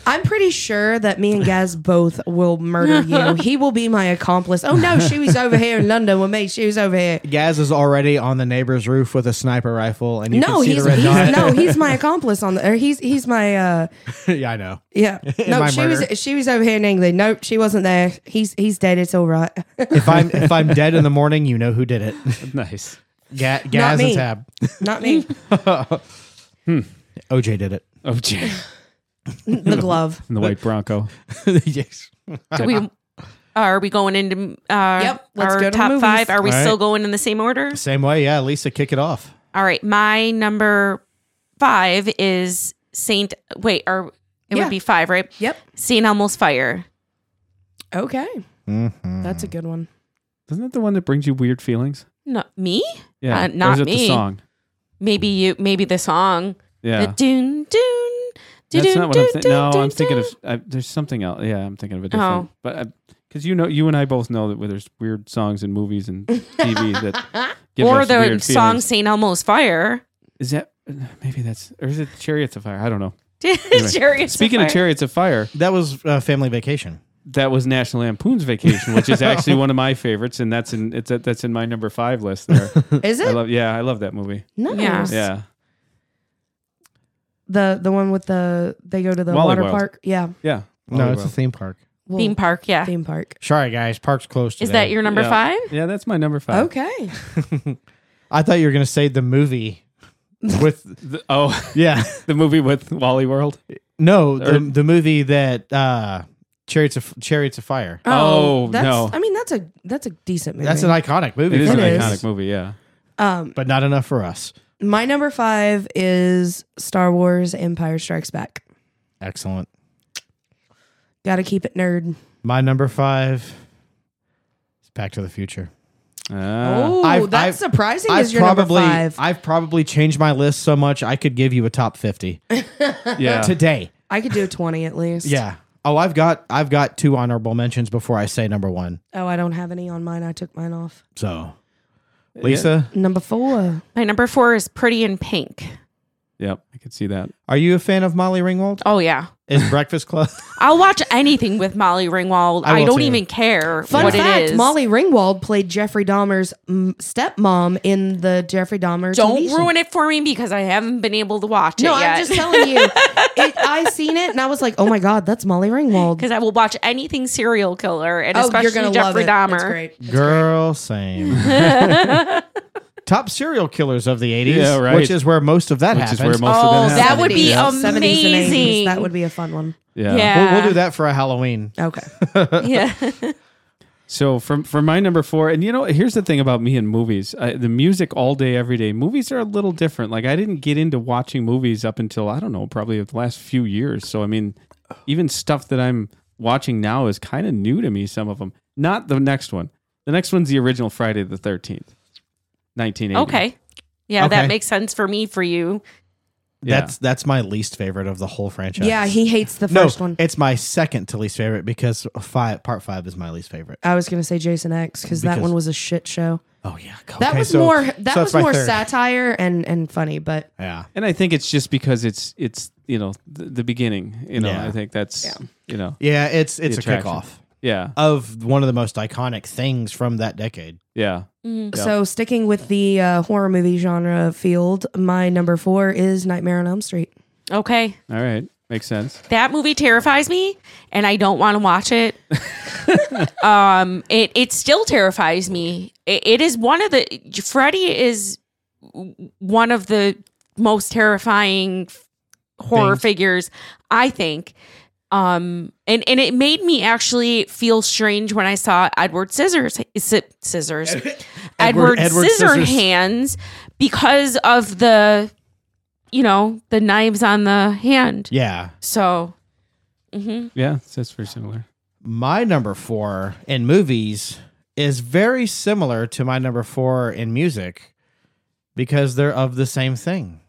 Speaker 2: I'm pretty sure that me and Gaz both will murder you. he will be my accomplice. Oh no, she was over here in London with me. She was over here.
Speaker 1: Gaz is already on the neighbor's roof with a sniper rifle, and you
Speaker 2: no,
Speaker 1: can see
Speaker 2: he's,
Speaker 1: the red
Speaker 2: he's
Speaker 1: dot.
Speaker 2: no, he's my accomplice on the. Or he's he's my uh
Speaker 1: yeah, I know.
Speaker 2: yeah. No,
Speaker 1: my
Speaker 2: she
Speaker 1: murder.
Speaker 2: was she was over here in England. Nope, she wasn't there. He's he's dead. It's all right.
Speaker 1: If I'm if I'm dead in the morning, you know who did it.
Speaker 3: Nice.
Speaker 1: Ga- Gaz and
Speaker 2: me.
Speaker 1: Tab.
Speaker 2: Not me.
Speaker 1: OJ did it.
Speaker 3: Oh, gee.
Speaker 2: the glove.
Speaker 3: And the white Bronco.
Speaker 1: yes.
Speaker 4: Do we? Are we going into uh,
Speaker 2: Yep, let's
Speaker 4: our
Speaker 2: go to the
Speaker 4: top
Speaker 2: movies.
Speaker 4: five? Are we
Speaker 1: All
Speaker 4: still
Speaker 1: right.
Speaker 4: going in the same order?
Speaker 1: Same way, yeah. Lisa, kick it off.
Speaker 4: All right, my number five is Saint. Wait, or it
Speaker 2: Yeah.
Speaker 4: would be five, right?
Speaker 2: Yep.
Speaker 4: Saint Elmo's Fire.
Speaker 2: Okay.
Speaker 1: Mm-hmm.
Speaker 2: That's a good one.
Speaker 3: Isn't that the one that brings you weird feelings?
Speaker 4: No, me?
Speaker 3: Yeah.
Speaker 4: Uh,
Speaker 3: Or is
Speaker 4: not
Speaker 3: it
Speaker 4: me.
Speaker 3: the song?
Speaker 4: Maybe you. Maybe the song.
Speaker 3: Yeah.
Speaker 4: The doon doon.
Speaker 3: That's
Speaker 4: doon,
Speaker 3: not what I'm
Speaker 4: doon,
Speaker 3: thinking. No,
Speaker 4: doon,
Speaker 3: I'm thinking of
Speaker 4: doon.
Speaker 3: I, there's something else. Yeah, I'm thinking of a
Speaker 4: Oh.
Speaker 3: different. But because you know, you and I both know that where there's weird songs in movies and TV that give
Speaker 4: or
Speaker 3: us
Speaker 4: the
Speaker 3: weird
Speaker 4: song
Speaker 3: feelings.
Speaker 4: Saint Elmo's Fire.
Speaker 3: Is that uh, maybe that's or is it Chariots of Fire? I don't know.
Speaker 4: Chariots
Speaker 3: Speaking
Speaker 4: Fire.
Speaker 3: of Chariots of Fire,
Speaker 1: That was uh, family vacation.
Speaker 3: that was National Lampoon's Vacation, which is actually one of my favorites, and that's in it's that's in my number five list. There,
Speaker 2: Is
Speaker 3: I
Speaker 2: it?
Speaker 3: love. Yeah, I love that movie.
Speaker 2: Nice.
Speaker 4: Yeah.
Speaker 3: Yeah,
Speaker 2: The the one with the they go to the
Speaker 3: Wally
Speaker 2: water
Speaker 3: World.
Speaker 2: park. Yeah.
Speaker 3: yeah.
Speaker 1: no, it's
Speaker 3: Volleyball.
Speaker 1: a theme park.
Speaker 2: Well,
Speaker 4: theme park. Yeah.
Speaker 2: Theme park.
Speaker 1: Oh, Sorry, guys. Park's closed.
Speaker 4: Is
Speaker 1: today.
Speaker 4: that your number
Speaker 3: Yeah.
Speaker 4: five?
Speaker 3: Yeah, that's my number five.
Speaker 2: Okay.
Speaker 1: I thought you were going to say the movie with.
Speaker 3: The- oh,
Speaker 1: yeah.
Speaker 3: the movie with Wally World.
Speaker 1: No, the,
Speaker 3: Or-
Speaker 1: the movie that uh, Chariots of Chariots of Fire.
Speaker 3: Oh,
Speaker 2: that's,
Speaker 3: no.
Speaker 2: I mean, that's a that's a decent movie.
Speaker 1: That's an iconic movie.
Speaker 3: It is
Speaker 2: It
Speaker 3: an
Speaker 2: is.
Speaker 3: iconic movie. Yeah.
Speaker 2: um,
Speaker 1: but not enough for us.
Speaker 2: my number five is Star Wars: Empire Strikes Back.
Speaker 1: Excellent.
Speaker 2: Got to keep it nerd.
Speaker 1: My number five is Back to the Future.
Speaker 4: Oh. Uh,
Speaker 3: Ah.
Speaker 1: I've-
Speaker 2: that's
Speaker 1: I've-
Speaker 2: surprising.
Speaker 1: I've
Speaker 2: is your
Speaker 1: probably
Speaker 2: number five? I,
Speaker 1: I've probably changed my list so much I could give you a top fifty
Speaker 3: yeah.
Speaker 1: today.
Speaker 2: could do twenty at least.
Speaker 1: Yeah. Oh, I've got I've got two honorable mentions before I say number one.
Speaker 2: Oh, I don't have any on mine. I took mine off.
Speaker 1: So, Lisa,
Speaker 2: Number four.
Speaker 4: My number four is Pretty in Pink.
Speaker 3: Yep, I could see that.
Speaker 1: are you a fan of Molly Ringwald?
Speaker 4: Oh yeah.
Speaker 1: Is Breakfast Club?
Speaker 4: I'll watch anything with Molly Ringwald.
Speaker 1: I
Speaker 4: I,
Speaker 1: will
Speaker 4: don't
Speaker 1: too.
Speaker 4: even care
Speaker 2: Fun
Speaker 4: what it
Speaker 2: fact:
Speaker 4: is.
Speaker 2: Molly Ringwald played Jeffrey Dahmer's mm, stepmom in the Jeffrey Dahmer.
Speaker 4: don't
Speaker 2: TV show.
Speaker 4: ruin it for me because I haven't been able to watch
Speaker 2: No,
Speaker 4: it yet.
Speaker 2: I'm just telling you. It, I seen it and I was like, oh my god, that's Molly Ringwald. Oh,
Speaker 4: because I will watch anything serial killer and especially Jeffrey
Speaker 2: love it. It's
Speaker 4: Dahmer.
Speaker 2: great.
Speaker 1: Girl, same. top serial killers of the eighties,
Speaker 3: Yeah, right.
Speaker 1: which is where most of that
Speaker 3: Which
Speaker 1: happens.
Speaker 3: is where most
Speaker 4: Oh,
Speaker 3: of
Speaker 4: that
Speaker 3: that happens.
Speaker 4: would be
Speaker 3: yeah.
Speaker 4: um,
Speaker 2: 70s and 80s. That
Speaker 4: Amazing.
Speaker 2: would be a fun one.
Speaker 3: yeah.
Speaker 2: Oh,
Speaker 1: We'll, we'll
Speaker 4: Yeah.
Speaker 1: do that for a Halloween.
Speaker 2: Okay.
Speaker 4: yeah.
Speaker 3: So from for my number four, and you know, here's the thing about me and movies: I, the music all day, every day. Movies are a little different. Like I didn't get into watching movies up until I don't know, probably the last few years. So I mean, even stuff that I'm watching now is kind of new to me. Some of them, not the next one. The next one's the original Friday the Thirteenth, nineteen eighty.
Speaker 4: Okay. Yeah,
Speaker 1: Okay.
Speaker 4: that makes sense for me. For you,
Speaker 3: Yeah.
Speaker 1: That's that's my least favorite of the whole franchise.
Speaker 2: yeah, he hates the
Speaker 1: no,
Speaker 2: first one.
Speaker 1: it's my second to least favorite because five part five is my least favorite.
Speaker 2: I was gonna say Jason X because that
Speaker 1: Because-
Speaker 2: one was a shit show.
Speaker 1: Oh yeah,
Speaker 2: That was more that was more satire and and funny, but
Speaker 1: Yeah,
Speaker 3: And I think it's just because it's it's you know the, the beginning. You know,
Speaker 1: Yeah.
Speaker 3: I think that's you know
Speaker 1: yeah, it's it's a
Speaker 3: attraction.
Speaker 1: kickoff
Speaker 3: yeah
Speaker 1: of one of the most iconic things from that decade.
Speaker 3: yeah. Yeah.
Speaker 2: so sticking with the uh, horror movie genre field, my number four is Nightmare on Elm Street.
Speaker 4: okay,
Speaker 3: All right, makes sense.
Speaker 4: that movie terrifies me, and I don't want to watch it. um, it it still terrifies me. It, it is one of the Freddy is w- one of the most terrifying horror
Speaker 1: Things.
Speaker 4: figures, I think. Um, and and it made me actually feel strange when I saw Edward Scissors Sci- Scissors
Speaker 1: Edward
Speaker 4: Edward,
Speaker 1: Scissors.
Speaker 4: Scissorhands because of the you know the knives on the hand.
Speaker 1: Yeah,
Speaker 4: So mm-hmm.
Speaker 3: Yeah, that's very similar.
Speaker 1: my number four in movies is very similar to my number four in music because they're of the same thing.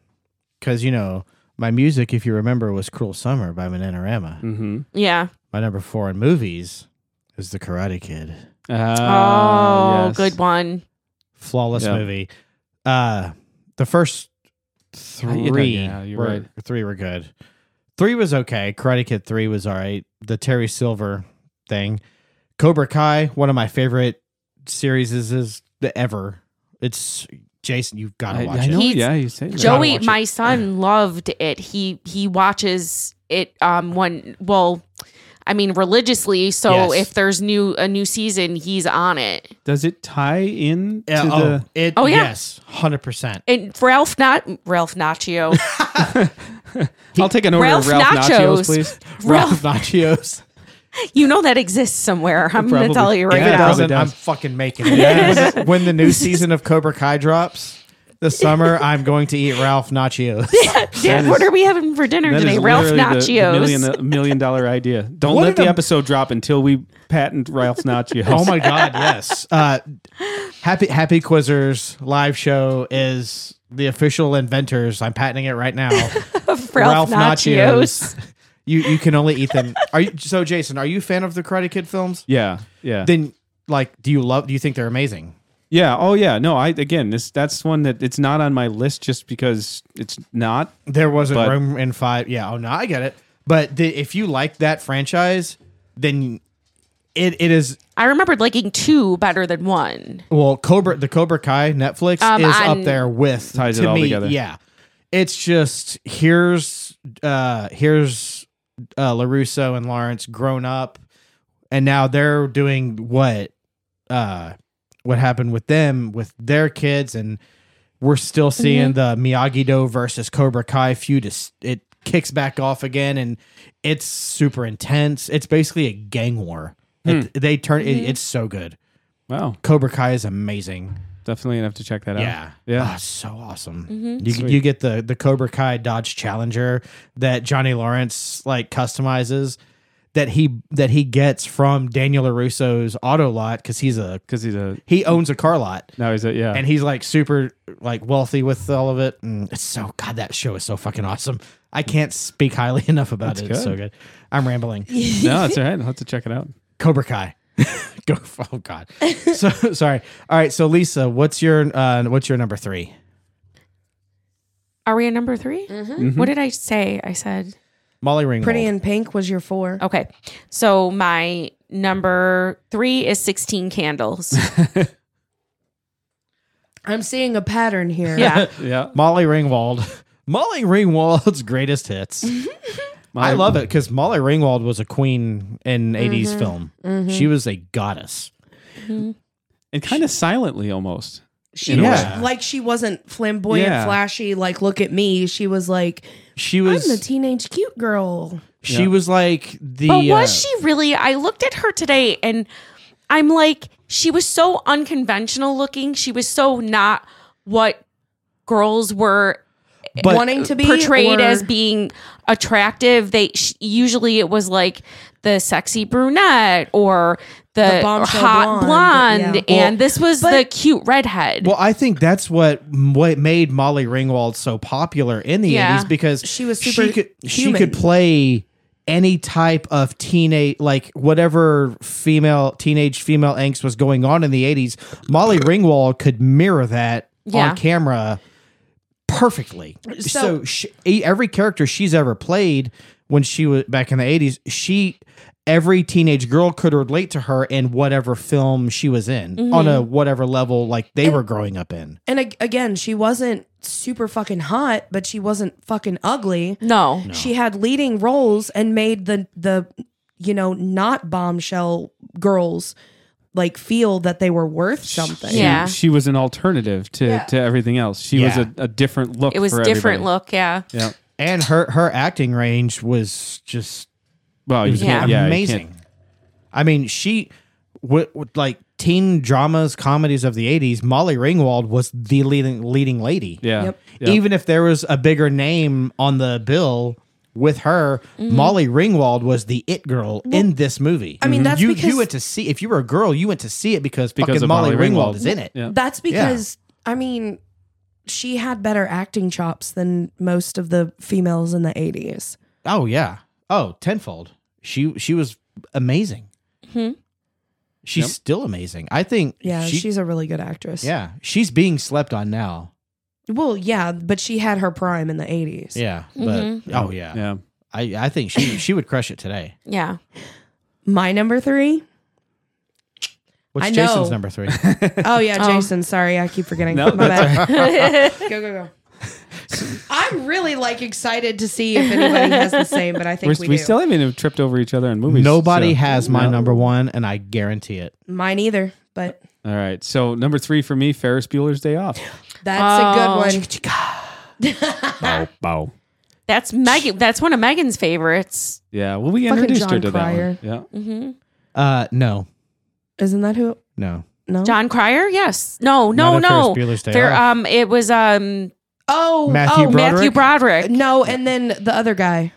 Speaker 1: Because you know, my music, if you remember, was "Cruel Summer" by Manorama.
Speaker 3: Mm-hmm.
Speaker 4: yeah.
Speaker 1: My number four in movies is The Karate Kid.
Speaker 3: Uh, Ah,
Speaker 4: oh, good one.
Speaker 1: flawless
Speaker 3: Yeah.
Speaker 1: movie. Uh the first
Speaker 3: I- you know,
Speaker 1: three
Speaker 3: yeah, you're
Speaker 1: were
Speaker 3: right.
Speaker 1: three were good. Three was okay. Karate Kid three was all right. The Terry Silver thing. Cobra Kai, one of my favorite series is, is the ever. It's Jason, you've got to
Speaker 3: I,
Speaker 1: watch
Speaker 3: I know.
Speaker 1: it.
Speaker 4: He's-
Speaker 3: yeah, you say that.
Speaker 1: Gotta
Speaker 4: Joey,
Speaker 1: watch it.
Speaker 4: my son loved it. He he watches it um when well I mean, religiously. So
Speaker 3: Yes.
Speaker 4: if there's new a new season, he's on it.
Speaker 3: Does it tie in to
Speaker 1: Yeah, oh,
Speaker 3: the?
Speaker 1: it,
Speaker 4: Oh, yeah.
Speaker 1: yes, hundred percent.
Speaker 4: And Ralph not Ralph Nacho.
Speaker 3: I'll take an order
Speaker 4: Ralph
Speaker 3: of Ralph nachos,
Speaker 4: Nachos.
Speaker 3: please.
Speaker 1: Ralph Nachios.
Speaker 4: you know that exists somewhere. I'm going to
Speaker 3: Probably.
Speaker 4: tell you right
Speaker 1: If it
Speaker 3: Yeah.
Speaker 4: now.
Speaker 1: doesn't, I'm fucking making it. Yes. when the new season of Cobra Kai drops this summer, I'm going to eat Ralph Nachios.
Speaker 4: Dad,
Speaker 3: That
Speaker 4: what
Speaker 3: is-
Speaker 4: are we having for dinner
Speaker 3: That
Speaker 4: today?
Speaker 3: is
Speaker 4: Ralph
Speaker 3: literally the- the
Speaker 4: Nachios.
Speaker 3: million, uh, million dollar idea. Don't
Speaker 1: What
Speaker 3: let
Speaker 1: an
Speaker 3: the
Speaker 1: am-
Speaker 3: episode drop until we patent Ralph Nachios.
Speaker 1: oh my god, yes. Uh, happy Happy Quizzers live show is the official inventors. I'm patenting it right now.
Speaker 4: Ralph, Nachios.
Speaker 1: You you can only eat them. Are you so Jason, are you a fan of the Karate Kid films?
Speaker 3: Yeah, yeah,
Speaker 1: Then like do you love do you think they're amazing?
Speaker 3: yeah. Oh yeah. No, I again, this that's one that it's not on my list just because it's not.
Speaker 1: There wasn't
Speaker 3: But-
Speaker 1: room in five. Yeah. Oh no, I get it. But the, if you like that franchise, then it, it is
Speaker 4: I remembered liking two better than one.
Speaker 1: well Cobra the Cobra Kai Netflix
Speaker 4: Um,
Speaker 1: is
Speaker 4: I'm-
Speaker 1: up there with
Speaker 3: Ties it
Speaker 1: to
Speaker 3: all
Speaker 1: me,
Speaker 3: together.
Speaker 1: Yeah, it's just here's uh here's uh Larusso and Lawrence grown up, and now they're doing what uh what happened with them with their kids and we're still
Speaker 4: Mm-hmm.
Speaker 1: seeing the Miyagi Do versus Cobra Kai feud. Is, it kicks back off again, and it's super intense. It's basically a gang war. It-
Speaker 3: Hmm.
Speaker 1: they turn. It,
Speaker 4: Mm-hmm.
Speaker 1: it's so good.
Speaker 3: Wow,
Speaker 1: Cobra Kai is amazing.
Speaker 3: definitely gonna have to check that
Speaker 1: Yeah,
Speaker 3: out. Yeah,
Speaker 1: Ah, so awesome. You you get the the Cobra Kai Dodge Challenger that Johnny Lawrence like customizes that he that he gets from Daniel Larusso's auto lot because he's a
Speaker 3: because he's a
Speaker 1: he owns a car lot
Speaker 3: now he's a yeah.
Speaker 1: and he's like super like wealthy with all of it and it's so god that show is so fucking awesome i can't speak highly enough about it it's so good i'm rambling
Speaker 3: no, it's all right. I'll have to check it out.
Speaker 1: cobra kai go oh god so sorry all right so lisa what's your uh what's your number three
Speaker 4: Are we at number 3
Speaker 3: Mm-hmm.
Speaker 4: What did I say? I said
Speaker 1: molly ringwald
Speaker 2: Pretty in Pink was your four.
Speaker 4: okay. So my number three is sixteen candles.
Speaker 2: I'm seeing a pattern here.
Speaker 4: yeah,
Speaker 3: Yeah,
Speaker 1: molly ringwald molly ringwald's greatest hits i love it because molly ringwald was a queen in
Speaker 2: Mm-hmm.
Speaker 1: 80s film she was a goddess
Speaker 3: and kind of silently almost.
Speaker 2: She
Speaker 3: In a
Speaker 2: was
Speaker 1: way.
Speaker 2: like she wasn't flamboyant,
Speaker 3: Yeah.
Speaker 2: flashy, like look at me. She was like,
Speaker 1: she
Speaker 2: I'm
Speaker 1: was
Speaker 2: the teenage cute girl.
Speaker 1: she
Speaker 3: Yeah.
Speaker 1: was like the
Speaker 4: but
Speaker 1: uh,
Speaker 4: was she really? I looked at her today, and I'm like, she was so unconventional looking. She was so not what girls were
Speaker 1: But-
Speaker 2: wanting to be
Speaker 4: portrayed
Speaker 2: or-
Speaker 4: as being attractive. They sh- usually it was like the sexy brunette or the,
Speaker 2: The bombshell
Speaker 4: hot blonde,
Speaker 2: blonde, yeah.
Speaker 4: and this was the
Speaker 2: but-
Speaker 4: cute redhead.
Speaker 1: Well, I think that's what what made Molly Ringwald so popular in the
Speaker 4: Yeah.
Speaker 1: 80s because
Speaker 2: She was super
Speaker 1: she could she
Speaker 2: human.
Speaker 1: could play any type of teenage like whatever female teenage female angst was going on in the 80s, Molly Ringwald could mirror that
Speaker 4: Yeah.
Speaker 1: on camera perfectly. So,
Speaker 2: So-
Speaker 1: she, every character she's ever played when she was back in the 80s, she every teenage girl could relate to her in whatever film she was in on a whatever level like they were growing up in.
Speaker 2: And ag- again, she wasn't super fucking hot, but she wasn't fucking ugly.
Speaker 4: no.
Speaker 2: She had leading roles and made the the you know not bombshell girls like feel that they were worth something.
Speaker 3: She-
Speaker 4: Yeah.
Speaker 3: she, was an alternative to, to everything else. She was
Speaker 1: Yeah.
Speaker 3: a, a different look.
Speaker 4: It was
Speaker 3: for
Speaker 4: different
Speaker 3: everybody.
Speaker 4: look, yeah.
Speaker 3: Yeah.
Speaker 1: And her her acting range was just
Speaker 3: Well, you
Speaker 4: Yeah.
Speaker 3: can't, yeah, you
Speaker 1: amazing.
Speaker 3: can't-
Speaker 1: I mean, she with, with like teen dramas, comedies of the 80s, Molly Ringwald was the leading leading lady.
Speaker 3: Yeah.
Speaker 2: Yep.
Speaker 3: yeah.
Speaker 1: Even if there was a bigger name on the bill with her,
Speaker 2: Mm-hmm.
Speaker 1: Molly Ringwald was the it girl in this movie. I
Speaker 2: mean, that's
Speaker 1: you,
Speaker 2: because-
Speaker 1: you went to see if you were a girl, you went to see it because,
Speaker 3: Because
Speaker 1: fucking
Speaker 3: of
Speaker 1: Molly,
Speaker 3: Molly
Speaker 1: Ringwald,
Speaker 3: Ringwald.
Speaker 1: is in it.
Speaker 3: Yeah.
Speaker 2: That's because I mean she had better acting chops than most of the females in the 80s.
Speaker 1: Oh yeah. Oh, tenfold. She she was amazing. She's
Speaker 3: Yep.
Speaker 1: still amazing. I think.
Speaker 2: Mm-hmm. Yeah,
Speaker 1: she-
Speaker 2: she's a really good actress.
Speaker 1: yeah. She's being slept on now.
Speaker 2: Well, yeah, but she had her prime in the 80s.
Speaker 1: Yeah, but
Speaker 4: Mm-hmm.
Speaker 1: oh yeah.
Speaker 3: yeah.
Speaker 1: I I think she she would crush it today.
Speaker 4: Yeah.
Speaker 2: My number 3?
Speaker 1: What's
Speaker 2: I
Speaker 1: Jason's
Speaker 2: know.
Speaker 1: number three?
Speaker 2: Oh yeah,
Speaker 4: Oh.
Speaker 2: Jason, sorry. I keep forgetting.
Speaker 3: No,
Speaker 2: My bad. go go go. I'm really like excited to see if anybody has the same, but I think
Speaker 3: We're,
Speaker 2: we,
Speaker 3: we,
Speaker 2: do.
Speaker 3: still haven't even tripped over each other in movies.
Speaker 1: Nobody
Speaker 3: so-
Speaker 1: has my
Speaker 3: No.
Speaker 1: number one, and I guarantee it.
Speaker 2: Mine either, but
Speaker 3: All right. So number three for me, Ferris Bueller's Day Off.
Speaker 2: that's
Speaker 4: Oh.
Speaker 2: a good one.
Speaker 3: bow, bow.
Speaker 4: That's Megan. That's one of Megan's favorites.
Speaker 3: Yeah. Well, we
Speaker 2: Fucking
Speaker 3: introduced her
Speaker 2: John
Speaker 3: to
Speaker 2: Cryer.
Speaker 3: that one. Yeah.
Speaker 1: Uh, no,
Speaker 2: Isn't that who?
Speaker 1: no.
Speaker 2: No.
Speaker 4: John Cryer. Yes. No. No.
Speaker 1: Not a
Speaker 4: No.
Speaker 1: Ferris Bueller's Day
Speaker 4: Fair-
Speaker 1: Off.
Speaker 4: um. It was um.
Speaker 2: Oh,
Speaker 1: Matthew
Speaker 2: oh,
Speaker 1: Broderick?
Speaker 4: Matthew Broderick.
Speaker 2: no, and then the other guy.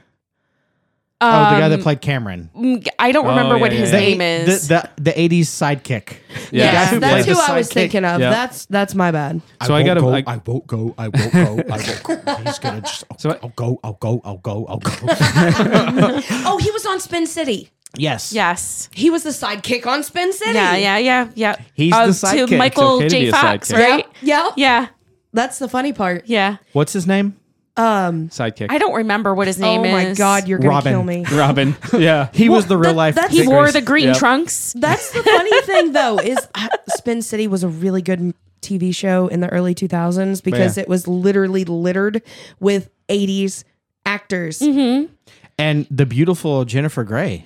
Speaker 1: oh, the guy that
Speaker 4: Um,
Speaker 1: played Cameron.
Speaker 4: mm, I don't
Speaker 3: Oh,
Speaker 4: remember
Speaker 3: yeah,
Speaker 4: what
Speaker 3: yeah,
Speaker 4: his
Speaker 3: yeah.
Speaker 1: The-
Speaker 4: name is.
Speaker 1: the the, the 80s sidekick.
Speaker 3: Yeah.
Speaker 4: Yeah.
Speaker 2: Yes,
Speaker 4: who
Speaker 2: that's
Speaker 1: played
Speaker 2: who
Speaker 1: the
Speaker 2: I was
Speaker 1: sidekick.
Speaker 2: thinking of.
Speaker 3: Yeah.
Speaker 2: That's that's my bad.
Speaker 3: So I
Speaker 7: won't
Speaker 3: gotta-
Speaker 7: Go,
Speaker 3: I-
Speaker 7: I, won't go. I won't go. I won't go. He's gonna just. I'll,
Speaker 3: So I-
Speaker 7: I'll go. I'll go. I'll go. I'll go.
Speaker 2: Oh, he was on Spin City.
Speaker 1: Yes.
Speaker 4: Yes.
Speaker 2: He was the sidekick on Spin City.
Speaker 4: Yeah. Yeah. Yeah. Yeah.
Speaker 1: He's
Speaker 4: Uh,
Speaker 1: the sidekick.
Speaker 4: To Michael
Speaker 3: okay to be
Speaker 4: J.
Speaker 3: a
Speaker 4: Fox,
Speaker 3: sidekick.
Speaker 4: right?
Speaker 2: Yeah.
Speaker 4: Yeah.
Speaker 2: That's the funny part.
Speaker 4: Yeah.
Speaker 1: What's his name?
Speaker 2: Um
Speaker 3: Sidekick.
Speaker 4: I don't remember what his name
Speaker 2: Oh
Speaker 4: is.
Speaker 2: my god, you're gonna
Speaker 1: Robin.
Speaker 2: kill me.
Speaker 3: Robin. Yeah.
Speaker 1: He was the real life.
Speaker 2: that's-
Speaker 4: He
Speaker 2: Dick
Speaker 4: wore the green
Speaker 3: Yep.
Speaker 4: trunks.
Speaker 2: That's the funny thing, though, is uh, Spin City was a really good TV show in the early 2000s because
Speaker 3: Yeah.
Speaker 2: it was literally littered with 80s actors.
Speaker 1: and the beautiful Jennifer Grey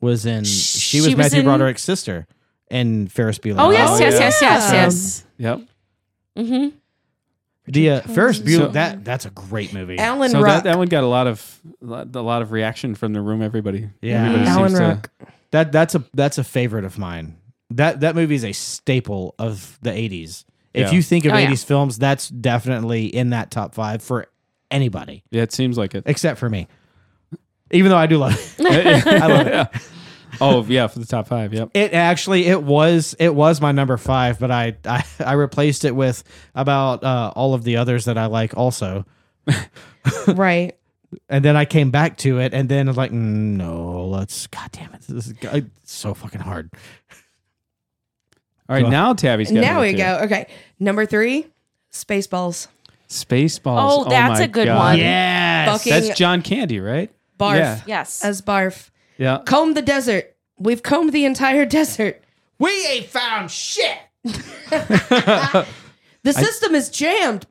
Speaker 1: was in. She was
Speaker 4: She was
Speaker 1: Matthew
Speaker 4: in-
Speaker 1: Broderick's sister in Ferris Bueller.
Speaker 4: Oh yes,
Speaker 3: Oh,
Speaker 4: yes,
Speaker 3: yeah.
Speaker 4: yes, yes, yes.
Speaker 3: Yep.
Speaker 4: hmm
Speaker 1: The uh, Ferris Bueller.
Speaker 3: So-
Speaker 1: that that's a great movie.
Speaker 2: Alan
Speaker 3: So
Speaker 2: Ruck.
Speaker 3: that, that one got a lot of lot- a lot of reaction from the room. Everybody.
Speaker 1: Yeah.
Speaker 3: Everybody
Speaker 2: Alan
Speaker 3: seems to-
Speaker 2: Ruck.
Speaker 1: That that's a that's a favorite of mine. That that movie is a staple of the '80s. If
Speaker 3: Yeah.
Speaker 1: you think of
Speaker 4: Oh, yeah.
Speaker 1: '80s films, that's definitely in that top five for anybody
Speaker 3: yeah. It seems like it.
Speaker 1: except for me. Even though I do love it, I love it.
Speaker 3: Oh yeah, for the top five. Yep.
Speaker 1: It actually it was it was my number five, but I I, I replaced it with about uh, all of the others that I like also,
Speaker 2: right.
Speaker 1: and then I came back to it, and then I was like, "Mm, no, let's God damn it, this is it's so fucking hard.
Speaker 3: All right. Now Tabby's got
Speaker 2: Now
Speaker 3: number
Speaker 2: we
Speaker 3: two.
Speaker 2: go. Okay. Number three, Spaceballs.
Speaker 3: Spaceballs.
Speaker 4: Oh, that's
Speaker 3: my
Speaker 4: a good
Speaker 3: God.
Speaker 4: one.
Speaker 1: Yes,
Speaker 2: Fucking
Speaker 3: That's John Candy, right?
Speaker 2: barf.
Speaker 3: Yeah.
Speaker 4: Yes.
Speaker 2: As barf.
Speaker 3: Yeah.
Speaker 2: Comb the desert. We've combed the entire desert.
Speaker 1: we ain't found shit.
Speaker 2: The system is jammed.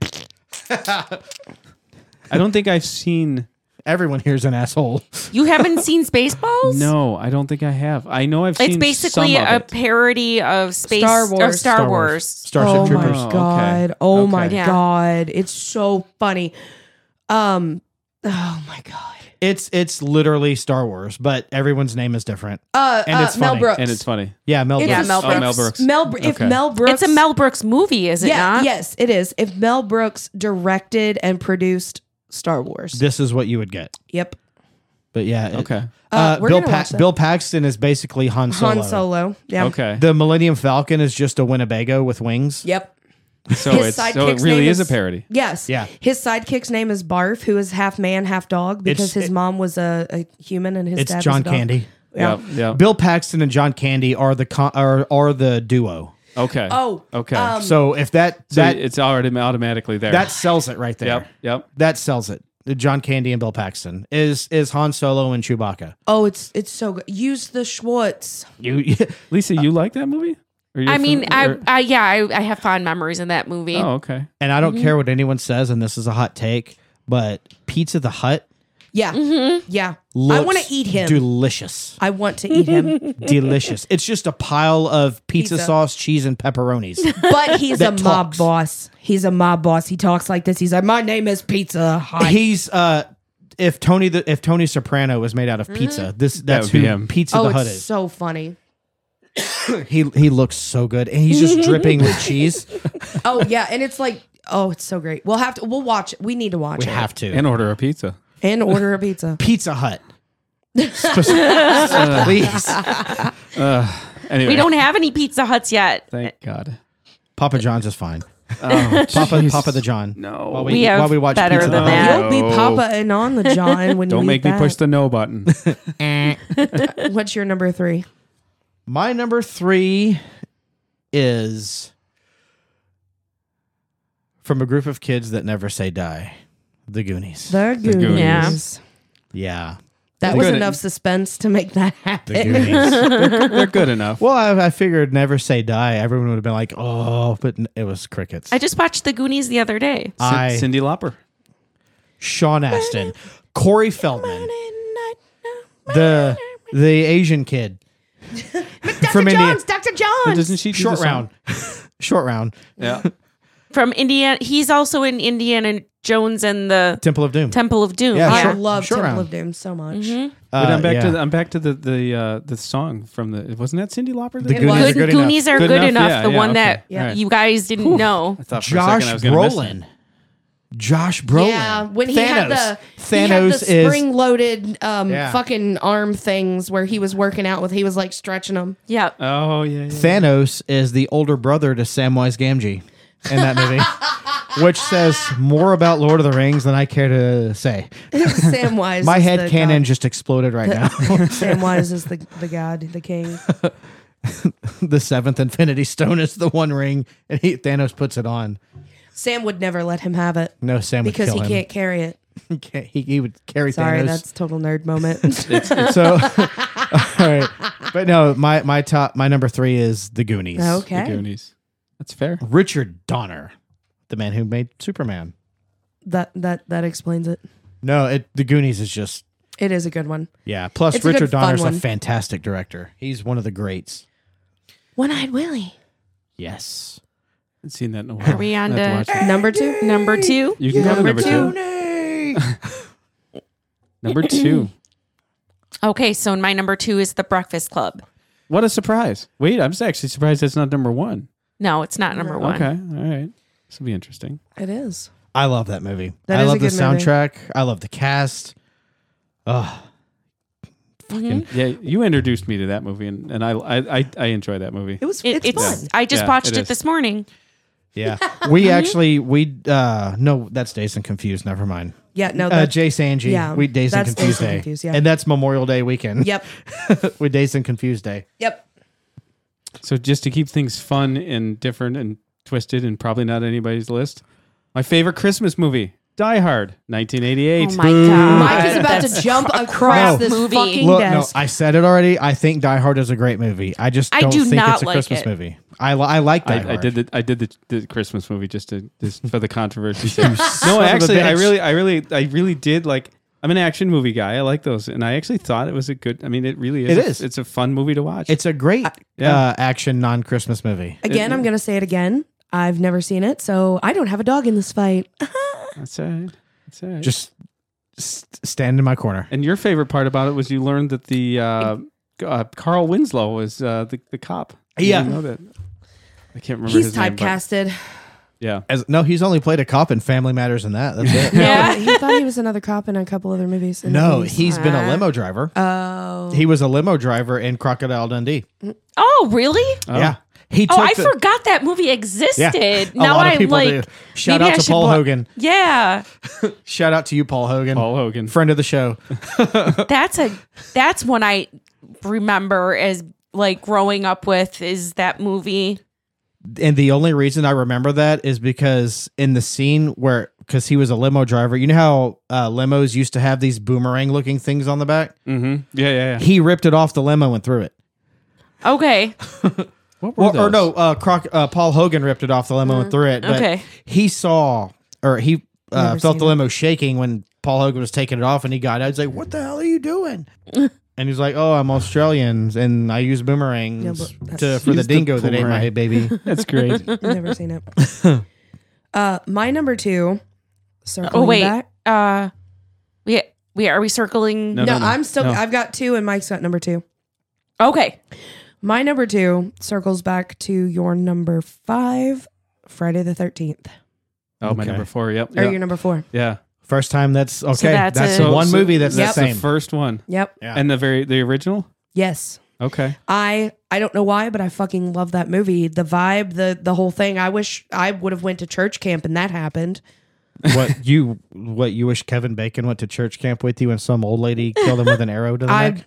Speaker 3: I don't think I've seen.
Speaker 1: Everyone here's an asshole.
Speaker 4: you haven't seen Spaceballs?
Speaker 3: No, I don't think I have. I know I've
Speaker 4: It's
Speaker 3: seen.
Speaker 4: basically
Speaker 3: some of
Speaker 4: a
Speaker 3: it.
Speaker 4: parody of space
Speaker 2: Star
Speaker 4: of
Speaker 2: Wars.
Speaker 4: Star,
Speaker 1: Star
Speaker 4: Wars.
Speaker 1: Wars. Starship
Speaker 2: oh
Speaker 1: Troopers.
Speaker 2: my
Speaker 3: okay.
Speaker 2: god! Oh my
Speaker 3: Okay.
Speaker 4: Yeah.
Speaker 2: god! It's so funny. Um. Oh my god.
Speaker 1: It's it's literally Star Wars, but everyone's name is different.
Speaker 2: Uh,
Speaker 1: And
Speaker 2: uh,
Speaker 1: it's
Speaker 2: Mel
Speaker 1: funny.
Speaker 2: Brooks.
Speaker 3: and it's funny.
Speaker 1: Yeah, Mel
Speaker 2: It's
Speaker 1: Brooks.
Speaker 4: Yeah, Mel
Speaker 3: Oh,
Speaker 4: Brooks.
Speaker 3: Mel Brooks.
Speaker 2: Mel. Br- If
Speaker 3: Okay.
Speaker 2: Mel Brooks.
Speaker 4: It's a Mel Brooks movie, is it
Speaker 2: Yeah.
Speaker 4: not?
Speaker 2: Yes, it is. If Mel Brooks directed and produced Star Wars.
Speaker 1: This is what you would get.
Speaker 2: yep.
Speaker 1: But yeah, it-
Speaker 3: Okay.
Speaker 2: Uh,
Speaker 1: Uh,
Speaker 2: we're
Speaker 1: Bill
Speaker 2: gonna
Speaker 1: Pa-
Speaker 2: watch that.
Speaker 1: Bill Paxton is basically Han Solo.
Speaker 2: Han Solo. Yeah.
Speaker 3: Okay.
Speaker 1: The Millennium Falcon is just a Winnebago with wings.
Speaker 2: Yep.
Speaker 3: so
Speaker 2: his
Speaker 3: it's so it
Speaker 2: sidekick's
Speaker 3: really
Speaker 2: name
Speaker 3: is a
Speaker 2: is-
Speaker 3: parody.
Speaker 2: Yes.
Speaker 1: Yeah.
Speaker 2: His sidekick's name is Barf, who is half man, half dog, because
Speaker 1: It's-
Speaker 2: his
Speaker 1: it-
Speaker 2: mom was a, a human and his
Speaker 1: It's
Speaker 2: dad
Speaker 1: John
Speaker 2: was a dog.
Speaker 1: Candy.
Speaker 2: Yeah.
Speaker 3: Yep. Yep.
Speaker 1: Bill Paxton and John Candy are the con- are, are the duo.
Speaker 3: Okay.
Speaker 2: Oh,
Speaker 3: Okay.
Speaker 2: um,
Speaker 1: So if that
Speaker 3: so
Speaker 1: that
Speaker 3: it's already automatically there.
Speaker 1: that sells it right there.
Speaker 3: Yep. Yep.
Speaker 1: That sells it. John Candy and Bill Paxton is is Han Solo and Chewbacca.
Speaker 2: Oh, it's it's so good. Use the Schwartz.
Speaker 1: You
Speaker 3: Lisa, you like that movie? Or you're
Speaker 4: I mean,
Speaker 3: fam-
Speaker 4: I,
Speaker 3: or-
Speaker 4: I yeah, I, I have fond memories in that movie.
Speaker 3: oh, okay.
Speaker 1: and I don't care
Speaker 2: Mm-hmm.
Speaker 1: what anyone says, and this is a hot take, but Pizza the Hut
Speaker 2: Yeah. Yeah. I
Speaker 1: looks
Speaker 2: want to eat him.
Speaker 1: Delicious,
Speaker 2: I want to eat him.
Speaker 1: delicious. It's just a pile of pizza,
Speaker 2: Pizza.
Speaker 1: sauce, cheese, and pepperonis.
Speaker 2: But he's a
Speaker 1: That
Speaker 2: mob
Speaker 1: talks.
Speaker 2: boss. He's a mob boss. He talks like this. He's like, my name is Pizza Hut.
Speaker 1: He's uh, if Tony the if Tony Soprano was made out of pizza, this that's
Speaker 3: would be
Speaker 1: who
Speaker 3: him.
Speaker 1: Pizza
Speaker 2: Mm-hmm. oh,
Speaker 1: the Hut
Speaker 2: it's
Speaker 1: is.
Speaker 2: so funny.
Speaker 1: he he looks so good, and he's just dripping with cheese.
Speaker 2: Oh yeah, and it's like, oh, it's so great. We'll have to. We'll watch. it. We need to watch
Speaker 1: We
Speaker 2: it
Speaker 1: have to
Speaker 3: And order a pizza.
Speaker 2: and order a pizza.
Speaker 1: Pizza Hut. Spe- Please,
Speaker 3: Anyway.
Speaker 4: We don't have any Pizza Huts yet.
Speaker 3: Thank God.
Speaker 1: Papa John's is fine.
Speaker 3: Oh,
Speaker 1: Papa
Speaker 3: jeez.
Speaker 1: Papa the John.
Speaker 3: No.
Speaker 1: while we,
Speaker 4: We have
Speaker 1: while we watch
Speaker 4: better
Speaker 1: Pizza
Speaker 4: than
Speaker 1: the Hut.
Speaker 4: that.
Speaker 2: You'll be
Speaker 3: No.
Speaker 2: Papa and on the John when you
Speaker 3: Don't
Speaker 2: eat
Speaker 3: make me
Speaker 2: that.
Speaker 3: push the no button.
Speaker 2: What's your number three?
Speaker 1: My number three is from a group of kids that never say die. The Goonies.
Speaker 2: The Goonies.
Speaker 3: Goonies.
Speaker 4: Yeah.
Speaker 1: yeah.
Speaker 2: That
Speaker 3: The
Speaker 2: was
Speaker 3: Goonies.
Speaker 2: enough suspense to make that
Speaker 1: The
Speaker 2: happen.
Speaker 1: Goonies.
Speaker 3: They're good enough.
Speaker 1: well, I, I figured never say die. Everyone would have been like, oh, but n- it was crickets.
Speaker 4: I just watched The Goonies the other day.
Speaker 3: Cin-
Speaker 1: I-
Speaker 3: Cindy Lauper.
Speaker 1: Sean Astin, Corey Feldman, the the Asian kid from India,
Speaker 4: Jones, Dr. Jones
Speaker 3: Doesn't she do
Speaker 1: short
Speaker 3: the song?
Speaker 1: round, short round,
Speaker 3: Yeah.
Speaker 4: from Indiana. He's also in Indiana Jones and the
Speaker 1: Temple of Doom.
Speaker 4: Temple of Doom.
Speaker 1: Yeah,
Speaker 2: I
Speaker 1: sure.
Speaker 2: love
Speaker 1: Sure
Speaker 2: Temple
Speaker 1: round.
Speaker 2: of Doom so much.
Speaker 3: But I'm
Speaker 1: Uh,
Speaker 3: back
Speaker 1: yeah.
Speaker 3: to the, I'm back to the the uh, the song from the wasn't that Cindy Lauper?
Speaker 1: The
Speaker 3: that-
Speaker 2: It
Speaker 1: Goonies are
Speaker 2: was.
Speaker 4: Good,
Speaker 1: good enough.
Speaker 4: Goonies are
Speaker 3: Good
Speaker 4: good
Speaker 3: enough?
Speaker 4: enough.
Speaker 3: Yeah,
Speaker 4: the
Speaker 3: yeah,
Speaker 4: one
Speaker 3: okay.
Speaker 4: that
Speaker 3: Yeah.
Speaker 4: you guys didn't know.
Speaker 3: I thought for a
Speaker 1: Josh
Speaker 3: second I was gonna miss it.
Speaker 1: Brolin. Josh Brolin.
Speaker 2: Yeah, when he had the
Speaker 1: Thanos
Speaker 2: he had the
Speaker 1: is
Speaker 2: spring loaded um
Speaker 1: Yeah.
Speaker 2: fucking arm things where he was working out with. He was like stretching them.
Speaker 4: Yeah.
Speaker 3: Oh yeah. yeah.
Speaker 1: Thanos is the older brother to Samwise Gamgee in that movie, which says more about Lord of the Rings than I care to say.
Speaker 2: Samwise.
Speaker 1: My
Speaker 2: is
Speaker 1: head
Speaker 2: the
Speaker 1: cannon
Speaker 2: god.
Speaker 1: just exploded right now.
Speaker 2: Samwise is the the god, the king.
Speaker 1: the seventh Infinity Stone is the one ring, and he, Thanos puts it on.
Speaker 2: Sam would never let him have it
Speaker 1: No, Sam would
Speaker 2: because
Speaker 1: kill
Speaker 2: he
Speaker 1: him.
Speaker 2: can't carry it.
Speaker 1: He can't- He, he would carry
Speaker 2: Sorry,
Speaker 1: Thanos.
Speaker 2: that's total nerd moment.
Speaker 1: so all right but no my my top my number three is the goonies
Speaker 3: The
Speaker 2: okay,
Speaker 3: Goonies. That's fair.
Speaker 1: richard donner the man who made superman
Speaker 2: that that that explains it.
Speaker 1: no it the goonies is just
Speaker 2: It is a good one.
Speaker 1: yeah plus
Speaker 2: It's a good,
Speaker 1: richard
Speaker 2: fun
Speaker 1: donner's a
Speaker 2: one.
Speaker 1: fantastic director he's one of the greats
Speaker 2: One eyed Willie.
Speaker 1: yes
Speaker 3: I've seen that in a while.
Speaker 4: Are we on
Speaker 3: I'll have to watch it.
Speaker 2: Number two.
Speaker 4: Number two.
Speaker 3: You can have number two. Number two.
Speaker 4: Okay, so my number two is The Breakfast Club.
Speaker 3: What a surprise! Wait, I'm actually surprised that's not number one.
Speaker 4: No, it's not number one.
Speaker 3: Okay, all right. This will be interesting.
Speaker 2: It is.
Speaker 1: i love that movie
Speaker 2: That
Speaker 1: i
Speaker 2: is a
Speaker 1: love the
Speaker 2: good movie.
Speaker 1: soundtrack i love the cast Ugh.
Speaker 3: Yeah, you introduced me to that movie, and, and I, I I I enjoy that movie.
Speaker 2: It was.
Speaker 4: It-
Speaker 2: it's,
Speaker 4: it's.
Speaker 2: fun.
Speaker 4: I just
Speaker 3: Yeah,
Speaker 4: watched
Speaker 3: it
Speaker 4: it,
Speaker 3: is.
Speaker 4: this morning.
Speaker 1: yeah we actually we uh no that's days and confused never mind
Speaker 2: Yeah. No.
Speaker 1: uh,
Speaker 2: That,
Speaker 1: Jay Sanji,
Speaker 2: yeah,
Speaker 1: we Days and
Speaker 2: that's Days
Speaker 1: Confused
Speaker 2: and
Speaker 1: Day,
Speaker 2: Confused, yeah.
Speaker 1: and that's Memorial Day weekend.
Speaker 2: yep.
Speaker 1: with Days and Confused Day.
Speaker 2: Yep.
Speaker 3: So just to keep things fun and different and twisted and probably not anybody's list, my favorite Christmas movie, Die Hard, 1988.
Speaker 4: Oh my god.
Speaker 2: Mike is about to jump across
Speaker 1: No.
Speaker 2: this
Speaker 4: movie.
Speaker 2: fucking
Speaker 1: Look,
Speaker 2: desk.
Speaker 1: no, I said it already. I think Die Hard is a great movie. I just
Speaker 4: I
Speaker 1: don't
Speaker 4: do
Speaker 1: think
Speaker 4: not
Speaker 1: it's a
Speaker 4: like
Speaker 1: Christmas
Speaker 4: it.
Speaker 1: movie. I, li- I like Die
Speaker 3: I, I
Speaker 1: Hard.
Speaker 3: did the I did the, the Christmas movie just to just for the controversy. sake.
Speaker 1: son
Speaker 3: no,
Speaker 1: of a
Speaker 3: actually, I
Speaker 1: bitch.
Speaker 3: really, I really, I really did like. I'm an action movie guy. I like those, and I actually thought it was a good. I mean, it really is.
Speaker 1: It
Speaker 3: It's-
Speaker 1: is.
Speaker 3: It's a fun movie to watch.
Speaker 1: It's a great
Speaker 3: yeah.
Speaker 1: uh, action non Christmas movie.
Speaker 2: Again,
Speaker 3: Mm-hmm.
Speaker 2: I'm going to say it again. I've never seen it, so I don't have a dog in this fight.
Speaker 3: that's all right. That's all right.
Speaker 1: Just st- stand in my corner.
Speaker 3: and your favorite part about it was you learned that the uh, uh, Carl Winslow was uh, the the cop. You
Speaker 1: Yeah.
Speaker 3: didn't know that. I can't remember.
Speaker 2: He's
Speaker 3: his name, but-
Speaker 2: typecasted.
Speaker 3: yeah.
Speaker 1: As no, he's only played a cop in Family Matters and that. That's it.
Speaker 4: Yeah.
Speaker 2: No, he thought he was another cop in a couple other movies. in the
Speaker 1: no,
Speaker 2: movies.
Speaker 1: he's been a limo driver.
Speaker 2: Oh.
Speaker 1: He was a limo driver in Crocodile Dundee.
Speaker 4: Oh, really?
Speaker 3: Oh.
Speaker 1: Yeah, he.
Speaker 4: Oh,
Speaker 1: took
Speaker 4: I
Speaker 1: the-
Speaker 4: forgot that movie existed.
Speaker 1: Yeah. A
Speaker 4: Now
Speaker 1: lot of
Speaker 4: I'm
Speaker 1: people
Speaker 4: like,
Speaker 1: do. Shout
Speaker 4: maybe
Speaker 1: out
Speaker 4: I
Speaker 1: to
Speaker 4: should
Speaker 1: Paul
Speaker 4: wa-
Speaker 1: Hogan.
Speaker 4: Yeah,
Speaker 1: Shout out to you, Paul Hogan,
Speaker 3: Paul Hogan.
Speaker 1: friend of the show.
Speaker 4: that's a that's one I remember as like growing up with is that movie.
Speaker 1: and the only reason I remember that is because in the scene where because he was a limo driver, you know how uh, limos used to have these boomerang looking things on the back.
Speaker 3: Mm-hmm. Yeah, yeah, yeah.
Speaker 1: He ripped it off the limo and threw it.
Speaker 4: Okay,
Speaker 3: What were
Speaker 1: Or, or
Speaker 3: those?
Speaker 1: no, uh, Croc, uh, Paul Hogan ripped it off the limo
Speaker 2: Mm.
Speaker 1: and threw it. But
Speaker 4: okay.
Speaker 1: he saw or he uh,
Speaker 2: Never
Speaker 1: felt
Speaker 2: seen
Speaker 1: the limo shaking when Paul Hogan was taking it off, and he got out. He's like, "What the hell are you doing?" and he's like, "Oh, I'm Australian, and I use boomerangs
Speaker 2: Yeah, but
Speaker 1: to
Speaker 2: that's-
Speaker 1: for the
Speaker 3: Use the
Speaker 1: dingo that ate my
Speaker 3: boomerang.
Speaker 1: head, baby."
Speaker 3: That's great.
Speaker 2: Never seen it. uh, my number two, circling
Speaker 4: Oh wait,
Speaker 2: back.
Speaker 4: uh, we we are we circling?
Speaker 3: No,
Speaker 2: No, I'm still,
Speaker 3: no.
Speaker 2: I've got two, and Mike's got number two.
Speaker 4: Okay,
Speaker 2: My number two circles back to your number five, Friday the 13th.
Speaker 3: Oh, my
Speaker 1: Okay.
Speaker 3: number four. Yep.
Speaker 2: Or
Speaker 3: Yeah.
Speaker 2: your number four.
Speaker 3: yeah.
Speaker 1: First time that's okay.
Speaker 4: that's
Speaker 1: that's
Speaker 4: a-
Speaker 1: the one
Speaker 3: So-
Speaker 1: movie that's
Speaker 2: Yep.
Speaker 1: the
Speaker 3: That's
Speaker 1: same.
Speaker 3: the first one.
Speaker 2: Yep.
Speaker 1: Yeah.
Speaker 3: And the very the original.
Speaker 2: Yes.
Speaker 3: Okay.
Speaker 2: I I don't know why, but I fucking love that movie. The vibe, the the whole thing. I wish I would have went to church camp and that happened.
Speaker 1: what you what you wish Kevin Bacon went to church camp with you and some old lady killed him with an arrow to the
Speaker 2: I
Speaker 1: neck?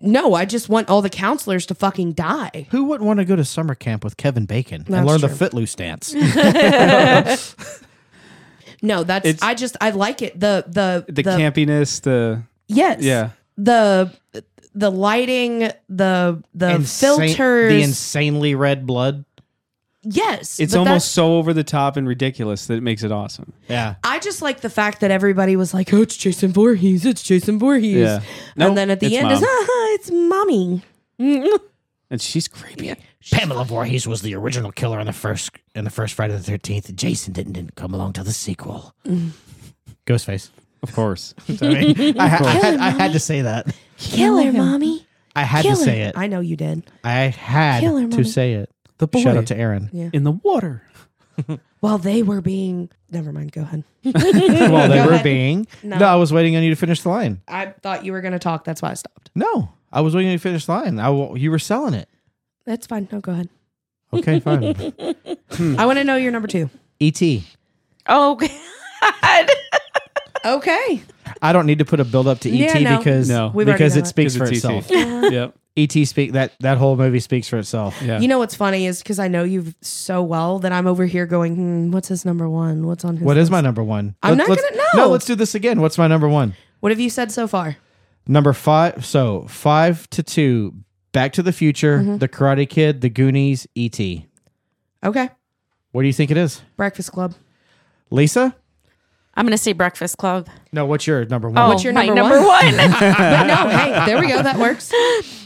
Speaker 2: no, I just want all the counselors to fucking die.
Speaker 1: Who wouldn't want to go to summer camp with Kevin Bacon and
Speaker 2: That's
Speaker 1: learn the
Speaker 2: true.
Speaker 1: footloose dance?
Speaker 2: No, that's
Speaker 3: It's-
Speaker 2: I just I like it. The the
Speaker 3: The, campiness. The
Speaker 2: yes
Speaker 3: yeah.
Speaker 2: the the lighting the the
Speaker 1: Insane-
Speaker 2: filters
Speaker 1: the insanely red blood.
Speaker 2: yes,
Speaker 3: It's
Speaker 2: but that's-
Speaker 3: almost so over the top and ridiculous that it makes it awesome.
Speaker 1: Yeah.
Speaker 2: I just like the fact that everybody was like, "Oh, it's Jason Voorhees! It's Jason Voorhees!"
Speaker 3: Yeah. Nope,
Speaker 2: and then at the
Speaker 3: it's
Speaker 2: end, is
Speaker 3: Mom.
Speaker 2: ah, it's mommy.
Speaker 3: And she's creepy.
Speaker 7: Pamela Voorhees was the original killer in the first in the first Friday the Thirteenth. Jason didn't didn't come along till the sequel.
Speaker 1: Ghostface.
Speaker 3: Of course.
Speaker 1: Sorry. I, ha- I, had, I had to say that.
Speaker 5: Kill her, mommy.
Speaker 1: I had to say it.
Speaker 2: I know you did.
Speaker 1: I had
Speaker 5: Kill her,
Speaker 1: to
Speaker 5: mommy.
Speaker 1: say it.
Speaker 3: the boy
Speaker 1: Shout out to Aaron.
Speaker 3: in the water.
Speaker 2: While they were being, never mind. Go ahead.
Speaker 1: well, they
Speaker 2: Go
Speaker 1: were
Speaker 2: ahead.
Speaker 1: being.
Speaker 2: No.
Speaker 1: No. I was waiting on you to finish the line.
Speaker 2: I thought you were gonna talk. That's why I stopped.
Speaker 1: No, I was waiting on you to finish the line. I w- you were selling it.
Speaker 2: That's fine. No, go ahead.
Speaker 1: Okay, fine. E
Speaker 2: I want to know your number two.
Speaker 1: E.T.
Speaker 4: Oh God.
Speaker 2: Okay.
Speaker 1: I don't need to put a build up to
Speaker 2: Yeah,
Speaker 1: E.T.
Speaker 2: no.
Speaker 1: because
Speaker 3: No.
Speaker 2: We've already
Speaker 1: because
Speaker 2: done
Speaker 1: it
Speaker 2: that.
Speaker 1: speaks for
Speaker 3: Because it's E
Speaker 1: itself.
Speaker 3: yep.
Speaker 1: E.T. E speak that that whole movie speaks for itself.
Speaker 3: Yeah.
Speaker 2: You know what's funny is because I know you so well that I'm over here going, hmm, what's his number one? What's on his
Speaker 1: What is
Speaker 2: list?"
Speaker 1: my number one?
Speaker 2: I'm not
Speaker 1: let's-
Speaker 2: gonna- no.
Speaker 1: No, let's do this again. What's my number one?
Speaker 2: What have you said so far?
Speaker 1: Number five. So five to two. Back to the Future,
Speaker 2: Mm-hmm.
Speaker 1: The Karate Kid, The Goonies, E.T.
Speaker 2: Okay.
Speaker 1: What do you think it is,
Speaker 2: Breakfast Club.
Speaker 1: Lisa?
Speaker 4: I'm gonna say Breakfast Club.
Speaker 1: No, what's your number one?
Speaker 4: Oh,
Speaker 2: your
Speaker 4: my
Speaker 2: number
Speaker 4: number one.
Speaker 2: But no, hey, there we go. That works.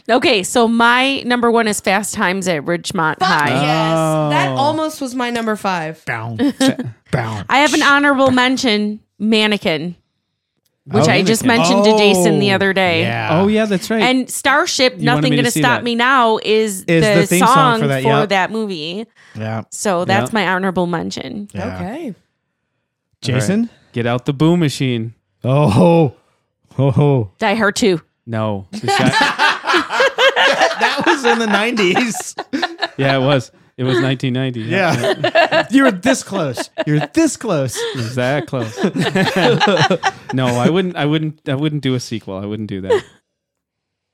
Speaker 4: okay, so my number one is Fast Times at Ridgemont
Speaker 2: Fuck
Speaker 4: High.
Speaker 2: yes. That
Speaker 1: Oh.
Speaker 2: almost was my number five.
Speaker 7: Bound, bound.
Speaker 4: I have an honorable mention, Mannequin, which
Speaker 3: Oh,
Speaker 4: I just
Speaker 3: Mannequin.
Speaker 4: mentioned to Jason the
Speaker 1: Oh,
Speaker 4: other day.
Speaker 3: Oh yeah, that's right.
Speaker 4: And Starship,
Speaker 3: wanted
Speaker 4: Nothing
Speaker 3: me to
Speaker 4: Gonna
Speaker 3: see
Speaker 4: Stop
Speaker 3: that.
Speaker 4: Me Now is,
Speaker 1: Is
Speaker 4: the,
Speaker 1: the theme
Speaker 4: song,
Speaker 1: song for that, yep.
Speaker 4: movie.
Speaker 1: yeah.
Speaker 4: So that's
Speaker 3: Yep.
Speaker 4: my honorable mention.
Speaker 1: yeah.
Speaker 2: Okay.
Speaker 1: Jason.
Speaker 3: Get out the boom machine.
Speaker 1: Oh, oh, oh.
Speaker 4: Die Hard 2.
Speaker 3: No. This guy-
Speaker 1: That was in the nineties.
Speaker 3: yeah, it was. It was 1990.
Speaker 1: Yeah, you were this close. You're this close.
Speaker 3: It was that close. no, I wouldn't. I wouldn't. I wouldn't do a sequel. I wouldn't do that.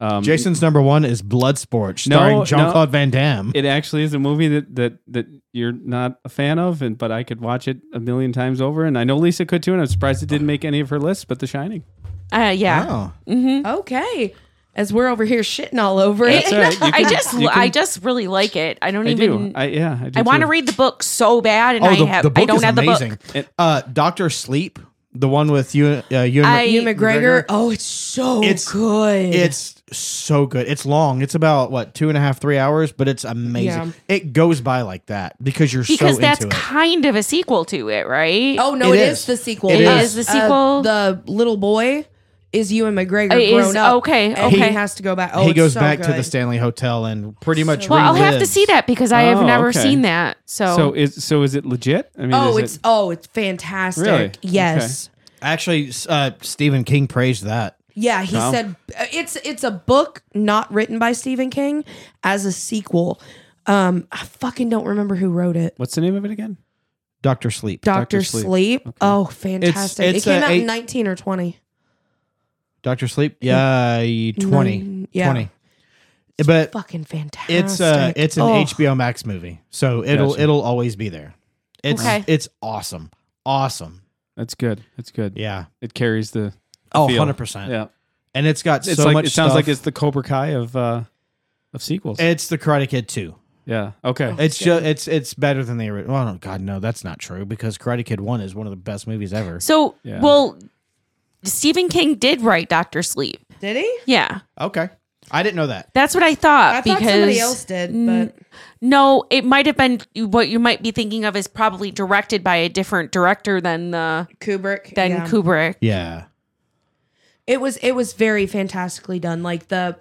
Speaker 3: Um,
Speaker 1: Jason's number one is Bloodsport,
Speaker 3: No,
Speaker 1: starring
Speaker 3: no.
Speaker 1: Jean Claude Van Damme.
Speaker 3: it actually is a movie that that that you're not a fan of, and but I could watch it a million times over, and I know Lisa could too, and I'm surprised it didn't make any of her lists. But The Shining.
Speaker 4: Uh, yeah.
Speaker 1: Oh,
Speaker 2: Mm-hmm. Okay. As we're over here shitting all over
Speaker 3: That's
Speaker 2: it.
Speaker 3: all right. You
Speaker 4: I
Speaker 3: can-
Speaker 4: just
Speaker 3: you can-
Speaker 4: I just really like it. I don't
Speaker 3: I
Speaker 4: even
Speaker 3: do. I yeah. I, do
Speaker 4: I want to
Speaker 3: too. Oh,
Speaker 4: read the book so bad
Speaker 1: Oh,
Speaker 4: and I have I don't have the book.
Speaker 3: It-
Speaker 1: Uh, Doctor Sleep, the one with you, uh, you,
Speaker 4: I-
Speaker 2: Ewan McGregor. Oh, it's so
Speaker 1: It's-
Speaker 2: good.
Speaker 1: It's so good. It's long. It's about what two and a half, three hours, but it's amazing.
Speaker 2: Yeah.
Speaker 1: It goes by like that because you're
Speaker 4: Because
Speaker 1: so
Speaker 4: that's
Speaker 1: into it.
Speaker 4: kind of a sequel to it, right?
Speaker 2: oh no,
Speaker 1: it
Speaker 2: it is.
Speaker 1: is.
Speaker 2: the sequel.
Speaker 1: It
Speaker 4: is. Is the sequel- Oh,
Speaker 2: the little boy is Ewan McGregor
Speaker 4: It
Speaker 2: grown
Speaker 4: is-
Speaker 2: up.
Speaker 4: okay,
Speaker 2: and
Speaker 4: okay.
Speaker 2: he has to go back. Oh,
Speaker 1: he
Speaker 2: it's
Speaker 1: goes
Speaker 2: so
Speaker 1: back to the
Speaker 2: good.
Speaker 1: Stanley Hotel and pretty much.
Speaker 4: well, I'll have to
Speaker 1: relives-
Speaker 4: see that because I have
Speaker 3: Oh,
Speaker 4: never
Speaker 3: okay.
Speaker 4: seen that. So,
Speaker 3: So is so is it legit? I mean,
Speaker 2: Oh,
Speaker 3: is
Speaker 2: it's
Speaker 3: it,
Speaker 2: oh, it's fantastic.
Speaker 3: Really?
Speaker 2: Yes.
Speaker 1: Actually, uh, Stephen King praised that.
Speaker 2: Yeah, he
Speaker 3: Wow.
Speaker 2: said it's it's a book not written by Stephen King as a sequel. Um, I fucking don't remember who wrote it.
Speaker 3: what's the name of it again?
Speaker 1: Doctor Sleep.
Speaker 2: Doctor
Speaker 3: Dr.
Speaker 2: Sleep.
Speaker 3: Sleep.
Speaker 2: Oh, fantastic!
Speaker 1: it's
Speaker 2: it came
Speaker 1: a
Speaker 2: out in
Speaker 1: eight-
Speaker 2: nineteen or twenty.
Speaker 1: Doctor Sleep. Yeah, y- twenty.
Speaker 2: Nine- yeah.
Speaker 1: Twenty. But
Speaker 2: Fucking fantastic!
Speaker 1: it's uh it's an
Speaker 2: Oh,
Speaker 1: HBO Max movie, so it'll
Speaker 3: Gotcha.
Speaker 1: it'll always be there. It's
Speaker 4: Okay.
Speaker 1: it's awesome, awesome.
Speaker 3: That's good. That's good.
Speaker 1: Yeah.
Speaker 3: It carries the
Speaker 1: Oh,
Speaker 3: feel.
Speaker 1: 100 percent.
Speaker 3: yeah.
Speaker 1: And it's got
Speaker 3: It's
Speaker 1: so
Speaker 3: like
Speaker 1: much.
Speaker 3: it sounds
Speaker 1: stuff.
Speaker 3: like it's the Cobra Kai of uh of sequels.
Speaker 1: it's the Karate Kid two.
Speaker 3: yeah. Okay.
Speaker 1: It's just it's it's better than the original. Oh God, no, that's not true because Karate Kid one is one of the best movies ever.
Speaker 4: so
Speaker 3: Yeah.
Speaker 4: well, Stephen King did write Doctor Sleep.
Speaker 2: Did he?
Speaker 4: Yeah,
Speaker 1: Okay, I didn't know that.
Speaker 4: that's what I thought.
Speaker 2: I
Speaker 4: because
Speaker 2: thought somebody else did, but
Speaker 4: no, it might have been what you might be thinking of is probably directed by a different director than the
Speaker 2: Kubrick.
Speaker 4: than
Speaker 2: yeah.
Speaker 4: Kubrick.
Speaker 1: Yeah.
Speaker 2: it was it was very fantastically done. Like the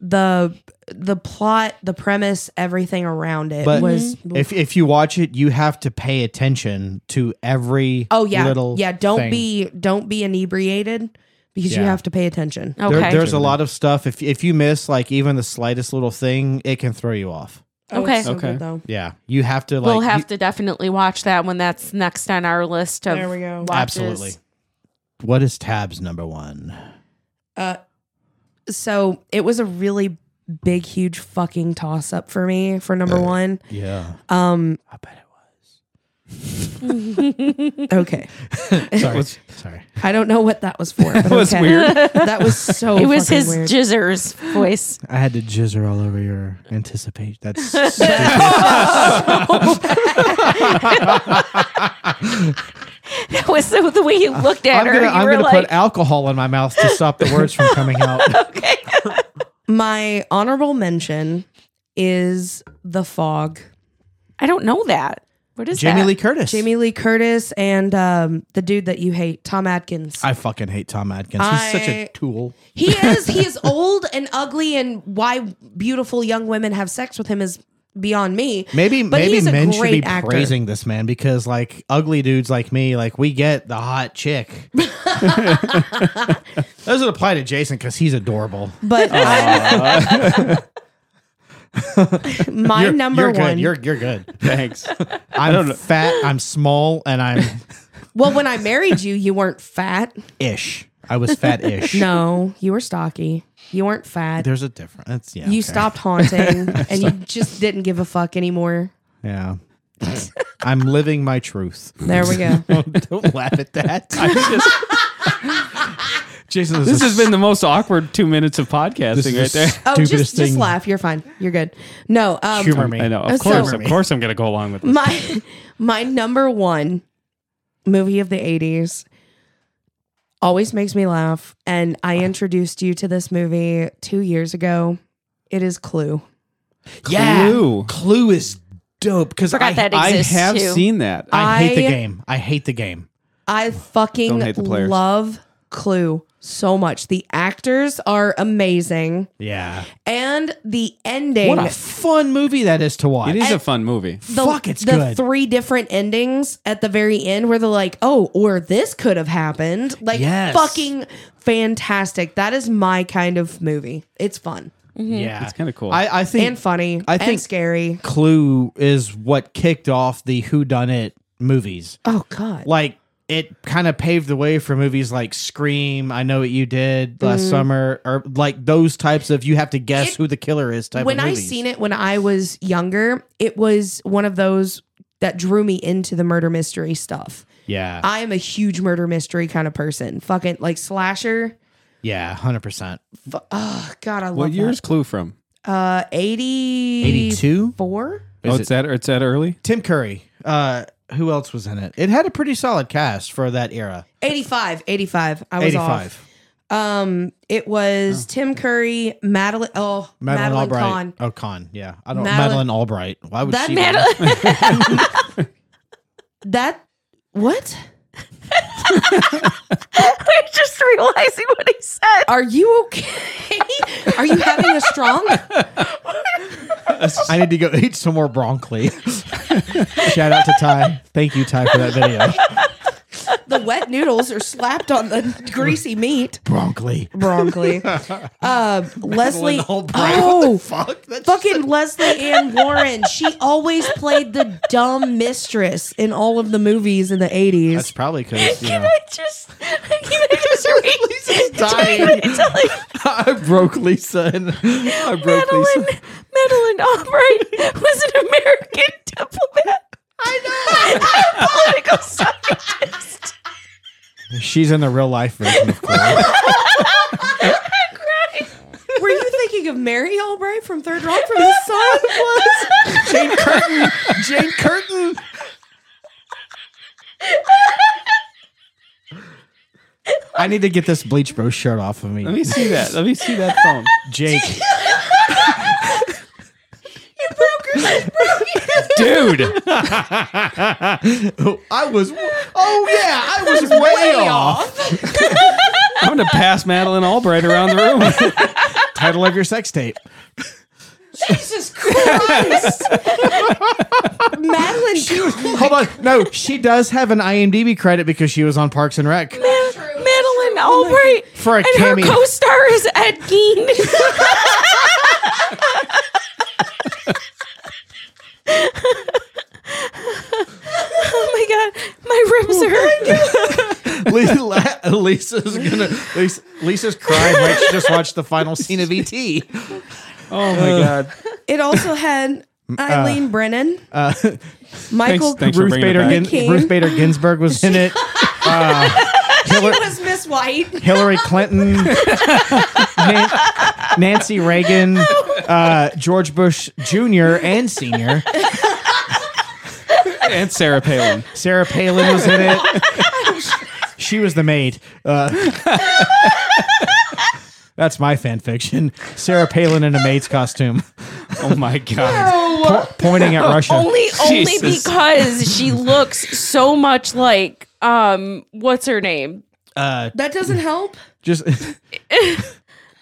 Speaker 2: the the plot, the premise, everything around it
Speaker 1: But
Speaker 2: was.
Speaker 1: if if you watch it, you have to pay attention to every
Speaker 2: oh yeah,
Speaker 1: little
Speaker 2: yeah. Don't
Speaker 1: thing.
Speaker 2: be don't be inebriated because you
Speaker 1: Yeah.
Speaker 2: have to pay attention.
Speaker 1: There-
Speaker 4: Okay,
Speaker 1: there's a lot of stuff. If if you miss like even the slightest little thing, it can throw you off.
Speaker 2: Oh, it's
Speaker 4: Okay.
Speaker 2: so
Speaker 3: Okay.
Speaker 2: good, though.
Speaker 1: Yeah, you have to like.
Speaker 4: we'll have
Speaker 1: you-
Speaker 4: to definitely watch that when that's next on our list of
Speaker 2: There we go.
Speaker 4: watches.
Speaker 1: absolutely. What is Tab's number one?
Speaker 2: Uh, so it was a really big, huge fucking toss up for me for number one.
Speaker 1: Yeah,
Speaker 2: Um,
Speaker 1: I bet it was.
Speaker 2: Okay.
Speaker 1: Sorry.
Speaker 3: What's-
Speaker 1: Sorry.
Speaker 2: I don't know what that was for. That
Speaker 3: was weird.
Speaker 2: That was so.
Speaker 4: it was
Speaker 2: fucking
Speaker 4: his
Speaker 2: weird.
Speaker 4: jizzers voice.
Speaker 1: I had to jizzer all over your anticipation. That's
Speaker 4: That was so the way he looked at
Speaker 1: Uh, I'm
Speaker 4: her.
Speaker 1: gonna,
Speaker 4: you
Speaker 1: I'm
Speaker 4: were
Speaker 1: gonna
Speaker 4: like,
Speaker 1: put alcohol in my mouth to stop the words from coming out.
Speaker 4: okay.
Speaker 2: My honorable mention is the fog.
Speaker 4: I don't know that. What is
Speaker 1: Jamie
Speaker 4: that?
Speaker 1: Lee Curtis.
Speaker 2: Jamie Lee Curtis and um, the dude that you hate, Tom Atkins.
Speaker 1: I fucking hate Tom Adkins. He's such a
Speaker 2: I-
Speaker 1: tool.
Speaker 2: he is. He is old and ugly, and why beautiful young women have sex with him is beyond me.
Speaker 1: Maybe
Speaker 2: But
Speaker 1: maybe
Speaker 2: he's a
Speaker 1: men should
Speaker 2: great
Speaker 1: be
Speaker 2: actor.
Speaker 1: praising this man because like ugly dudes like me, like we get the hot chick. Doesn't apply to Jason because he's adorable.
Speaker 2: But I- my
Speaker 1: You're-
Speaker 2: number
Speaker 1: you're
Speaker 2: one.
Speaker 1: Good. You're you're good.
Speaker 3: Thanks.
Speaker 1: I'm fat. I'm small, and I'm
Speaker 2: well, when I married you, you weren't fat.
Speaker 1: ish. I was fat ish.
Speaker 2: No, you were stocky. You weren't fat.
Speaker 1: There's a difference. Yeah.
Speaker 2: you
Speaker 1: okay.
Speaker 2: stopped haunting, and you just didn't give a fuck anymore.
Speaker 1: Yeah. I'm living my truth.
Speaker 2: There we go.
Speaker 1: Don't laugh at that. Jason,
Speaker 3: This has been the most awkward two minutes of podcasting right there.
Speaker 2: Oh,
Speaker 1: Stupidest
Speaker 2: just just
Speaker 1: thing.
Speaker 2: laugh. You're fine. You're good. No, um,
Speaker 1: humor me.
Speaker 3: I know.
Speaker 2: Oh,
Speaker 3: Of
Speaker 2: so-
Speaker 3: course. Of course I'm going to go along with this.
Speaker 2: my my number one movie of the 80s always makes me laugh and i introduced you to this movie 2 years ago it is clue
Speaker 3: Oh, Clue.
Speaker 1: Clue is dope because
Speaker 4: Forgot
Speaker 1: I,
Speaker 4: that
Speaker 3: I
Speaker 4: exists
Speaker 3: have
Speaker 4: too.
Speaker 3: seen that.
Speaker 1: I, hate the
Speaker 2: I-
Speaker 1: game. I hate the game.
Speaker 2: i fucking
Speaker 3: Don't hate the players.
Speaker 2: love clue so much the actors are amazing
Speaker 1: Yeah.
Speaker 2: and the ending
Speaker 1: What a fun movie that is to watch.
Speaker 3: It is a fun movie.
Speaker 2: the,
Speaker 1: Fuck, it's
Speaker 2: the
Speaker 1: good.
Speaker 2: three different endings at the very end where they're like, oh, or this could have happened. Like,
Speaker 1: Yes.
Speaker 2: fucking fantastic. That is my kind of movie. It's fun
Speaker 1: yeah.
Speaker 3: It's kind of cool.
Speaker 1: I, I think
Speaker 2: and funny
Speaker 1: I
Speaker 2: and
Speaker 1: think-
Speaker 2: scary.
Speaker 1: Clue is what kicked off the Who Done It movies.
Speaker 2: Oh, God.
Speaker 1: Like it kind of paved the way for movies like Scream, I Know What You Did Last
Speaker 3: Mm.
Speaker 1: Summer, or like those types of you have to guess
Speaker 2: Mm. It-
Speaker 1: who the killer is type
Speaker 2: When
Speaker 1: of
Speaker 2: I
Speaker 1: movies.
Speaker 2: seen it when I was younger, it was one of those that drew me into the murder mystery stuff.
Speaker 1: Yeah.
Speaker 2: I am a huge murder mystery kind of person. Fucking like slasher.
Speaker 1: yeah, 100%.
Speaker 2: Fu- Oh, God, I love
Speaker 3: what year's
Speaker 2: years?
Speaker 3: Clue from?
Speaker 2: Uh, 80,
Speaker 1: 82?
Speaker 3: Oh, it's that, it's that early?
Speaker 1: Tim Curry. Uh, who else was in it? It had a pretty solid cast for that era.
Speaker 2: 85, 85. I was off.
Speaker 1: 85.
Speaker 2: Um, it was Tim Curry, Madeline. Oh,
Speaker 1: Madeline,
Speaker 2: Madeline,
Speaker 1: Oh. Albright.
Speaker 2: Kahn.
Speaker 1: Oh, Kahn. Yeah. I don't
Speaker 2: Madeline-
Speaker 1: Madeline, Albright. Why would
Speaker 2: That
Speaker 1: she
Speaker 4: Madeline-
Speaker 1: win?
Speaker 2: That what?
Speaker 4: I'm just realizing what he said.
Speaker 2: Are you okay? Are you having a strong?
Speaker 1: I need to go eat some more broccoli. Shout out to Ty. Thank you, Ty, for that video.
Speaker 2: The wet noodles are slapped on the greasy meat.
Speaker 1: broccoli.
Speaker 2: Broccoli. Uh, Leslie.
Speaker 1: Albright.
Speaker 2: Oh,
Speaker 1: Fuck. That's
Speaker 2: fucking Leslie Ann Warren. She always played the dumb mistress in all of the movies in the
Speaker 1: That's
Speaker 2: eighties.
Speaker 1: probably because you
Speaker 4: Can
Speaker 1: know,
Speaker 4: I just? Can I just read?
Speaker 1: dying.
Speaker 4: Can I tell you?
Speaker 1: I broke Lisa and I broke
Speaker 4: Madeline, Madeline Albright was an American diplomat. I know. political scientist.
Speaker 1: Lisa. She's in the real life version of Chloe.
Speaker 2: Were you thinking of Mary Albright from Third Rock from the Sun?
Speaker 1: Jane Curtin. Jane Curtin. I need to get this bleach bro shirt off of me.
Speaker 3: Let me see that. Let me see that phone.
Speaker 1: Jake.
Speaker 3: Dude.
Speaker 1: I was Oh yeah, I was way, off.
Speaker 3: I'm going to pass Madeline Albright around the room.
Speaker 1: Title of your sex tape.
Speaker 2: Jesus Christ! Madeline,
Speaker 1: Hold on. No, she does have an IMDb credit because she was on Parks and Rec.
Speaker 4: Madeline Albright.
Speaker 1: For a
Speaker 4: and her
Speaker 1: cameo.
Speaker 4: co-star is Ed Gein. oh my god, my ribs are.
Speaker 1: Lisa- Lisa's gonna Lisa, Lisa's crying E like she just watched the final scene of ET.
Speaker 3: Oh, my God.
Speaker 2: it also had
Speaker 1: Mm, uh,
Speaker 2: Eileen Brennan, Michael
Speaker 3: thanks for
Speaker 2: Ruth
Speaker 1: Ruth
Speaker 3: bringing it
Speaker 1: Bader,
Speaker 3: back.
Speaker 1: Gin-
Speaker 2: King.
Speaker 1: Ruth Bader Ginsburg was in it. Uh, Hillary,
Speaker 2: was Miss White.
Speaker 1: Hillary Clinton, Nan- Nancy Reagan, uh, George Bush Jr. and Sr.
Speaker 3: and Sarah Palin.
Speaker 1: Sarah Palin was in it. she was the maid. Uh, that's my fan fiction. Sarah Palin in a maid's costume,
Speaker 3: Oh my god.
Speaker 1: po- pointing at Russia.
Speaker 4: Only only
Speaker 3: Jesus.
Speaker 4: because she looks so much like um what's her name?
Speaker 2: That doesn't help.
Speaker 1: Just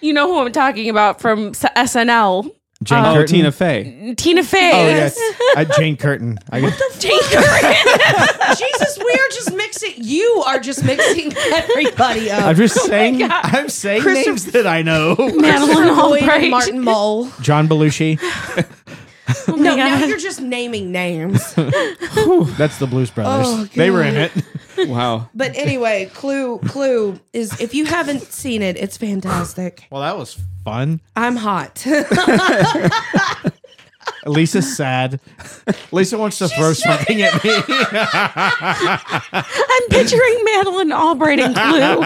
Speaker 4: You know who I'm talking about from S- SNL.
Speaker 1: Jane
Speaker 3: Oh,
Speaker 1: Curtin.
Speaker 3: Tina Fey.
Speaker 4: Tina Fey.
Speaker 1: Oh yes, uh, Jane Curtin. I guess.
Speaker 4: Jane Curran.
Speaker 2: Jesus, we are just mixing. You are just mixing everybody
Speaker 1: I'm
Speaker 2: up.
Speaker 1: just saying. I'm saying names that I know.
Speaker 4: Madeline
Speaker 2: Boyd and
Speaker 4: Albright.
Speaker 2: Martin Mull.
Speaker 1: John Belushi.
Speaker 4: Oh my
Speaker 2: No, now
Speaker 4: God.
Speaker 2: you're just naming names.
Speaker 1: That's the Blues Brothers.
Speaker 2: Oh,
Speaker 1: they were in it.
Speaker 3: Wow.
Speaker 2: But anyway, Clue, Clue is if you haven't seen it, it's fantastic.
Speaker 1: Well, that was fun.
Speaker 2: I'm hot.
Speaker 1: Lisa's sad. Lisa wants to throw something at me.
Speaker 4: I'm picturing Madeline Albright and Clue.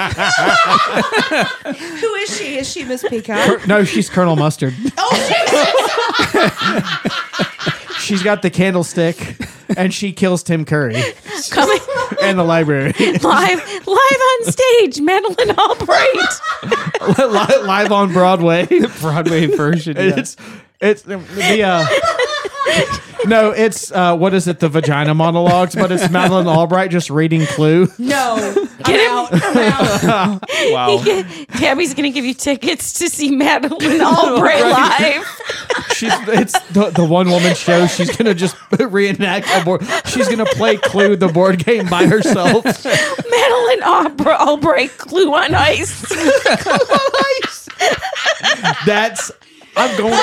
Speaker 2: Who is she? Is she Miss Peacock?
Speaker 1: No, she's Colonel Mustard.
Speaker 2: Oh,
Speaker 1: She's got the candlestick, and she kills Tim Curry
Speaker 4: Coming
Speaker 1: and the library
Speaker 4: live live on stage, Madeline Albright.
Speaker 1: Li- live on Broadway.
Speaker 3: Broadway version. yeah.
Speaker 1: It's it's the uh, no, it's uh, what is it? The vagina monologues, but it's Madeline Albright just reading Clue.
Speaker 2: no.
Speaker 4: Get him.
Speaker 3: wow.
Speaker 4: Gabby's gonna give you tickets to see Madeline Albright live.
Speaker 1: She's it's the, the one woman show. She's gonna just reenact a board. She's gonna play Clue the board game by herself.
Speaker 4: Madeline Albright, Albright Clue on Ice.
Speaker 1: That's I'm going.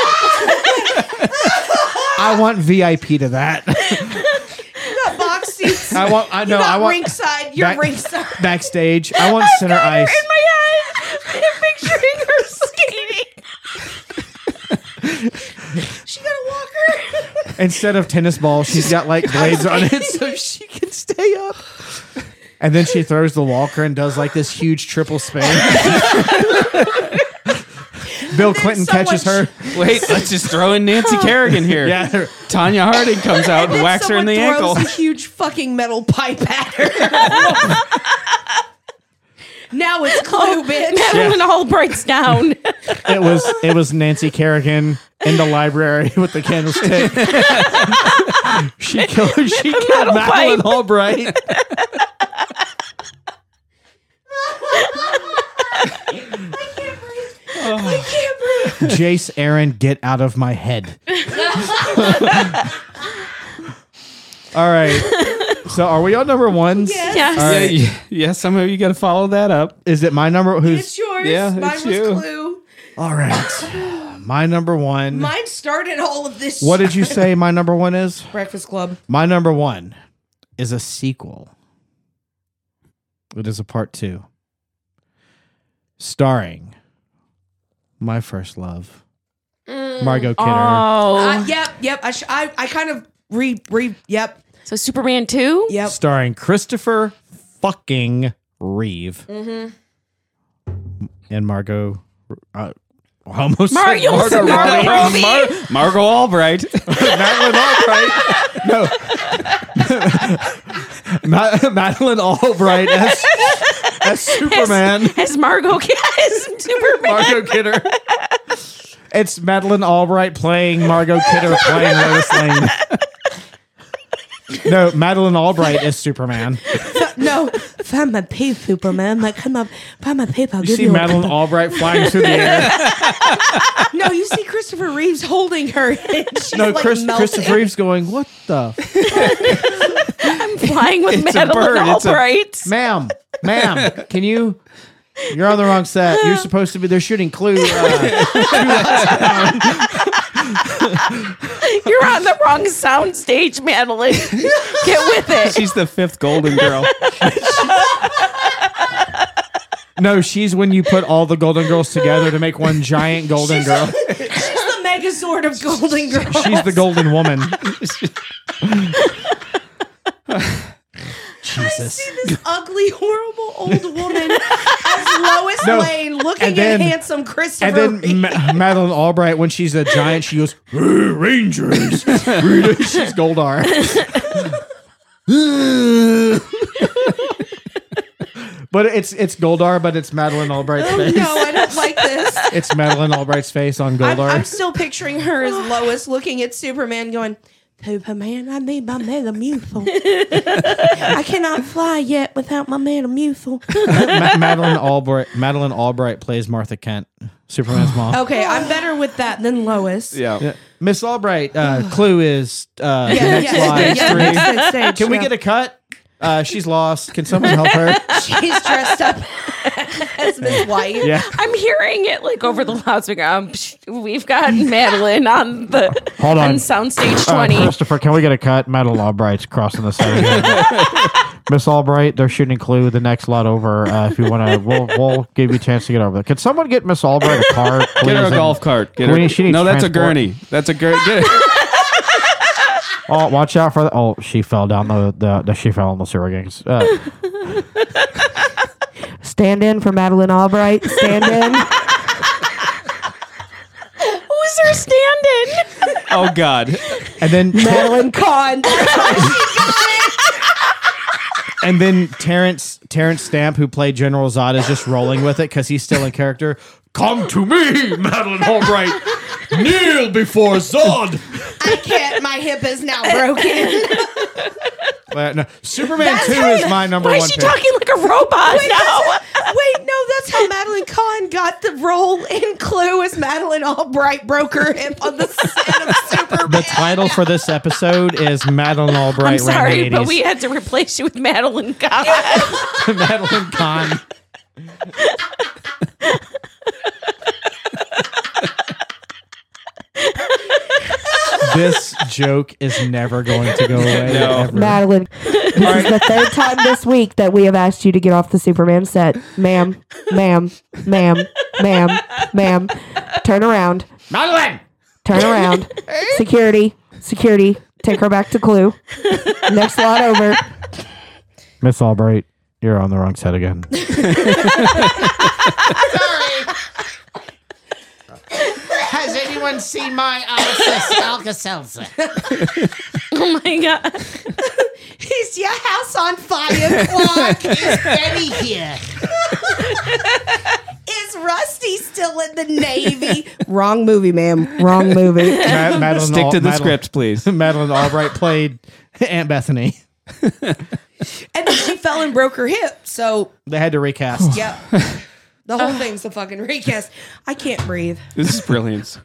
Speaker 1: I want VIP to that.
Speaker 2: Got box seats.
Speaker 1: I want. I know.
Speaker 2: Not
Speaker 1: I want
Speaker 2: ringside. You're
Speaker 1: back-
Speaker 2: ringside.
Speaker 1: backstage. I want center ice.
Speaker 4: In my head, I'm picturing her skating.
Speaker 2: She got a walker.
Speaker 1: Instead of tennis ball, she's got like blades on it, so she can stay up. And then she throws the walker and does like this huge triple spin. Bill Clinton catches her.
Speaker 2: someone
Speaker 3: Wait, let's just throw in Nancy Kerrigan here.
Speaker 1: Yeah,
Speaker 3: Tanya Harding comes out and whacks her in
Speaker 2: Someone
Speaker 3: the
Speaker 2: throws
Speaker 3: ankle.
Speaker 2: A huge fucking metal pipe at her. now it's Clue,
Speaker 5: Oh,
Speaker 2: bitch.
Speaker 4: Madeline Albright's down.
Speaker 1: it was it was Nancy Kerrigan in the library with the candlestick. she killed she killed Madeline Albright. Jace Aaron, get out of my head. All right. So are we on number ones?
Speaker 2: Uh,
Speaker 4: Yes.
Speaker 1: All right.
Speaker 3: Yeah, yeah, somehow you got to follow that up.
Speaker 1: Is it my number
Speaker 2: It's
Speaker 1: who's
Speaker 2: yours.
Speaker 3: Yeah,
Speaker 2: Mine
Speaker 3: it's
Speaker 2: was
Speaker 3: you.
Speaker 2: Clue.
Speaker 1: all right. My number one.
Speaker 2: Mine started all of this.
Speaker 1: what
Speaker 2: shit.
Speaker 1: did you say my number one is?
Speaker 2: Breakfast Club?
Speaker 1: My number one is a sequel. It is a part two, starring my first love, Margot Kidder.
Speaker 2: Uh,
Speaker 4: Oh,
Speaker 2: yep, yep. I, sh- I I kind of re re yep
Speaker 4: so Superman two.
Speaker 2: yep.
Speaker 1: starring Christopher fucking Reeve Mm-hmm. and Margot. Uh, I almost said
Speaker 4: Mario
Speaker 1: Margot Robbie.
Speaker 4: Margot Robbie.
Speaker 3: Mar- Margot Albright.
Speaker 1: Madeline Albright. No. Ma- Madeline Albright as, as Superman.
Speaker 4: As Margot as Superman.
Speaker 1: Margot Kidder. It's Madeline Albright playing Margot Kidder playing Lois Lane. No, Madeline Albright is Superman.
Speaker 2: No,
Speaker 5: Find my pay, Superman. Like, come up, find my paper. I'll
Speaker 1: You
Speaker 5: give
Speaker 1: see
Speaker 5: you a-
Speaker 1: Madeline Albright flying through the air.
Speaker 2: no. You see Christopher Reeves holding her. And she's
Speaker 1: No,
Speaker 2: like
Speaker 1: Chris,
Speaker 2: melting.
Speaker 1: Christopher Reeve's going, What the? F-
Speaker 4: I'm flying with
Speaker 3: It's a
Speaker 4: Madeline
Speaker 3: bird. It's a-
Speaker 4: Albright.
Speaker 1: ma'am, ma'am, can you? You're on the wrong set. You're supposed to be. They're shooting Clue. Uh,
Speaker 4: You're on the wrong sound stage, Madeline. Get with it.
Speaker 3: She's the fifth Golden Girl.
Speaker 1: no, she's when you put all the Golden Girls together to make one giant Golden Girl.
Speaker 2: She's the Megan megazord of Golden Girls.
Speaker 1: She's the golden woman.
Speaker 2: See this ugly, horrible old woman as Lois
Speaker 1: No.
Speaker 2: Lane looking
Speaker 1: And then-
Speaker 2: at handsome Christopher.
Speaker 1: And then
Speaker 2: Reeve.
Speaker 1: Ma- Madeline Albright, when she's a giant, she goes, "Hey, Rangers. she's Goldar. but it's it's Goldar, but it's Madeline Albright's
Speaker 2: Oh,
Speaker 1: face.
Speaker 2: no, I don't like this.
Speaker 1: It's Madeline Albright's face on
Speaker 2: I'm,
Speaker 1: Goldar.
Speaker 2: I'm still picturing her as Lois looking at Superman going,
Speaker 5: Superman, I need my Metamucil. I cannot fly yet without my Metamucil.
Speaker 1: Ma- Madeline Albright Madeline Albright plays Martha Kent, Superman's mom.
Speaker 2: okay, I'm better with that than Lois.
Speaker 3: Yeah.
Speaker 1: Yeah. Miss Albright, uh, clue is uh, the next
Speaker 2: yeah,
Speaker 1: line.
Speaker 2: yeah,
Speaker 1: Three.
Speaker 2: next- next stage,
Speaker 1: Can we
Speaker 2: yeah.
Speaker 1: get a cut? Uh, she's lost. Can someone help her?
Speaker 2: She's dressed up as Miss White.
Speaker 1: Yeah.
Speaker 4: I'm hearing it like over the loudspeaker. Um, psh, we've got Madeline on the
Speaker 1: Hold on.
Speaker 3: Uh-huh.
Speaker 4: soundstage
Speaker 1: Uh,
Speaker 4: 20.
Speaker 1: Christopher, can we get a cut? Madeline Albright's crossing the side. again. Miss Albright, they're shooting Clue the next lot over. Uh, if you want to, we'll, we'll give you a chance to get over there. Could someone get Miss Albright a car?
Speaker 3: Get
Speaker 1: please?
Speaker 3: her a
Speaker 1: And-
Speaker 3: golf cart. Get her.
Speaker 1: Queenie, she needs
Speaker 3: no, that's a
Speaker 1: transport.
Speaker 3: gurney. That's a gurney.
Speaker 1: Oh, watch out for the. Oh, she fell down the. the, the she fell in the sewer gangs. Uh,
Speaker 5: Stand in for Madeline Albright. Stand in.
Speaker 4: Who's her stand in?
Speaker 3: oh God.
Speaker 1: and then
Speaker 2: Madeline Kahn.
Speaker 1: and then Terrence Terrence Stamp, who played General Zod, is just rolling with it because he's still in character. Come to me, Madeline Albright. Kneel before Zod.
Speaker 2: I can't. My hip is now broken.
Speaker 1: Uh, no, Superman Two is my number
Speaker 4: Why
Speaker 1: one.
Speaker 4: is she
Speaker 1: pick.
Speaker 4: talking like a robot now?
Speaker 2: Wait, no, that's how Madeline Kahn got the role in Clue as Madeline Albright broke her hip on the set of Superman.
Speaker 1: The title for this episode is Madeline Albright.
Speaker 4: I'm sorry,
Speaker 1: ran the
Speaker 4: but
Speaker 1: 80s.
Speaker 4: we had to replace you with Madeline Kahn.
Speaker 1: Madeline Kahn. this joke is never going to go away.
Speaker 3: No.
Speaker 1: ever.
Speaker 5: Madeline, this is the third time this week that we have asked you to get off the Superman set. Ma'am, ma'am, ma'am, ma'am, ma'am. Turn around.
Speaker 7: Madeline!
Speaker 5: Turn around. Security, security. Take her back to Clue. Next lot over.
Speaker 1: Miss Albright, you're on the wrong set again.
Speaker 7: Has anyone seen my Alka Seltzer?
Speaker 4: oh my god.
Speaker 2: Is your house on fire, Clark?
Speaker 7: Is Betty here?
Speaker 2: Is Rusty still in the Navy? Wrong movie, ma'am.
Speaker 5: Wrong movie.
Speaker 1: Ma- Madeline
Speaker 3: Stick
Speaker 1: Al-
Speaker 3: to the
Speaker 1: Madeline-
Speaker 3: script, please.
Speaker 1: Madeline Albright played Aunt Bethany.
Speaker 2: And then she fell and broke her hip. So,
Speaker 1: They had to recast.
Speaker 2: yep. The whole thing's a fucking recast. I can't breathe. Oh,
Speaker 3: This is brilliant.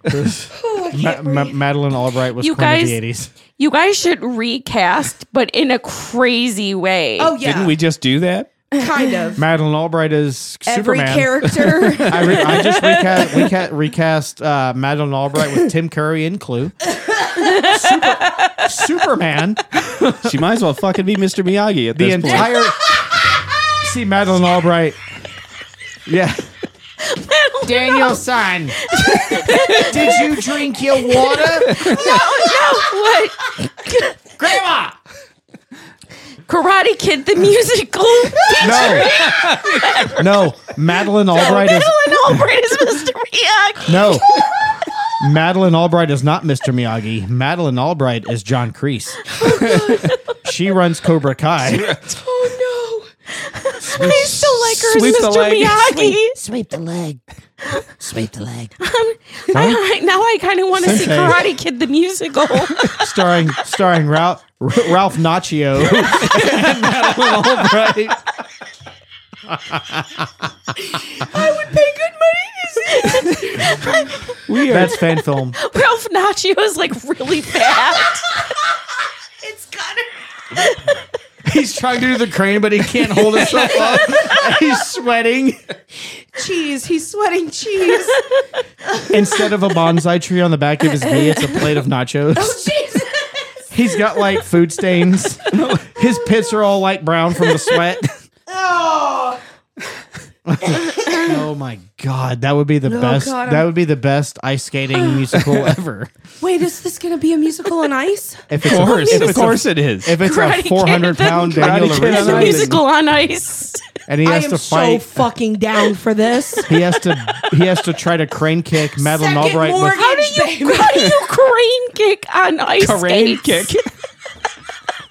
Speaker 1: Ma- Ma- Madeline Albright was
Speaker 4: You
Speaker 1: queen of
Speaker 4: guys-
Speaker 1: the eighties.
Speaker 4: You guys should recast, but in a crazy way.
Speaker 2: Oh yeah,
Speaker 3: Didn't we just do that?
Speaker 2: kind of.
Speaker 1: Madeline Albright is
Speaker 2: Every
Speaker 1: Superman.
Speaker 2: character.
Speaker 1: I, re- I just recast, reca- recast uh, Madeline Albright with Tim Curry in Clue. Super- Superman.
Speaker 3: She might as well fucking be Mr. Miyagi at
Speaker 1: The
Speaker 3: this point.
Speaker 1: entire. See Madeline Albright. Yeah.
Speaker 7: Daniel, son. Did you drink your water?
Speaker 4: Oh no,
Speaker 7: Grandma!
Speaker 4: what? Karate Kid the musical.
Speaker 1: No. No. Madeline Albright is.
Speaker 4: Madeline Albright is Mr. Miyagi.
Speaker 1: No. Madeline Albright is not Mr. Miyagi. Madeline Albright is John Kreese. she runs Cobra Kai.
Speaker 2: oh
Speaker 4: I still like her
Speaker 3: Sweep the
Speaker 4: as Mr.
Speaker 3: leg.
Speaker 4: Miyagi. Um,
Speaker 7: Sweep the leg. Sweep the leg.
Speaker 4: I, I- now I kind of want to see
Speaker 1: Sensei.
Speaker 4: Karate Kid the musical.
Speaker 1: starring starring Ralph Ralph Macchio and Madeline Albright.
Speaker 3: We are
Speaker 1: That's fan film.
Speaker 4: Ralph Macchio is like really bad.
Speaker 2: no, it's Connor.
Speaker 1: He's trying to do the crane, but he can't hold himself up. He's sweating.
Speaker 2: Cheese. He's sweating cheese.
Speaker 1: Instead of a bonsai tree on the back of his knee, it's a plate of nachos.
Speaker 2: Oh, Jesus.
Speaker 1: He's got like food stains. His pits are all like brown from the sweat.
Speaker 2: Oh.
Speaker 1: Oh my god, that would be the
Speaker 2: No,
Speaker 1: best.
Speaker 2: God, I'm-
Speaker 1: that would be the best ice skating musical ever.
Speaker 2: Wait, is this gonna be a musical on ice?
Speaker 1: If it's
Speaker 3: course,
Speaker 1: a, if
Speaker 3: of
Speaker 1: it's a-
Speaker 3: course it is.
Speaker 1: if it's
Speaker 4: Karate
Speaker 1: a
Speaker 4: Kid,
Speaker 1: four hundred pound
Speaker 4: the
Speaker 1: Daniel
Speaker 3: Karate Kid on
Speaker 1: LaRusso,
Speaker 3: Ice.
Speaker 4: musical on ice.
Speaker 1: and he
Speaker 2: I
Speaker 1: has
Speaker 2: am
Speaker 1: to
Speaker 2: so
Speaker 1: fight.
Speaker 2: fucking down for this.
Speaker 1: he has to he has to try to crane kick Madeline
Speaker 2: Second
Speaker 1: Albright. with-
Speaker 2: mortgage,
Speaker 4: How do you how do you crane kick on ice?
Speaker 3: Crane
Speaker 4: skates?
Speaker 3: kick.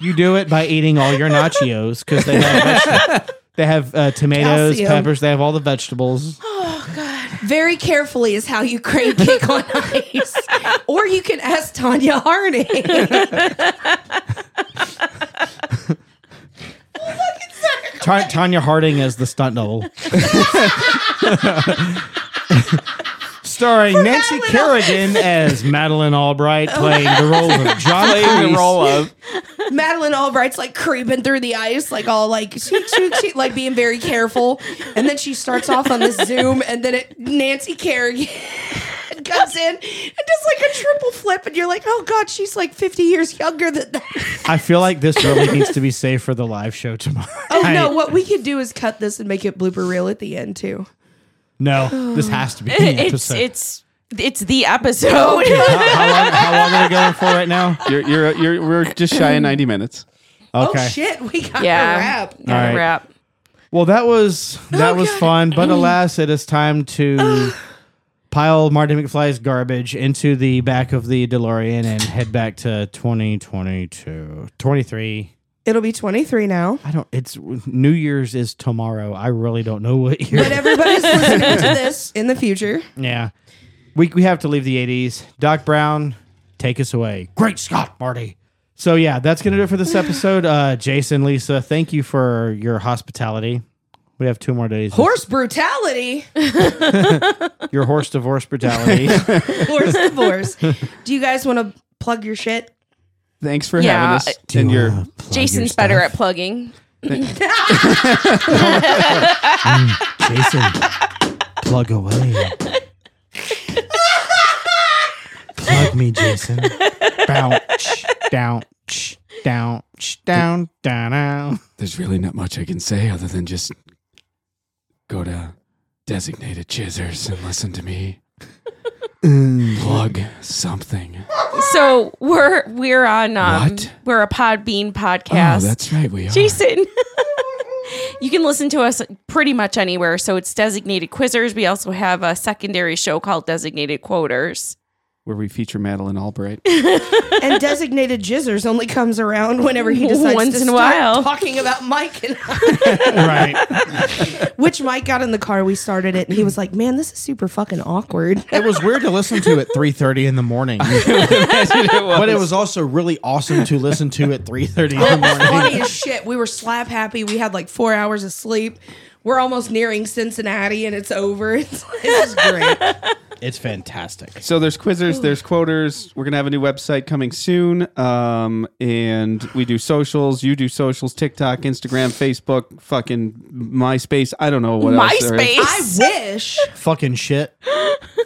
Speaker 1: you do it by eating all your nachos because they have veg- they have uh, tomatoes,
Speaker 2: Calcium.
Speaker 1: peppers. They have all the vegetables.
Speaker 2: Very carefully is how you crane kick on ice. or you can ask Tanya Harding. We'll fucking send her-
Speaker 1: Ta- Tanya Harding as the stunt double. Starring Nancy Kerrigan as Madeline Albright, playing the role of John
Speaker 3: Playing
Speaker 1: Cleese.
Speaker 3: the role of.
Speaker 2: Madeline Albright's like creeping through the ice, like all like she, she, she like being very careful. And then she starts off on this zoom, and then it Nancy Kerrigan comes in and does like a triple flip, and you're like, oh god, she's like 50 years younger than that.
Speaker 1: I feel like this really needs to be saved for the live show tomorrow.
Speaker 2: Oh no,
Speaker 1: night.
Speaker 2: what we could do is cut this and make it blooper reel at the end too.
Speaker 1: no! This has to be the
Speaker 4: It's
Speaker 1: episode.
Speaker 4: it's it's the episode.
Speaker 1: how, how long, how long are we going for right now?
Speaker 3: You're, you're, you're, we're just shy of 90 minutes.
Speaker 1: Okay.
Speaker 2: Oh shit, we got
Speaker 4: Yeah.
Speaker 2: a wrap.
Speaker 4: Gotta
Speaker 1: All right.
Speaker 4: wrap.
Speaker 1: Well, that was that was fun, but alas, it is time to pile Marty McFly's garbage into the back of the DeLorean and head back to 2022, 23.
Speaker 2: It'll be 23 now.
Speaker 1: I don't. It's New Year's is tomorrow. I really don't know what year.
Speaker 2: But uh, everybody's listening to this in the future.
Speaker 1: yeah, we we have to leave the 80s. Doc Brown, take us away.
Speaker 7: Great Scott, Marty.
Speaker 1: So yeah, that's gonna do it for this episode. Uh, Jason, Lisa, thank you for your hospitality. We have two more days.
Speaker 2: Horse brutality,
Speaker 1: Your horse divorce brutality.
Speaker 2: horse divorce. Do you guys want to plug your shit?
Speaker 3: Thanks for
Speaker 4: Yeah,
Speaker 3: having us.
Speaker 7: Do
Speaker 3: and
Speaker 7: you
Speaker 3: your
Speaker 7: wanna plug your
Speaker 4: Jason's
Speaker 7: stuff?
Speaker 4: better at plugging.
Speaker 7: Jason, plug away. plug me, Jason.
Speaker 1: bounce, bounce, bounce, down, down, down.
Speaker 3: There's really not much I can say other than just go to designated chisers and listen to me
Speaker 4: Mm.
Speaker 3: plug something.
Speaker 4: So we're we're on um
Speaker 3: What?
Speaker 4: we're a Podbean
Speaker 3: Oh,
Speaker 4: podcast.
Speaker 3: that's right. We are.
Speaker 4: Jason. you can listen to us pretty much anywhere. So it's designated quizzers. We also have a secondary show called Designated Quoters.
Speaker 3: Where we feature Madeline Albright.
Speaker 2: And designated jizzers only comes around whenever he decides
Speaker 4: Once
Speaker 2: to
Speaker 4: in a
Speaker 2: start
Speaker 4: while.
Speaker 2: talking about Mike and
Speaker 1: Right.
Speaker 2: which Mike got in the car. We started it, and he was like, "Man, this is super fucking awkward."
Speaker 1: It was weird to listen to at 3.30 in the morning. But it was also really awesome to listen to at 3.30 in the morning.
Speaker 2: Funny as shit. We were slap happy. We had like four hours of sleep. We're almost nearing Cincinnati, and it's over. It's, this is great.
Speaker 1: It's fantastic.
Speaker 3: So there's quizzers, there's quoters. We're gonna have a new website coming soon, um, and we do socials. You do socials: TikTok, Instagram, Facebook, fucking MySpace. I don't know what else. there is.
Speaker 4: MySpace.
Speaker 2: I wish.
Speaker 1: Fucking shit.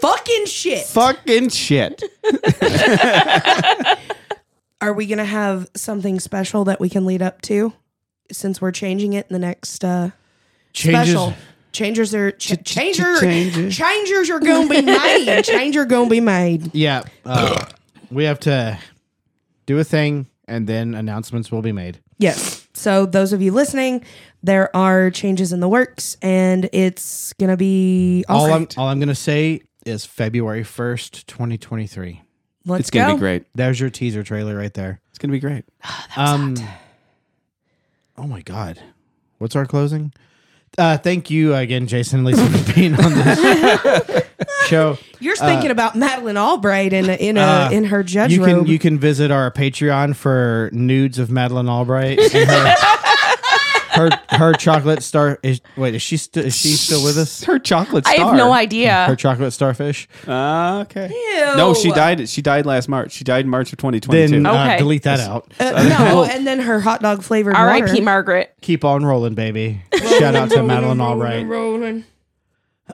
Speaker 2: fucking shit.
Speaker 3: Fucking shit.
Speaker 2: Are we gonna have something special that we can lead up to? Since we're changing it in the next uh,
Speaker 1: Changes.
Speaker 2: special. Changers are ch- changer,
Speaker 3: changes.
Speaker 2: changers are gonna be made. Changer gonna be made.
Speaker 1: Yeah. uh, we have to do a thing and then announcements will be made.
Speaker 2: Yes. So those of you listening, there are changes in the works, and it's gonna be
Speaker 1: All
Speaker 2: awesome.
Speaker 1: I'm, all I'm going to say is February 1st, 2023.
Speaker 2: Let's
Speaker 3: It's gonna
Speaker 2: go.
Speaker 3: be great.
Speaker 1: There's your teaser trailer right there.
Speaker 3: It's gonna be great.
Speaker 1: Um, oh my God. What's our closing? Uh, thank you again, Jason and Lisa, for being on this show.
Speaker 2: You're thinking about Madeline Albright in a, in a
Speaker 1: uh,
Speaker 2: in her judge
Speaker 1: You can
Speaker 2: robe.
Speaker 1: you can visit our Patreon for nudes of Madeline Albright. and her, her her chocolate star is wait is she still is she still with
Speaker 3: It's
Speaker 1: us?
Speaker 3: her chocolate
Speaker 4: I
Speaker 3: star.
Speaker 4: have no idea.
Speaker 1: Her chocolate starfish.
Speaker 3: Ah, okay.
Speaker 2: Ew.
Speaker 3: No, she died. She died last March. She died in March of 2022.
Speaker 1: Then uh,
Speaker 4: Okay.
Speaker 1: delete that out.
Speaker 2: Uh, no, and then her hot dog flavored
Speaker 4: R.I.P. Margaret.
Speaker 1: Keep on rolling, baby. Shout out to Madeline Albright.
Speaker 2: Rolling.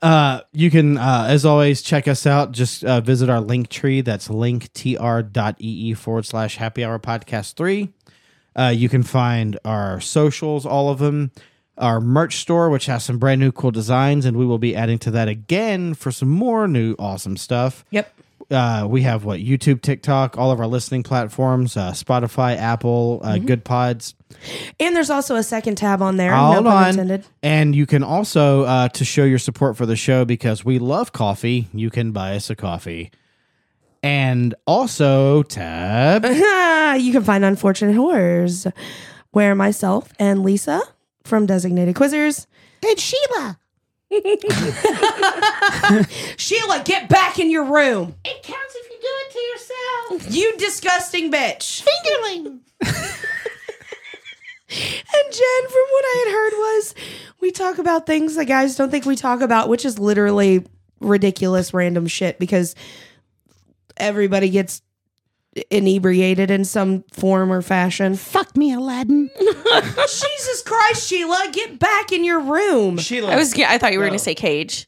Speaker 1: Uh, you can, uh, as always, check us out. Just uh, visit our link tree. That's linktr.ee forward slash happy hour podcast three. Uh, you can find our socials, all of them. our merch store, which has some brand new cool designs, and we will be adding to that again for some more new awesome stuff.
Speaker 2: Yep.
Speaker 1: Uh, we have what YouTube, TikTok, all of our listening platforms, uh, Spotify, Apple,
Speaker 2: Mm-hmm.
Speaker 1: uh, Good Pods,
Speaker 2: And there's also a second tab on there.
Speaker 1: Hold
Speaker 2: no pun
Speaker 1: on.
Speaker 2: intended.
Speaker 1: And you can also, uh, to show your support for the show because we love coffee, you can buy us a coffee. And also, tab.
Speaker 2: you can find Unfortunate Horrors, where myself and Lisa from Designated Quizzers and Sheila. Sheila, get back in your room. It counts if you do it to yourself. You disgusting bitch. Fingerling. and Jen, from what I had heard, was we talk about things that guys don't think we talk about, which is literally ridiculous, random shit because everybody gets inebriated in some form or fashion.
Speaker 7: Fuck me, Aladdin.
Speaker 2: Jesus Christ, Sheila, get back in your room.
Speaker 4: I was. I thought you were going to say cage.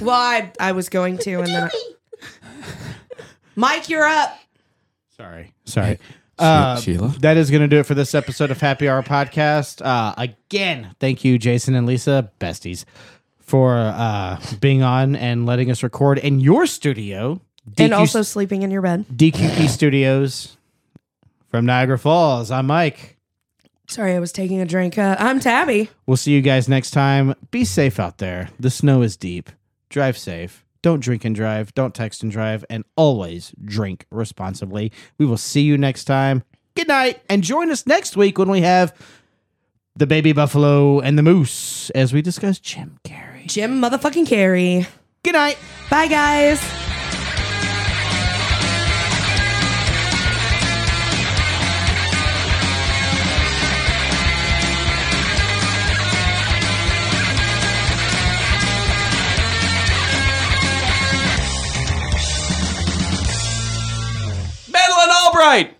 Speaker 2: well, I, I was going to, and then I- Mike, you're up.
Speaker 1: Sorry. Sorry. Uh,
Speaker 3: Sheila?
Speaker 1: That is going to do it for this episode of Happy Hour Podcast. Uh, again, thank you, Jason and Lisa, besties, for uh, being on and letting us record in your studio. DQ,
Speaker 2: and also sleeping in your bed.
Speaker 1: DQP Studios from Niagara Falls. I'm Mike.
Speaker 2: Sorry, I was taking a drink. Uh, I'm Tabby.
Speaker 1: We'll see you guys next time. Be safe out there. The snow is deep. Drive safe. Don't drink and drive. Don't text and drive. And always drink responsibly. We will see you next time. Good night. And join us next week when we have the baby buffalo and the moose as we discuss Jim Carrey.
Speaker 2: Jim motherfucking Carey.
Speaker 1: Good night.
Speaker 2: Bye, guys.
Speaker 3: Madeline Albright.